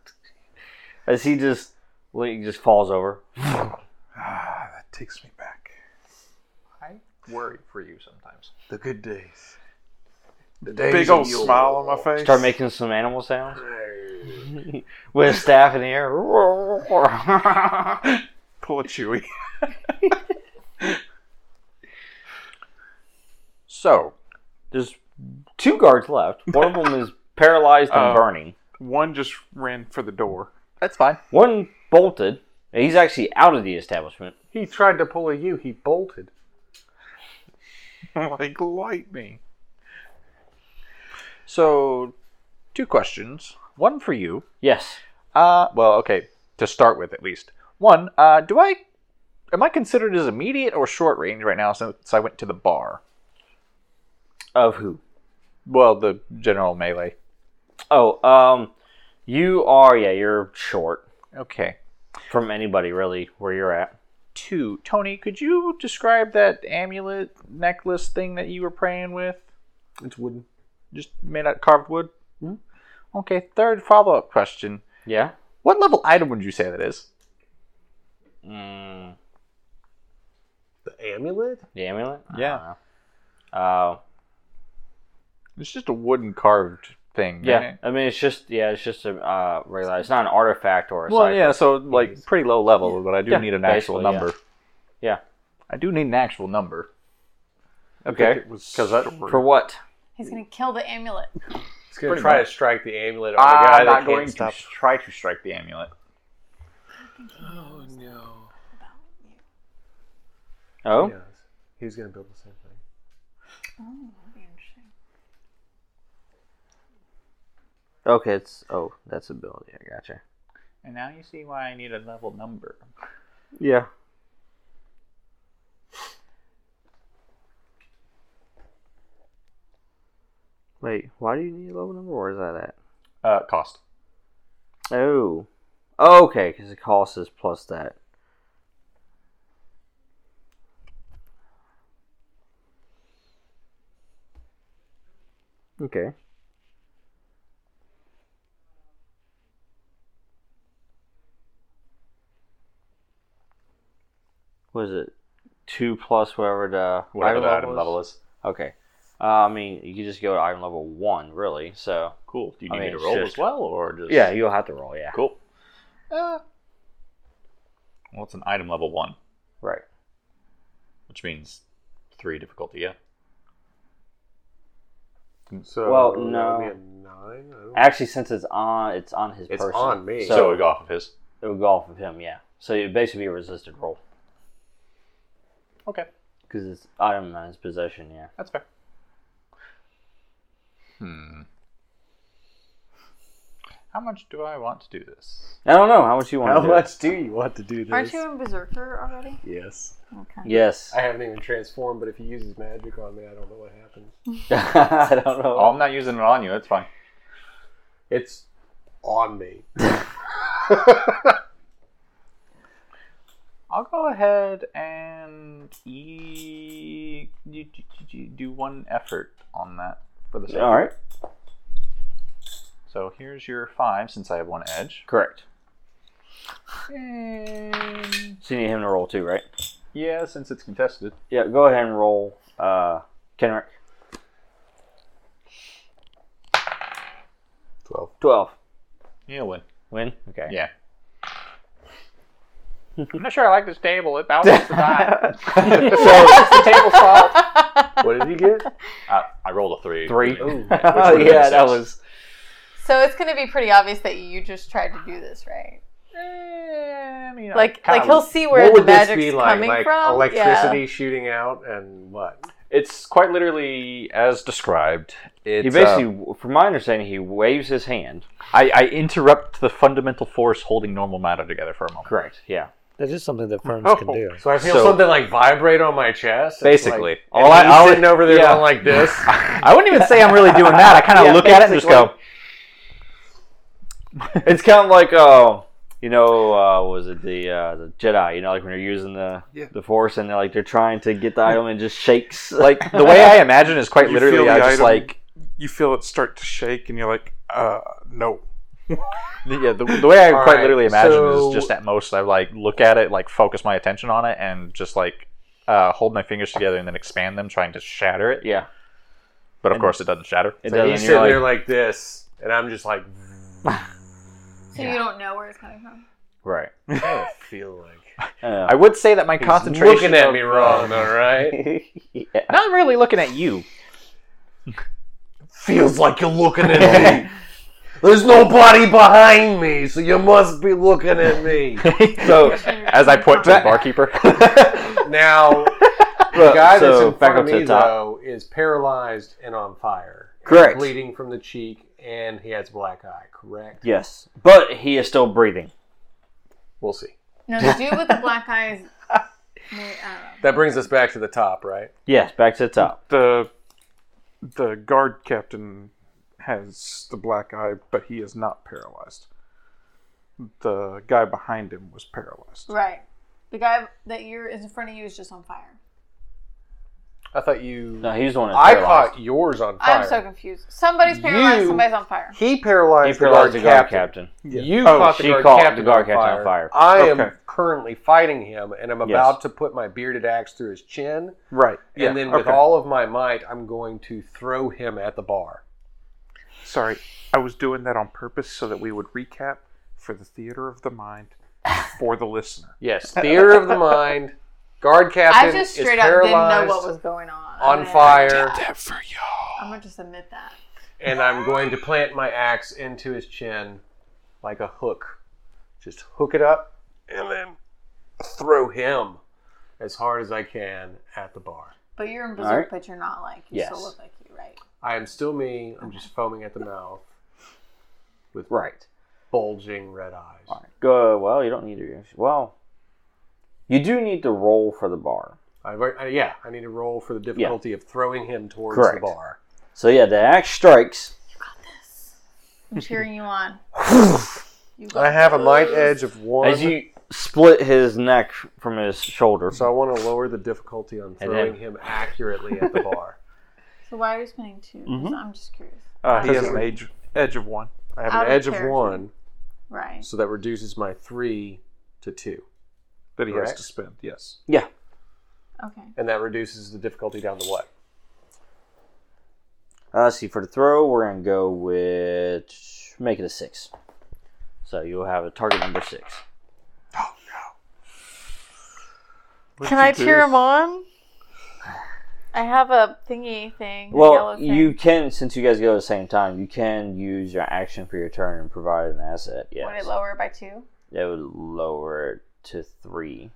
Speaker 2: as he just well, he just falls over.
Speaker 6: Ah, that takes me back.
Speaker 3: I worry for you sometimes.
Speaker 7: The good days. The
Speaker 6: Big
Speaker 7: days
Speaker 6: old
Speaker 7: of yore.
Speaker 6: smile on my face.
Speaker 2: Start making some animal sounds with a staff in the air.
Speaker 6: Pull a chewy.
Speaker 3: So,
Speaker 2: There's two guards left. One of them is paralyzed
Speaker 6: Oh.
Speaker 2: and burning.
Speaker 6: One just ran for the door.
Speaker 3: that's fine.
Speaker 2: One bolted. He's actually out of the establishment.
Speaker 7: He tried to pull a U. He bolted.
Speaker 6: like lightning.
Speaker 3: So, two questions. One for you.
Speaker 2: Yes.
Speaker 3: Uh, well, okay, to start with at least. One, uh, do I am I considered as immediate or short range right now since I went to the bar?
Speaker 2: Of who?
Speaker 3: Well, the general melee.
Speaker 2: Oh, um, you are. Yeah, you're short
Speaker 3: Okay.
Speaker 2: from anybody really where you're at.
Speaker 3: Two, Tony, could you describe that amulet necklace thing that you were praying with?
Speaker 7: It's wooden.
Speaker 3: Just made out of carved wood? Okay, third follow up question.
Speaker 2: Yeah.
Speaker 3: What level item would you say that is?
Speaker 2: Mm,
Speaker 7: The amulet?
Speaker 2: the amulet. I
Speaker 3: Yeah.
Speaker 2: don't know. Uh,
Speaker 3: It's just a wooden carved thing.
Speaker 2: yeah.
Speaker 3: right?
Speaker 2: I mean, it's just yeah, it's just a uh, regular. It's not an artifact or a
Speaker 3: Well,
Speaker 2: cipher.
Speaker 3: yeah, so like pretty low level, but I do
Speaker 2: Yeah,
Speaker 3: need an actual
Speaker 2: basically, yeah.
Speaker 3: number.
Speaker 2: Yeah.
Speaker 3: I do need an actual number.
Speaker 2: Okay.
Speaker 6: It was
Speaker 3: Because that-
Speaker 6: stored.
Speaker 2: For what?
Speaker 5: He's gonna kill the amulet.
Speaker 7: He's going to
Speaker 3: Pretty
Speaker 7: try
Speaker 3: much.
Speaker 7: to strike the amulet on
Speaker 2: Ah,
Speaker 7: the guy that
Speaker 3: I'm not
Speaker 7: can't
Speaker 3: going to
Speaker 7: stop.
Speaker 3: try to strike the amulet.
Speaker 4: Oh no.
Speaker 2: Oh,
Speaker 7: Yeah, he's going to build the same thing.
Speaker 5: Oh, that'd be interesting.
Speaker 2: okay. It's oh, that's ability. I gotcha.
Speaker 3: And now you see why I need a level number.
Speaker 2: Yeah. Wait, why do you need a level number? Where is that at?
Speaker 3: Uh, cost.
Speaker 2: Oh. oh okay, because the cost is plus that. Okay. Was it two plus whatever the
Speaker 3: Whatever the item level is.
Speaker 2: Okay. Uh, I mean, you could just go to item level one, really. So
Speaker 3: Cool. Do you
Speaker 2: I
Speaker 3: need
Speaker 2: mean,
Speaker 3: me to
Speaker 2: it's
Speaker 3: roll
Speaker 2: just-
Speaker 3: as well, or just
Speaker 2: yeah, you'll have to roll. Yeah.
Speaker 3: Cool. Uh, well, it's an item level one,
Speaker 2: Right.
Speaker 3: which means three difficulty. Yeah.
Speaker 7: So,
Speaker 2: Well,
Speaker 7: that'll
Speaker 2: no.
Speaker 7: be a nine? I don't-
Speaker 2: Actually, since it's on, it's on his
Speaker 7: It's
Speaker 2: person.
Speaker 7: on me.
Speaker 3: So,
Speaker 2: So
Speaker 3: we go off of his.
Speaker 2: it would go off of him. Yeah. So it would basically be a resisted roll
Speaker 3: Okay,
Speaker 2: because it's item on his possession. Yeah.
Speaker 3: that's fair. Hmm. How much do I want to do this?
Speaker 2: I don't know how much you want.
Speaker 7: How
Speaker 2: to
Speaker 7: much do you want to do this?
Speaker 5: Aren't you a berserker already?
Speaker 7: Yes.
Speaker 5: Okay.
Speaker 2: Do. Yes.
Speaker 7: I haven't even transformed, but if he uses magic on me, I don't know what happens.
Speaker 2: I don't know.
Speaker 3: Oh, I'm not using it on you. It's fine.
Speaker 7: It's on me.
Speaker 3: I'll go ahead and e- do- do- do- do one effort on that for the sake.
Speaker 2: All right.
Speaker 3: So here's your five, since I have one edge.
Speaker 2: Correct.
Speaker 3: And
Speaker 2: So you need him to roll too, right?
Speaker 3: yeah, since it's contested.
Speaker 2: Yeah. Go ahead and roll, uh, Kenrick.
Speaker 7: Twelve.
Speaker 2: Twelve.
Speaker 3: He'll win.
Speaker 2: Win. Okay.
Speaker 3: Yeah. I'm not sure I like this table. It bounces the die.
Speaker 2: so
Speaker 3: table salt.
Speaker 7: What did you get?
Speaker 3: I, I rolled a three.
Speaker 2: three.
Speaker 7: Ooh.
Speaker 2: Oh,
Speaker 3: would've been
Speaker 2: yeah, that
Speaker 3: six.
Speaker 2: was.
Speaker 5: So it's gonna be pretty obvious that you just tried to do this, right?
Speaker 3: Eh, I mean, I
Speaker 5: Like,
Speaker 3: kinda-
Speaker 5: like he'll see where
Speaker 7: what
Speaker 5: the
Speaker 7: would this
Speaker 5: magic's
Speaker 7: be like?
Speaker 5: coming
Speaker 7: like
Speaker 5: from.
Speaker 7: electricity shooting out and what?
Speaker 3: It's quite literally as described. It's,
Speaker 2: He basically, from my understanding, he waves his hand.
Speaker 3: uh, I, I interrupt the fundamental force holding normal matter together for a moment.
Speaker 2: Correct. Yeah.
Speaker 8: That is something that firms can do.
Speaker 7: So I feel
Speaker 3: So-
Speaker 7: something like vibrate on my chest. It's
Speaker 3: Basically.
Speaker 7: like,
Speaker 3: All
Speaker 7: all
Speaker 3: I-
Speaker 7: I,
Speaker 3: all I-
Speaker 7: am sitting over there
Speaker 2: yeah.
Speaker 7: going like this.
Speaker 3: I wouldn't even say I'm really doing that. I kind of
Speaker 2: Yeah,
Speaker 3: look at it and just go,
Speaker 2: It's kind of like, uh, you know, uh, was it the uh, the Jedi? You know, like when they're using the
Speaker 6: Yeah.
Speaker 2: the Force and they're like they're trying to get the item and just shakes.
Speaker 3: like the way I imagine is quite
Speaker 6: You feel
Speaker 3: literally.
Speaker 6: the
Speaker 3: I just
Speaker 6: item.
Speaker 3: like
Speaker 6: You feel it start to shake, and you're like, uh, no.
Speaker 3: yeah. The, the way I
Speaker 7: All
Speaker 3: quite
Speaker 7: right,
Speaker 3: literally imagine
Speaker 7: so-
Speaker 3: is just at most I like look at it, like focus my attention on it, and just like uh, hold my fingers together and then expand them, trying to shatter it.
Speaker 2: yeah,
Speaker 3: But of course, it doesn't shatter.
Speaker 2: It
Speaker 7: So
Speaker 2: doesn't.
Speaker 7: he's
Speaker 2: You're
Speaker 7: sitting
Speaker 2: like,
Speaker 7: there like this, and I'm just like,
Speaker 5: So you don't know where it's coming from.
Speaker 2: right.
Speaker 7: I don't feel like
Speaker 2: Uh,
Speaker 3: I would say that my
Speaker 7: he's
Speaker 3: concentration. Oh.
Speaker 7: looking at
Speaker 3: of-
Speaker 7: me wrong, though, right?
Speaker 2: yeah.
Speaker 3: No, I'm really looking at you.
Speaker 7: Feels like you're looking at me. There's nobody behind me, so you must be looking at me.
Speaker 2: So
Speaker 3: As I point to the barkeeper.
Speaker 7: Now, the
Speaker 2: Well,
Speaker 7: guy
Speaker 2: so
Speaker 7: that's in
Speaker 2: back
Speaker 7: front
Speaker 2: up
Speaker 7: of
Speaker 2: to
Speaker 7: me
Speaker 2: the top.
Speaker 7: though is paralyzed and on fire.
Speaker 2: Correct.
Speaker 7: Bleeding from the cheek, and he has a black eye. Correct.
Speaker 2: yes, but he is still breathing.
Speaker 7: We'll see.
Speaker 5: No, the dude with the black eyes. Wait, I don't know.
Speaker 7: That brings us back to the top, right?
Speaker 2: Yes, back to the top.
Speaker 6: The the guard captain has the black eye, but he is not paralyzed. The guy behind him was paralyzed.
Speaker 5: Right. The guy that you're is in front of you is just on fire.
Speaker 7: I thought you.
Speaker 2: No, he's the one. That's
Speaker 7: I
Speaker 2: paralyzed.
Speaker 7: caught yours on fire.
Speaker 5: I'm so confused. Somebody's paralyzed.
Speaker 7: You-
Speaker 5: Somebody's on fire.
Speaker 7: He paralyzed,
Speaker 2: He paralyzed
Speaker 7: the guard captain. You
Speaker 6: Oh,
Speaker 7: caught the
Speaker 2: she
Speaker 7: guard
Speaker 2: caught
Speaker 7: captain,
Speaker 2: the guard
Speaker 7: on,
Speaker 2: captain
Speaker 7: fire.
Speaker 2: on fire.
Speaker 7: I am
Speaker 6: Okay.
Speaker 7: currently fighting him, and I'm
Speaker 2: Yes.
Speaker 7: about to put my bearded axe through his chin.
Speaker 6: Right. yeah,
Speaker 7: and then with
Speaker 6: okay.
Speaker 7: all of my might, I'm going to throw him at the bar.
Speaker 6: Sorry, I was doing that on purpose so that we would recap for the theater of the mind for the listener.
Speaker 7: Yes, theater of the mind. Guard captain
Speaker 5: I just
Speaker 7: is
Speaker 5: straight up didn't
Speaker 7: paralyzed,
Speaker 5: know what was going on.
Speaker 7: on
Speaker 5: I'm gonna-
Speaker 7: fire,
Speaker 5: I'm gonna just admit that.
Speaker 7: and I'm going to plant my axe into his chin like a hook. Just hook it up and then throw him as hard as I can at the bar.
Speaker 5: But you're in
Speaker 2: right.
Speaker 5: berserk, but you're not like you
Speaker 2: Yes.
Speaker 5: still look like you, right?
Speaker 7: I am still me. I'm just foaming at the mouth with
Speaker 2: Right.
Speaker 7: bulging red eyes.
Speaker 2: All right. Go. Well, you don't need to. Well, you do need to roll for the bar.
Speaker 7: I've already- I, yeah, I need to roll for the difficulty of throwing him towards
Speaker 2: Correct.
Speaker 7: the bar.
Speaker 2: So yeah, the axe strikes.
Speaker 5: I'm cheering you on. You go.
Speaker 7: I have a might edge of one,
Speaker 2: As you split his neck from his shoulder,
Speaker 7: so I want to lower the difficulty on
Speaker 2: And
Speaker 7: throwing
Speaker 2: then-
Speaker 7: him accurately at the bar.
Speaker 5: So why are you spending 2
Speaker 7: Mm-hmm.
Speaker 5: So I'm just curious.
Speaker 6: Uh, he
Speaker 7: Does
Speaker 6: has
Speaker 7: it-
Speaker 6: an edge edge of one.
Speaker 7: I have
Speaker 5: Out of
Speaker 7: an edge of
Speaker 5: character.
Speaker 7: one,
Speaker 5: Right.
Speaker 7: so that reduces my three to two,
Speaker 6: that he has
Speaker 7: Correct.
Speaker 6: to spend. Yes.
Speaker 2: yeah,
Speaker 5: Okay.
Speaker 7: and that reduces the difficulty down to what?
Speaker 2: Uh, let's see, for the throw, we're going to go with. Make it a six. So you'll have a target number six.
Speaker 7: Oh,
Speaker 5: Can I cheer him on? I have a thingy thing. a yellow
Speaker 2: Well,
Speaker 5: thing.
Speaker 2: you can, since you guys go at the same time, you can use your action for your turn and provide an asset. Yes.
Speaker 5: Would it lower it by two?
Speaker 2: That would lower it to three.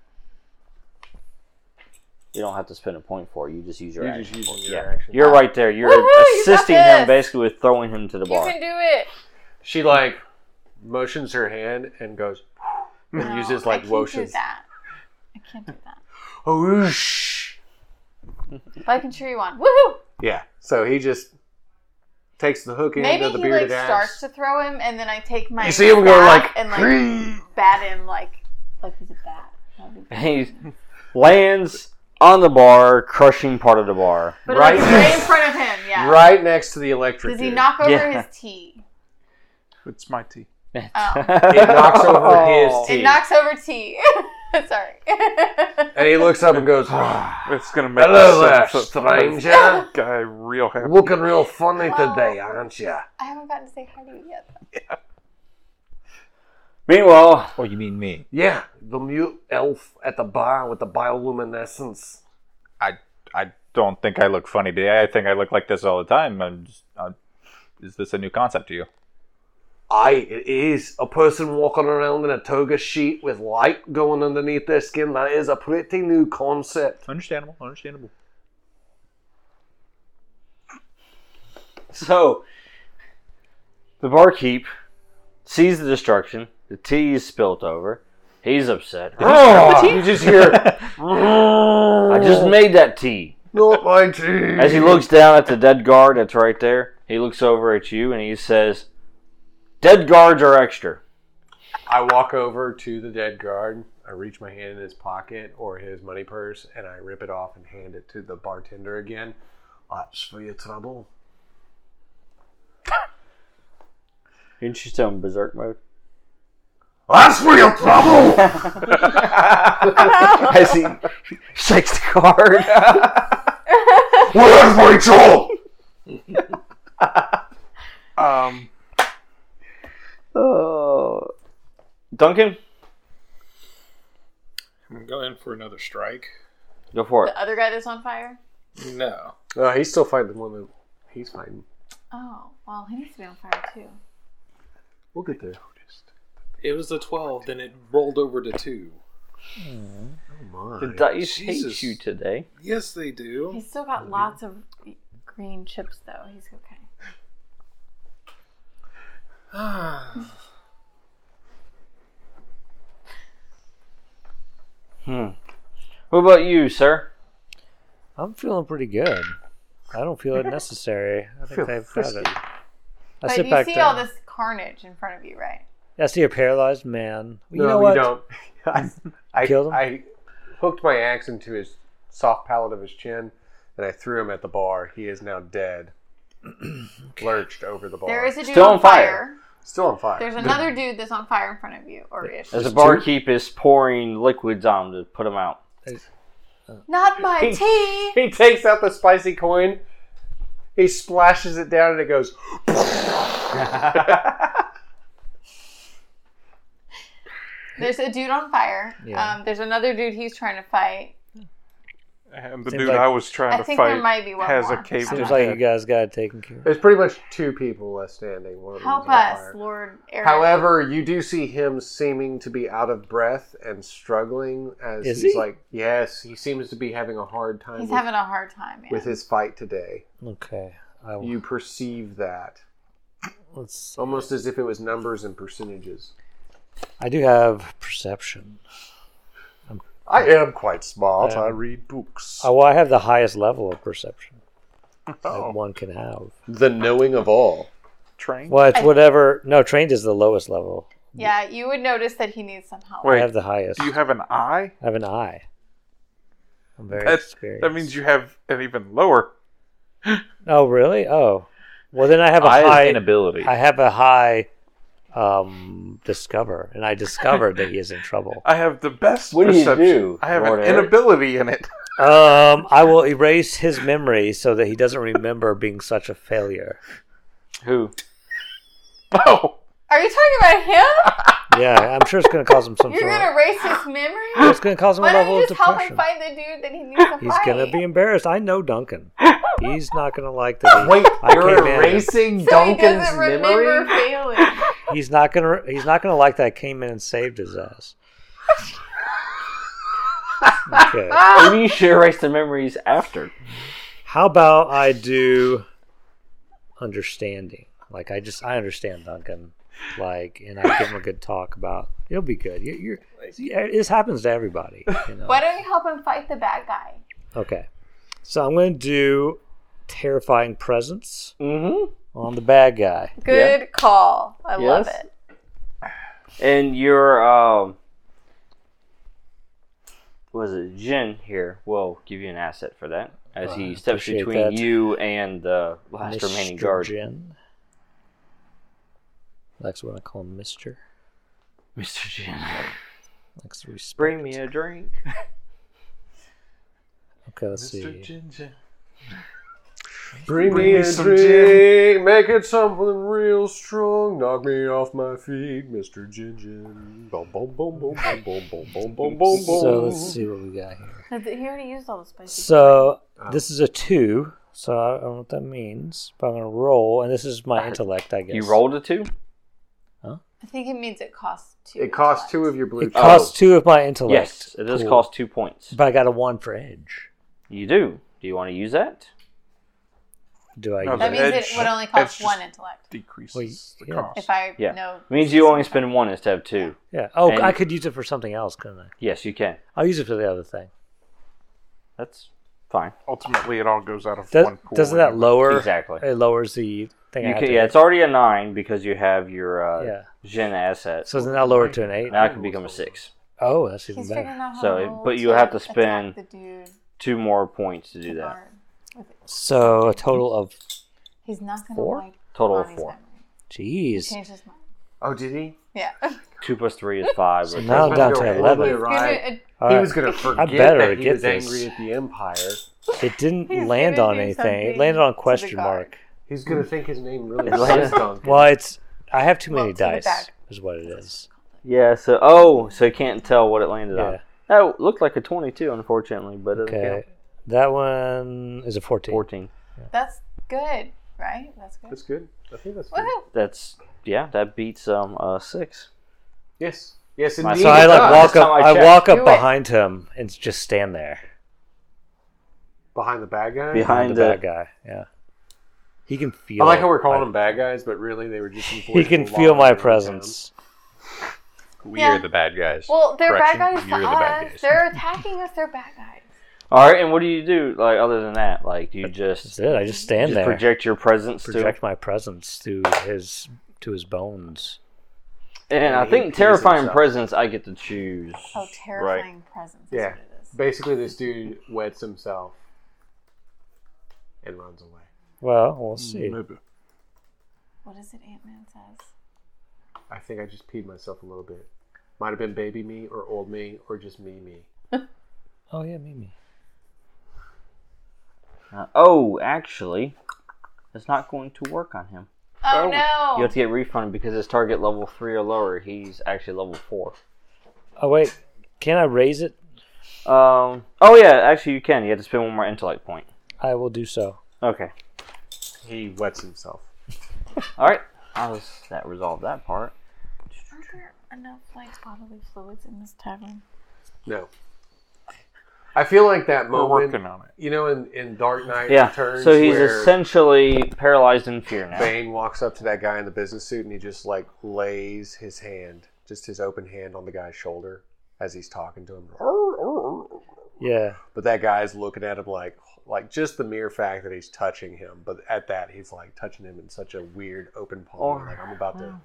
Speaker 2: You don't have to spend a point for it. You just use your
Speaker 7: You're just
Speaker 2: action.
Speaker 7: using
Speaker 2: point.
Speaker 7: your
Speaker 2: yeah.
Speaker 7: action.
Speaker 2: You're right there. You're
Speaker 5: Woohoo, you got
Speaker 2: assisting him
Speaker 5: this.
Speaker 2: basically with throwing him to the
Speaker 5: You
Speaker 2: bar.
Speaker 5: can do it.
Speaker 7: She like motions her hand and goes and
Speaker 5: No,
Speaker 7: uses
Speaker 5: I
Speaker 7: like Oh,
Speaker 5: can't
Speaker 7: motions.
Speaker 5: do that. I can't do that.
Speaker 7: Whoosh.
Speaker 5: But I can cheer you on. Woohoo!
Speaker 7: Yeah. So he just takes the hook end
Speaker 5: Maybe
Speaker 7: of the
Speaker 5: he
Speaker 7: bearded
Speaker 5: like
Speaker 7: axe.
Speaker 5: starts to throw him, and then I take my
Speaker 7: You see him go
Speaker 5: bat
Speaker 7: like,
Speaker 5: and like bat him like like he's a bat. That'd be-
Speaker 2: he lands on the bar, crushing part of the bar.
Speaker 5: But
Speaker 7: Right.
Speaker 5: right, like, right in front of him, yeah.
Speaker 7: right next to the electric.
Speaker 5: Does he
Speaker 7: dude.
Speaker 5: knock over
Speaker 2: Yeah.
Speaker 5: his tea?
Speaker 6: It's my tea.
Speaker 5: Oh.
Speaker 7: It knocks over
Speaker 6: Oh.
Speaker 7: his
Speaker 5: It
Speaker 7: teeth,
Speaker 5: knocks over tea. Sorry.
Speaker 7: and he looks up and goes,
Speaker 6: It's gonna make
Speaker 7: "Hello there,
Speaker 6: this some- some-
Speaker 7: stranger.
Speaker 6: guy real happy.
Speaker 7: Looking real funny today, aren't you?"
Speaker 5: I haven't gotten to say hi to you yet. though.
Speaker 2: Meanwhile,
Speaker 3: Oh, you mean me?
Speaker 7: Yeah, the mute elf at the bar with the bioluminescence.
Speaker 3: I I don't think I look funny today. I think I look like this all the time. I'm just, i is this a new concept to you?
Speaker 7: I it is a person walking around in a toga sheet with light going underneath their skin. That is a pretty new concept.
Speaker 3: Understandable. Understandable.
Speaker 2: so the barkeep sees the destruction. The tea is spilt over. He's upset.
Speaker 7: Ah,
Speaker 2: Oh.
Speaker 7: you just hear
Speaker 2: I just made that tea.
Speaker 7: not my tea.
Speaker 2: As he looks down at the dead guard that's right there, he looks over at you and he says, "Dead guards are extra."
Speaker 7: I walk over to the dead guard. I reach my hand in his pocket or his money purse, and I rip it off and hand it to the bartender again. That's for your trouble.
Speaker 2: Didn't you tell him berserk mode?
Speaker 7: That's for your trouble.
Speaker 2: As he shakes the guard.
Speaker 7: Where's Rachel?
Speaker 6: Um, Oh.
Speaker 2: Duncan,
Speaker 4: I'm going for another strike.
Speaker 2: go for it.
Speaker 5: The other guy that's on fire?
Speaker 4: No.
Speaker 7: No, Uh, he's still fighting the one that he's fighting.
Speaker 5: Oh, well, he needs to be on fire too.
Speaker 7: We'll get there.
Speaker 4: It was a 12, then it rolled over to 2.
Speaker 7: Oh
Speaker 2: The
Speaker 7: my.
Speaker 2: dice
Speaker 4: Jesus.
Speaker 2: hate you today.
Speaker 4: Yes, they do.
Speaker 5: He's still got lots of green chips though. He's okay.
Speaker 2: Hmm. What about you, sir?
Speaker 8: I'm feeling pretty good. I don't feel it necessary. I think
Speaker 6: feel
Speaker 8: they've got it. I
Speaker 5: But
Speaker 8: sit
Speaker 5: you
Speaker 8: back
Speaker 5: see
Speaker 8: there.
Speaker 5: all this carnage in front of you, right?
Speaker 8: I see a paralyzed man. You
Speaker 7: no,
Speaker 8: know what?
Speaker 7: you don't. I, I,
Speaker 8: Killed him?
Speaker 7: I hooked my axe into his soft palate of his chin, and I threw him at the bar. He is now dead, lurched over the bar.
Speaker 5: There is a dude
Speaker 2: Still
Speaker 5: on,
Speaker 2: on
Speaker 5: fire.
Speaker 2: fire.
Speaker 7: still on fire.
Speaker 5: There's another dude that's on fire in front of you, or ish.
Speaker 2: As the barkeep is pouring liquids on him to put him out.
Speaker 5: Not my
Speaker 7: He-
Speaker 5: tea.
Speaker 7: he takes out the spicy coin. He splashes it down, and it goes.
Speaker 5: There's a dude on fire.
Speaker 8: Yeah.
Speaker 5: Um, there's another dude he's trying to fight.
Speaker 6: And the
Speaker 8: Seems
Speaker 6: dude
Speaker 8: like-
Speaker 6: I was trying
Speaker 5: I
Speaker 6: to
Speaker 5: think
Speaker 6: fight
Speaker 5: there might be one
Speaker 6: has
Speaker 5: more.
Speaker 6: a cave.
Speaker 8: Seems like you guys got it taken care of.
Speaker 7: There's pretty much two people left standing. One of them's
Speaker 5: Help
Speaker 7: on
Speaker 5: us,
Speaker 7: fire.
Speaker 5: Lord Eric.
Speaker 7: However, you do see him seeming to be out of breath and struggling as
Speaker 8: Is
Speaker 7: he's
Speaker 8: he?
Speaker 7: like, yes, he seems to be having a hard time
Speaker 5: he's
Speaker 7: with,
Speaker 5: having a hard time. Man.
Speaker 7: with his fight today.
Speaker 8: Okay. I will.
Speaker 7: You perceive that
Speaker 8: Let's,
Speaker 7: almost as if it was numbers and percentages.
Speaker 8: I do have perception.
Speaker 7: I am quite smart.
Speaker 8: Um,
Speaker 7: I read books.
Speaker 8: Oh, well, I have the highest level of perception
Speaker 6: Oh.
Speaker 8: that one can have.
Speaker 7: The knowing of all.
Speaker 6: train.
Speaker 8: Well, it's
Speaker 5: I-
Speaker 8: whatever. No, trained is the lowest level.
Speaker 5: yeah, you would notice that he needs some help.
Speaker 8: I
Speaker 6: Wait,
Speaker 8: have the highest.
Speaker 6: do you have an eye?
Speaker 8: I have an eye. I'm very
Speaker 6: That's,
Speaker 8: experienced.
Speaker 6: that means you have an even lower.
Speaker 8: Oh, really? Oh, well, then I have a
Speaker 3: Eye is
Speaker 8: high.
Speaker 3: inability.
Speaker 8: I have a high um, discover, and I discovered that he is in trouble.
Speaker 6: I have the best
Speaker 2: What do you
Speaker 6: perception.
Speaker 2: do,
Speaker 6: I have
Speaker 2: Lord
Speaker 6: an
Speaker 2: Eric?
Speaker 6: inability in it.
Speaker 8: Um, I will erase his memory so that he doesn't remember being such a failure.
Speaker 2: Who?
Speaker 6: Oh,
Speaker 5: Are you talking about him?
Speaker 8: Yeah, I'm sure it's going to cause him some.
Speaker 5: You're
Speaker 8: sort
Speaker 5: gonna
Speaker 8: of,
Speaker 5: erase his memory?
Speaker 8: it's going to cause him a
Speaker 5: Why don't
Speaker 8: level
Speaker 5: you
Speaker 8: of
Speaker 5: just help him
Speaker 8: depression.
Speaker 5: find the dude that he needs to
Speaker 8: He's
Speaker 5: fight?
Speaker 8: going to be embarrassed. I know Duncan. He's not going to like that. he-
Speaker 7: Wait,
Speaker 8: I
Speaker 7: you're
Speaker 8: came in-
Speaker 7: erasing
Speaker 5: so he
Speaker 7: Duncan's
Speaker 5: doesn't remember
Speaker 7: memory?
Speaker 5: failing.
Speaker 8: He's not gonna. He's not gonna like that. I Came in and saved his ass. Okay.
Speaker 2: Maybe you should erase the memories after.
Speaker 8: How about I do understanding? Like I just I understand Duncan. Like and I give him a good talk about it'll be good. You're, you're yeah, this happens to everybody. You know?
Speaker 5: Why don't you help him fight the bad guy?
Speaker 8: Okay. So I'm gonna do terrifying presence
Speaker 2: Mm-hmm.
Speaker 8: on the bad guy.
Speaker 5: Good call. I love
Speaker 2: Yes.
Speaker 5: it.
Speaker 2: And your um, was it Jin here? will give you an asset for that as
Speaker 8: I
Speaker 2: he steps
Speaker 8: appreciate
Speaker 2: between
Speaker 8: that.
Speaker 2: you and the last remaining
Speaker 8: Mr.
Speaker 2: guard,
Speaker 8: Jin. That's what I call him, Mister.
Speaker 2: Mister Jin.
Speaker 8: Likes respect.
Speaker 2: Bring me a drink.
Speaker 8: Okay, let's
Speaker 6: Mr.
Speaker 8: see.
Speaker 6: Ginger.
Speaker 7: Bring
Speaker 6: Bring
Speaker 7: me
Speaker 6: me
Speaker 7: a
Speaker 6: some
Speaker 7: drink,
Speaker 6: gin.
Speaker 7: make it something real strong, knock me off my feet, Mr. Gin Gin. Boom, boom, boom, boom, boom, boom, boom, boom, boom, boom,
Speaker 8: So
Speaker 7: boom.
Speaker 8: let's see what we got here.
Speaker 5: He already used all the spicy.
Speaker 8: So
Speaker 2: Ah.
Speaker 8: this is a two. So I don't know what that means, but I'm gonna roll, and this is my intellect, I guess.
Speaker 2: You rolled a two.
Speaker 5: I think it means it costs two.
Speaker 7: It costs two of your blue
Speaker 8: It costs two of my intellect.
Speaker 2: Oh. Yes, it does
Speaker 8: Cool.
Speaker 2: cost two points.
Speaker 8: But I got a one for edge.
Speaker 2: You do. Do you want to use that?
Speaker 8: Do I?
Speaker 6: No,
Speaker 8: use
Speaker 5: That means
Speaker 6: Edge-
Speaker 5: it would only
Speaker 6: edge
Speaker 5: cost
Speaker 6: just-
Speaker 5: one intellect.
Speaker 6: Decreases
Speaker 8: Well,
Speaker 6: the
Speaker 8: yeah.
Speaker 6: cost.
Speaker 5: If I
Speaker 2: Yeah.
Speaker 5: know.
Speaker 2: means you only spend one instead of two.
Speaker 8: Yeah. Oh,
Speaker 2: And-
Speaker 8: I could use it for something else, couldn't I?
Speaker 2: Yes, you can.
Speaker 8: I'll use it for the other thing.
Speaker 2: That's fine.
Speaker 6: Ultimately, it all goes out of
Speaker 8: Does,
Speaker 6: one pool.
Speaker 8: doesn't that
Speaker 6: anyway.
Speaker 8: lower?
Speaker 2: Exactly.
Speaker 8: It lowers the thing. I
Speaker 2: You
Speaker 8: have
Speaker 2: can,
Speaker 8: to
Speaker 2: yeah,
Speaker 8: hit.
Speaker 2: it's already a nine because you have your uh,
Speaker 8: Yeah.
Speaker 2: Jin asset.
Speaker 8: So then I'll lower it to an eight.
Speaker 2: now it can become a six.
Speaker 8: Oh, that's even
Speaker 5: He's
Speaker 8: better.
Speaker 5: figuring out how
Speaker 2: So
Speaker 5: to
Speaker 2: it-
Speaker 5: roll
Speaker 2: but you have to
Speaker 5: attack
Speaker 2: spend
Speaker 5: the dude
Speaker 2: Two more points to do
Speaker 5: to
Speaker 2: that.
Speaker 5: guard.
Speaker 8: So a total of.
Speaker 5: He's not going to
Speaker 8: Four?
Speaker 5: like
Speaker 2: Total of
Speaker 5: Ronnie's
Speaker 2: four.
Speaker 5: memory. He
Speaker 8: Jeez.
Speaker 5: changed his mind.
Speaker 7: Oh, did he?
Speaker 5: Yeah.
Speaker 2: Two plus three is five.
Speaker 8: So
Speaker 2: which
Speaker 8: now I'm
Speaker 2: is-
Speaker 8: down to
Speaker 7: He's
Speaker 8: eleven.
Speaker 7: gonna- Right.
Speaker 8: All
Speaker 7: he
Speaker 8: right.
Speaker 7: was going to forget
Speaker 8: better
Speaker 7: that he
Speaker 8: get
Speaker 7: was
Speaker 8: this.
Speaker 7: angry at the Empire.
Speaker 8: It didn't
Speaker 5: He's
Speaker 8: land
Speaker 5: gonna
Speaker 8: on
Speaker 5: do
Speaker 8: anything. It
Speaker 5: something
Speaker 8: landed on
Speaker 5: to the
Speaker 8: question
Speaker 5: guard.
Speaker 8: mark.
Speaker 7: He's going to think his name really
Speaker 2: Atlanta.
Speaker 7: sucks on
Speaker 8: Well, it's I have too many
Speaker 5: Well, to the
Speaker 8: dice.
Speaker 5: back.
Speaker 8: Is what it is.
Speaker 2: Yeah. So oh, so you can't tell what it landed
Speaker 8: Yeah.
Speaker 2: on. That looked like a twenty-two, unfortunately, but it
Speaker 8: Okay. That one is a 14.
Speaker 2: fourteen.
Speaker 5: That's good, right? That's good.
Speaker 6: That's good. I think that's good.
Speaker 5: Woohoo!
Speaker 2: That's yeah. That beats um uh six.
Speaker 7: Yes. Yes,
Speaker 2: My-
Speaker 7: indeed.
Speaker 8: So I
Speaker 7: it
Speaker 8: like
Speaker 7: does.
Speaker 8: walk up.
Speaker 2: time I
Speaker 8: I,
Speaker 2: checked.
Speaker 8: walk up
Speaker 5: Do it.
Speaker 8: behind him and just stand there
Speaker 7: behind the bad guy.
Speaker 8: behind
Speaker 2: Behind
Speaker 8: the bad
Speaker 2: it.
Speaker 8: guy. Yeah, he can feel.
Speaker 7: I like how we're
Speaker 8: my-
Speaker 7: calling them bad guys, but really they were just.
Speaker 8: He can feel my presence.
Speaker 3: We
Speaker 5: Yeah.
Speaker 3: are the bad guys.
Speaker 5: Well, they're
Speaker 3: Correction,
Speaker 5: bad guys to
Speaker 3: you're the
Speaker 5: us.
Speaker 3: bad guys.
Speaker 5: They're attacking us. They're bad guys.
Speaker 2: All right. And what do you do like other than that? Like do you just,
Speaker 8: That's it. I just stand
Speaker 2: just
Speaker 8: there, project,
Speaker 2: project your presence
Speaker 8: my presence to his to his bones.
Speaker 2: to? And I
Speaker 7: He
Speaker 2: think
Speaker 7: pleases
Speaker 2: terrifying
Speaker 7: himself.
Speaker 2: presence I get to choose.
Speaker 5: Oh, terrifying presence. Is
Speaker 7: Yeah.
Speaker 5: What it is.
Speaker 7: Basically, this dude wets himself and runs away.
Speaker 8: Well, we'll see.
Speaker 6: Maybe.
Speaker 5: What is it? Ant Man says.
Speaker 7: I think I just peed myself a little bit. Might have been baby me or old me or just me me.
Speaker 8: Oh yeah, Mimi.
Speaker 2: Uh, oh, actually, it's not going to work on him.
Speaker 5: Oh,
Speaker 2: You
Speaker 5: no!
Speaker 2: have to get refunded because his target level three or lower. He's actually level four.
Speaker 8: Oh wait, can I raise it?
Speaker 2: Um. Oh yeah, actually you can. You have to spend one more intellect point.
Speaker 8: I will do so.
Speaker 2: Okay.
Speaker 7: He wets himself.
Speaker 2: All right. How does that resolve that part?
Speaker 5: Aren't there enough like bodily fluids in this tavern?
Speaker 7: No. I feel like that
Speaker 6: We're
Speaker 7: moment,
Speaker 6: working on it.
Speaker 7: you know, in, in Dark Knight
Speaker 2: Yeah.
Speaker 7: Returns,
Speaker 2: So he's
Speaker 7: where
Speaker 2: essentially paralyzed in fear now.
Speaker 7: Bane walks up to that guy in the business suit and he just like lays his hand, just his open hand on the guy's shoulder as he's talking to him.
Speaker 8: Yeah.
Speaker 7: But that guy's looking at him like, like just the mere fact that he's touching him. But at that, he's like touching him in such a weird open palm,
Speaker 5: Oh,
Speaker 2: Or-
Speaker 7: like I'm about to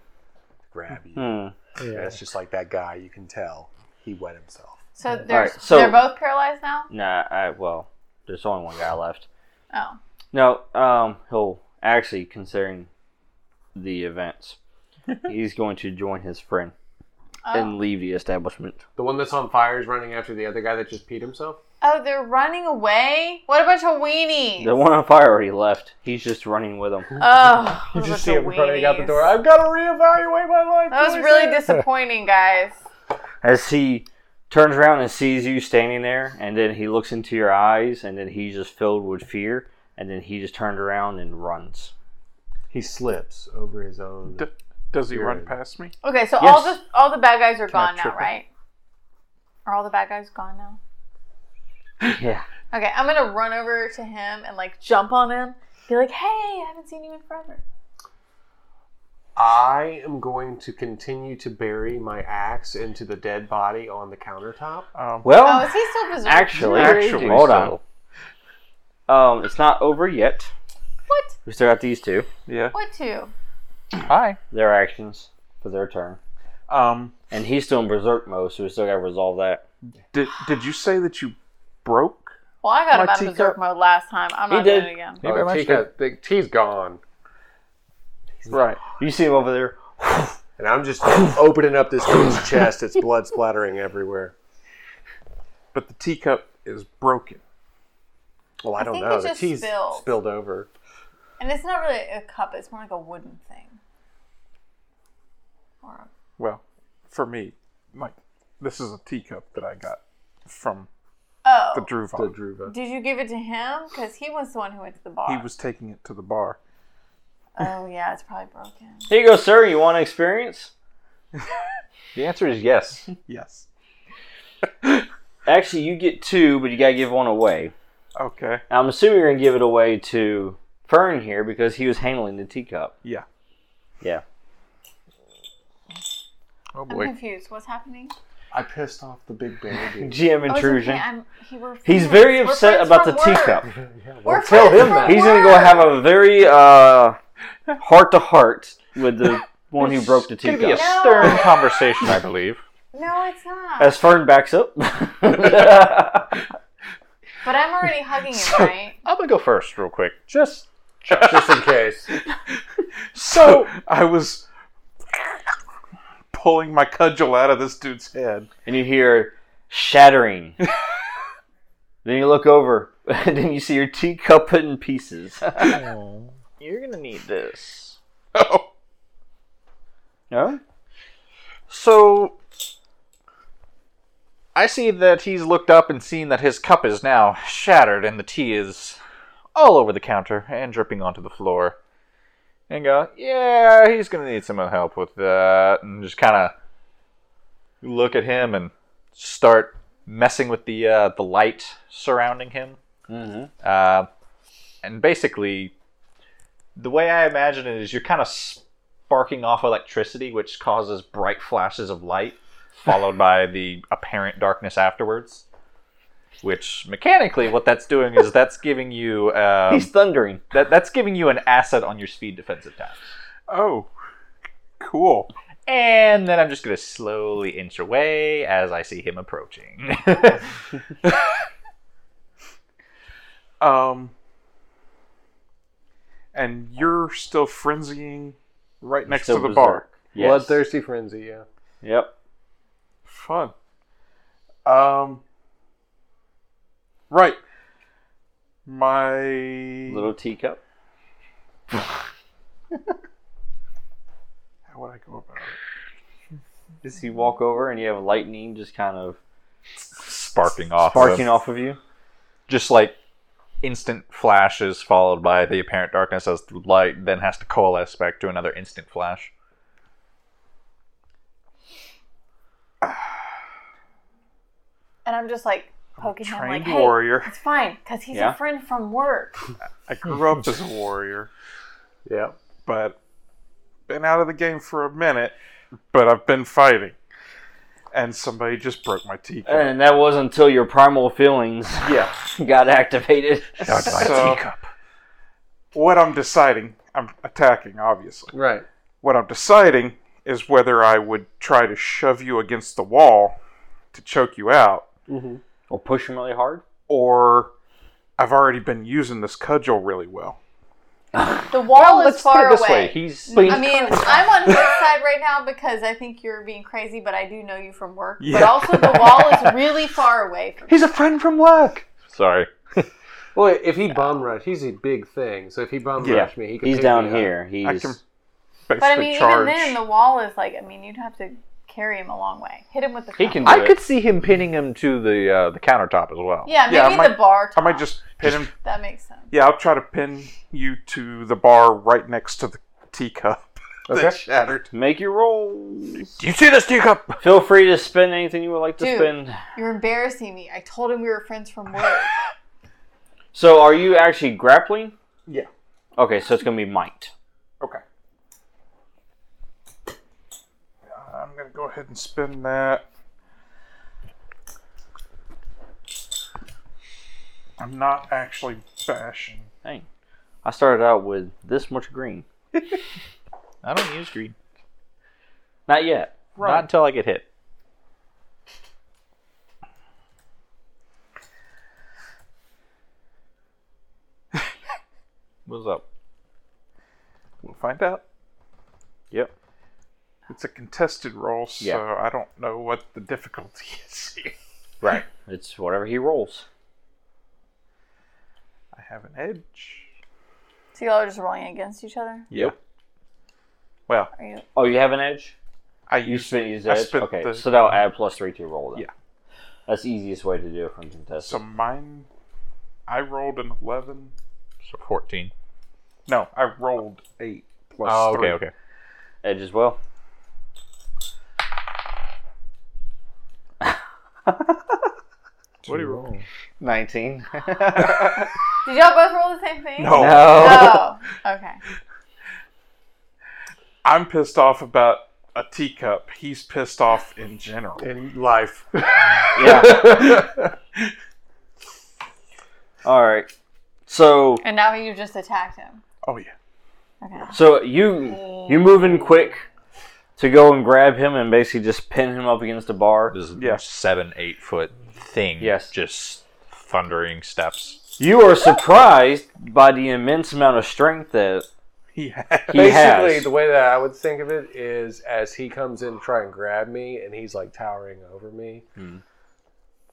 Speaker 7: grab you.
Speaker 2: Hmm.
Speaker 7: And
Speaker 8: Yeah.
Speaker 7: it's just like that guy. You can tell he wet himself.
Speaker 5: So they're
Speaker 2: right, so-
Speaker 5: they're both paralyzed now.
Speaker 2: Nah. I, well, there's only one guy left.
Speaker 5: Oh,
Speaker 2: No. Um. He'll actually, considering the events, he's going to join his friend
Speaker 5: oh,
Speaker 2: and leave the establishment.
Speaker 7: The one that's on fire is running after the other guy that just peed himself.
Speaker 5: oh, they're running away. What a bunch of weenies!
Speaker 2: The one on fire already left. He's just running with him.
Speaker 5: Oh,
Speaker 7: You
Speaker 5: what a
Speaker 7: just
Speaker 5: bunch
Speaker 7: see
Speaker 5: of
Speaker 7: him running out the
Speaker 5: weenies.
Speaker 7: door. I've got to reevaluate my life.
Speaker 5: That was
Speaker 7: choices."
Speaker 5: really disappointing, guys.
Speaker 2: as he turns around and sees you standing there and then he looks into your eyes and then he's just filled with fear and then he just turns around and runs
Speaker 7: He slips over his own.
Speaker 6: D- does he run
Speaker 7: Good.
Speaker 6: past me?
Speaker 5: Okay, so
Speaker 2: Yes.
Speaker 5: all the all the bad guys are gone now,
Speaker 6: trip him?
Speaker 5: right? Are all the bad guys gone now?
Speaker 2: yeah
Speaker 5: Okay, I'm gonna run over to him and like jump on him. Be like, hey, I haven't seen you in forever.
Speaker 7: I am going to continue to bury my axe into the dead body on the countertop.
Speaker 6: Um,
Speaker 2: well
Speaker 5: Oh, is he still preserved?
Speaker 2: actually
Speaker 6: Actually,
Speaker 2: hold
Speaker 6: so-
Speaker 2: on um it's not over yet
Speaker 5: What?
Speaker 2: we still got these two
Speaker 6: yeah.
Speaker 5: What two?
Speaker 6: Hi.
Speaker 2: their actions for their turn
Speaker 6: Um,
Speaker 2: and he's still in berserk mode so we still gotta resolve that
Speaker 6: did, did you say that you broke?
Speaker 5: Well, I got
Speaker 6: My
Speaker 5: him out of
Speaker 6: teacup.
Speaker 5: berserk mode last time. I'm
Speaker 2: He
Speaker 5: not doing
Speaker 2: did.
Speaker 5: it again.
Speaker 6: Maybe I
Speaker 7: oh,
Speaker 6: might
Speaker 7: T
Speaker 6: have-
Speaker 7: got- the T's gone,
Speaker 2: right you see him over there
Speaker 7: and I'm just opening up this dude's chest. It's blood splattering everywhere.
Speaker 6: But the teacup is broken.
Speaker 7: Well, I
Speaker 5: I
Speaker 7: don't
Speaker 5: think
Speaker 7: know.
Speaker 5: it
Speaker 7: The
Speaker 5: just
Speaker 7: tea's
Speaker 5: spilled.
Speaker 7: spilled over.
Speaker 5: And it's not really a cup; it's more like a wooden thing. Or
Speaker 6: Well, for me, like this is a teacup that I got from
Speaker 5: oh,
Speaker 6: the Druva.
Speaker 7: The Druva.
Speaker 5: did you give it to him? Because he was the one who went to the bar.
Speaker 6: He was taking it to the bar.
Speaker 5: Oh yeah, it's probably broken.
Speaker 2: here you go sir you want experience the answer is yes
Speaker 6: Yes.
Speaker 2: actually you get two but you gotta give one away
Speaker 6: Okay.
Speaker 2: I'm assuming you're gonna give it away to Fern here because he was handling the teacup.
Speaker 6: Yeah.
Speaker 2: Yeah.
Speaker 6: Oh
Speaker 5: I'm
Speaker 6: boy.
Speaker 5: confused. What's happening?
Speaker 7: I pissed off the big bear dude.
Speaker 2: GM
Speaker 5: Oh, it's
Speaker 2: intrusion.
Speaker 5: okay, I'm- he- we're
Speaker 2: He's
Speaker 5: friends.
Speaker 2: very
Speaker 5: We're
Speaker 2: upset
Speaker 5: friends
Speaker 2: about the
Speaker 5: from work.
Speaker 2: teacup.
Speaker 5: We're
Speaker 2: Tell
Speaker 5: friends
Speaker 2: him
Speaker 5: from
Speaker 2: that. He's gonna go
Speaker 5: work.
Speaker 2: have a very uh heart to heart with the one who broke the
Speaker 6: Gonna be a
Speaker 2: teacup.
Speaker 5: No.
Speaker 6: stern conversation, I believe.
Speaker 5: No, it's not.
Speaker 2: As Fern backs up.
Speaker 5: But I'm already hugging him,
Speaker 6: So-
Speaker 5: right?
Speaker 6: I'm gonna go first, real quick. Just
Speaker 7: just in case.
Speaker 6: so I was pulling my cudgel out of this dude's head.
Speaker 2: and you hear shattering. then you look over and then you see your teacup in pieces.
Speaker 3: Oh.
Speaker 2: You're gonna need this.
Speaker 6: Oh.
Speaker 2: No?
Speaker 3: So I see that he's looked up and seen that his cup is now shattered and the tea is all over the counter and dripping onto the floor. And go, yeah, he's gonna need some help with that, and just kind of look at him and start messing with the uh, the light surrounding him.
Speaker 2: Mm-hmm.
Speaker 3: Uh, and basically, the way I imagine it is you're kind of sparking off electricity, which causes bright flashes of light, followed by the apparent darkness afterwards. Which mechanically, what that's doing is that's giving you um,
Speaker 2: He's thundering.
Speaker 3: that, that's giving you an asset on your speed defensive task.
Speaker 6: Oh, cool.
Speaker 3: And then I'm just gonna slowly inch away as I see him approaching.
Speaker 6: Um, and you're still frenzying right next to
Speaker 2: Still
Speaker 6: the
Speaker 2: berserk.
Speaker 6: bar.
Speaker 2: Yes.
Speaker 7: Bloodthirsty frenzy. Yeah.
Speaker 2: Yep.
Speaker 6: Fun. Um, right. My
Speaker 2: Little teacup.
Speaker 6: how would I go about it?
Speaker 2: Does he walk over and you have lightning just kind of
Speaker 3: sparking off, of
Speaker 2: sparking
Speaker 3: him.
Speaker 2: off of you?
Speaker 3: just like instant flashes followed by the apparent darkness as the light then has to coalesce back to another instant flash.
Speaker 5: And I'm just like poking him, like,
Speaker 6: Trained
Speaker 5: hey,
Speaker 6: warrior.
Speaker 5: it's fine, because he's
Speaker 2: Yeah.
Speaker 5: a friend from work.
Speaker 6: I grew up as a warrior,
Speaker 7: Yeah.
Speaker 6: but been out of the game for a minute. But I've been fighting, and somebody just broke my teacup.
Speaker 2: And that was until your primal feelings
Speaker 6: yeah.
Speaker 2: got activated.
Speaker 6: So- What I'm deciding, I'm attacking, obviously.
Speaker 7: Right.
Speaker 6: What I'm deciding is whether I would try to shove you against the wall to choke you out,
Speaker 2: Mm-hmm. Or push him really hard.
Speaker 6: or I've already been using this cudgel really well.
Speaker 5: The wall is far
Speaker 3: this way.
Speaker 5: away.
Speaker 3: He's
Speaker 2: But
Speaker 5: I mean, I'm on his side right now because I think you're being crazy, but I do know you from work. But
Speaker 6: Yeah.
Speaker 5: also, the wall is really far away from
Speaker 6: He's a friend from work.
Speaker 3: sorry.
Speaker 7: Well, if he bum rush, he's a big thing. So if he bum
Speaker 2: Yeah.
Speaker 7: rush me, he can
Speaker 2: he's
Speaker 7: pick
Speaker 2: down
Speaker 7: me up.
Speaker 2: here.
Speaker 6: I
Speaker 2: He's
Speaker 6: can basically
Speaker 5: But I mean, even
Speaker 6: charge.
Speaker 5: then, the wall is like, I mean, you'd have to carry him a long way. Hit him with the
Speaker 2: he
Speaker 5: phone.
Speaker 2: can do
Speaker 3: I
Speaker 2: it.
Speaker 3: could see him pinning him to the uh, the countertop as well.
Speaker 5: Yeah, maybe
Speaker 6: Yeah, I
Speaker 5: the
Speaker 6: might-
Speaker 5: bar.
Speaker 6: I might
Speaker 5: top.
Speaker 6: just pin him.
Speaker 5: That makes sense.
Speaker 6: Yeah, I'll try to pin you to the bar right next to the teacup that's shattered.
Speaker 2: Make your rolls.
Speaker 3: Do you see this teacup?
Speaker 2: Feel free to spend anything you would like to
Speaker 5: Dude.
Speaker 2: spend.
Speaker 5: You're embarrassing me. I told him we were friends from work.
Speaker 2: So, are you actually grappling?
Speaker 6: Yeah.
Speaker 2: Okay, so it's gonna be might.
Speaker 6: Okay. I'm gonna go ahead and spin that. I'm not actually bashing.
Speaker 2: Dang, I started out with this much green.
Speaker 3: I don't use green.
Speaker 2: Not yet.
Speaker 3: Not until I get hit. What's up?
Speaker 6: We'll find out.
Speaker 2: Yep.
Speaker 6: It's a contested roll, so
Speaker 2: Yeah.
Speaker 6: I don't know what the difficulty is. here.
Speaker 2: Right. It's whatever he rolls.
Speaker 6: I have an edge.
Speaker 5: So y'all are just rolling against each other.
Speaker 6: Yep. Well,
Speaker 5: Are you?
Speaker 2: Oh, you have an edge.
Speaker 6: I
Speaker 2: You
Speaker 6: used
Speaker 2: spent his
Speaker 6: I
Speaker 2: edge.
Speaker 6: spent
Speaker 2: Okay,
Speaker 6: the-
Speaker 2: so that'll add plus three to your roll. Then.
Speaker 6: Yeah.
Speaker 2: That's the easiest way to do it from contested.
Speaker 6: so mine. I rolled an eleven.
Speaker 3: So fourteen.
Speaker 6: No, I rolled eight plus
Speaker 3: Oh,
Speaker 6: three.
Speaker 3: okay, okay.
Speaker 2: edge as well.
Speaker 6: What do you roll?
Speaker 2: Nineteen.
Speaker 5: Did y'all both roll the same thing?
Speaker 6: No.
Speaker 5: Oh. Okay.
Speaker 6: I'm pissed off about a teacup. He's pissed off in general.
Speaker 7: In life.
Speaker 2: yeah. All right. So
Speaker 5: And now you just attacked him.
Speaker 6: Oh yeah.
Speaker 5: Okay.
Speaker 2: So you you move in quick to go and grab him and basically just pin him up against the bar.
Speaker 3: This
Speaker 6: Yeah.
Speaker 3: seven, eight foot thing.
Speaker 2: Yes.
Speaker 3: Just thundering steps.
Speaker 2: You are surprised by the immense amount of strength that
Speaker 6: He had.
Speaker 2: he
Speaker 7: Basically,
Speaker 2: has.
Speaker 7: the way that I would think of it is as he comes in to try and grab me, and he's like towering over me.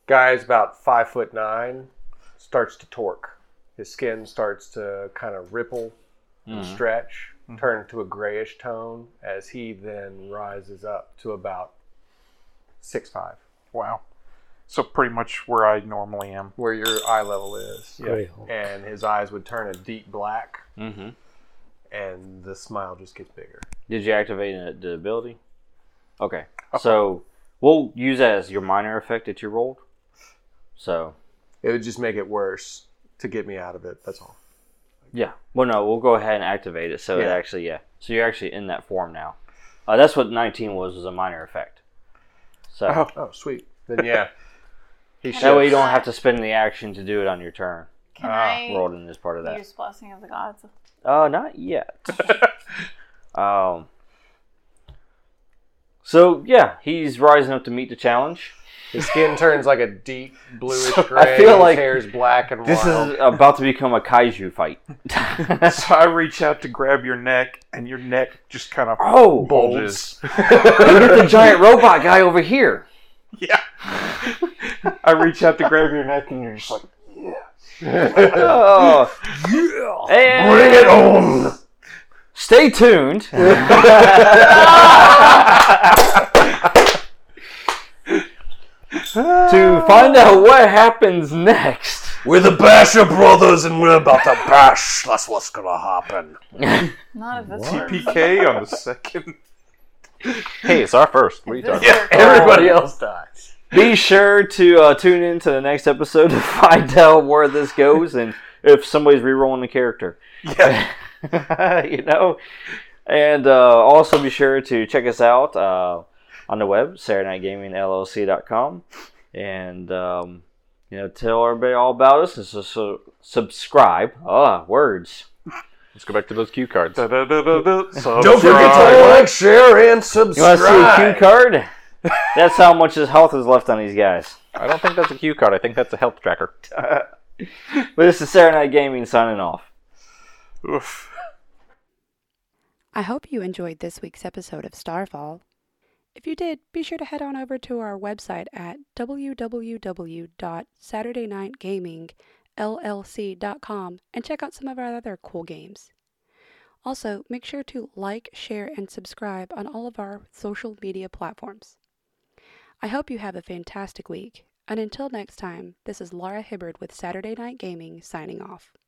Speaker 7: Guy's about five foot nine,
Speaker 2: Hmm.
Speaker 7: starts to torque. His skin starts to kind of ripple and stretch. turn to a grayish tone as he then rises up to about six five,
Speaker 6: Wow. So pretty much where I normally am.
Speaker 7: where your eye level is.
Speaker 8: Grey Hulk.
Speaker 7: And his eyes would turn a deep black,
Speaker 2: Mm-hmm.
Speaker 7: and the smile just gets bigger.
Speaker 2: Did you activate an, the ability? Okay.
Speaker 7: Uh-huh.
Speaker 2: So we'll use that as your minor effect that you rolled. So
Speaker 7: It would just make it worse to get me out of it. That's all.
Speaker 2: yeah. Well, no, we'll go ahead and activate it. So it
Speaker 7: Yeah.
Speaker 2: actually, yeah. So you're actually in that form now. Uh, that's what 19 was, was a minor effect. So
Speaker 7: Oh, sweet. Then yeah, he
Speaker 2: that
Speaker 7: shifts.
Speaker 2: way you don't have to spend the action to do it on your turn.
Speaker 5: Can
Speaker 2: Ah,
Speaker 7: Ah.
Speaker 2: Rolled
Speaker 5: I
Speaker 2: in this part of that.
Speaker 5: use blessing of the gods?
Speaker 2: Uh, not yet. um. So yeah, he's rising up to meet the challenge.
Speaker 7: His skin turns like a deep bluish gray.
Speaker 2: I feel like
Speaker 7: his hair's black and
Speaker 2: This
Speaker 7: wild.
Speaker 2: is about to become a kaiju fight.
Speaker 6: so I reach out to grab your neck, and your neck just kind of
Speaker 2: oh,
Speaker 6: bulges.
Speaker 2: look at the giant robot guy over here.
Speaker 6: yeah. I reach out to grab your neck, and you're just like,
Speaker 2: Oh, And
Speaker 6: bring it on!
Speaker 2: Stay tuned. to find out what happens next.
Speaker 7: We're the Basher brothers, and we're about to bash. That's what's gonna happen.
Speaker 5: Not if this works.
Speaker 6: TPK on the second.
Speaker 3: Hey, it's our first. What are you
Speaker 5: This
Speaker 3: talking about?
Speaker 5: works.
Speaker 7: Everybody else dies.
Speaker 2: Be sure to uh, tune in to the next episode to find out where this goes and if somebody's rerolling the character. Yeah. you know? And uh, also be sure to check us out uh, on the web, SaturdayNightGamingLLC.com. And, um, you know, tell everybody all about us and so, so subscribe. Ah, words.
Speaker 3: Let's go back to those cue cards.
Speaker 6: Don't
Speaker 7: Don't forget to like, share, and
Speaker 2: You want to see a
Speaker 7: subscribe.
Speaker 2: cue card? That's how much his health is left on these guys.
Speaker 3: I don't think that's a cue card. I think that's a health tracker.
Speaker 2: But this is Saturday Night Gaming signing off.
Speaker 6: Oof.
Speaker 1: I hope you enjoyed this week's episode of Starfall. If you did, be sure to head on over to our website at www.saturdaynightgamingllc.com and check out some of our other cool games. Also, make sure to like, share, and subscribe on all of our social media platforms. I hope you have a fantastic week, and until next time, this is Laura Hibbard with Saturday Night Gaming signing off.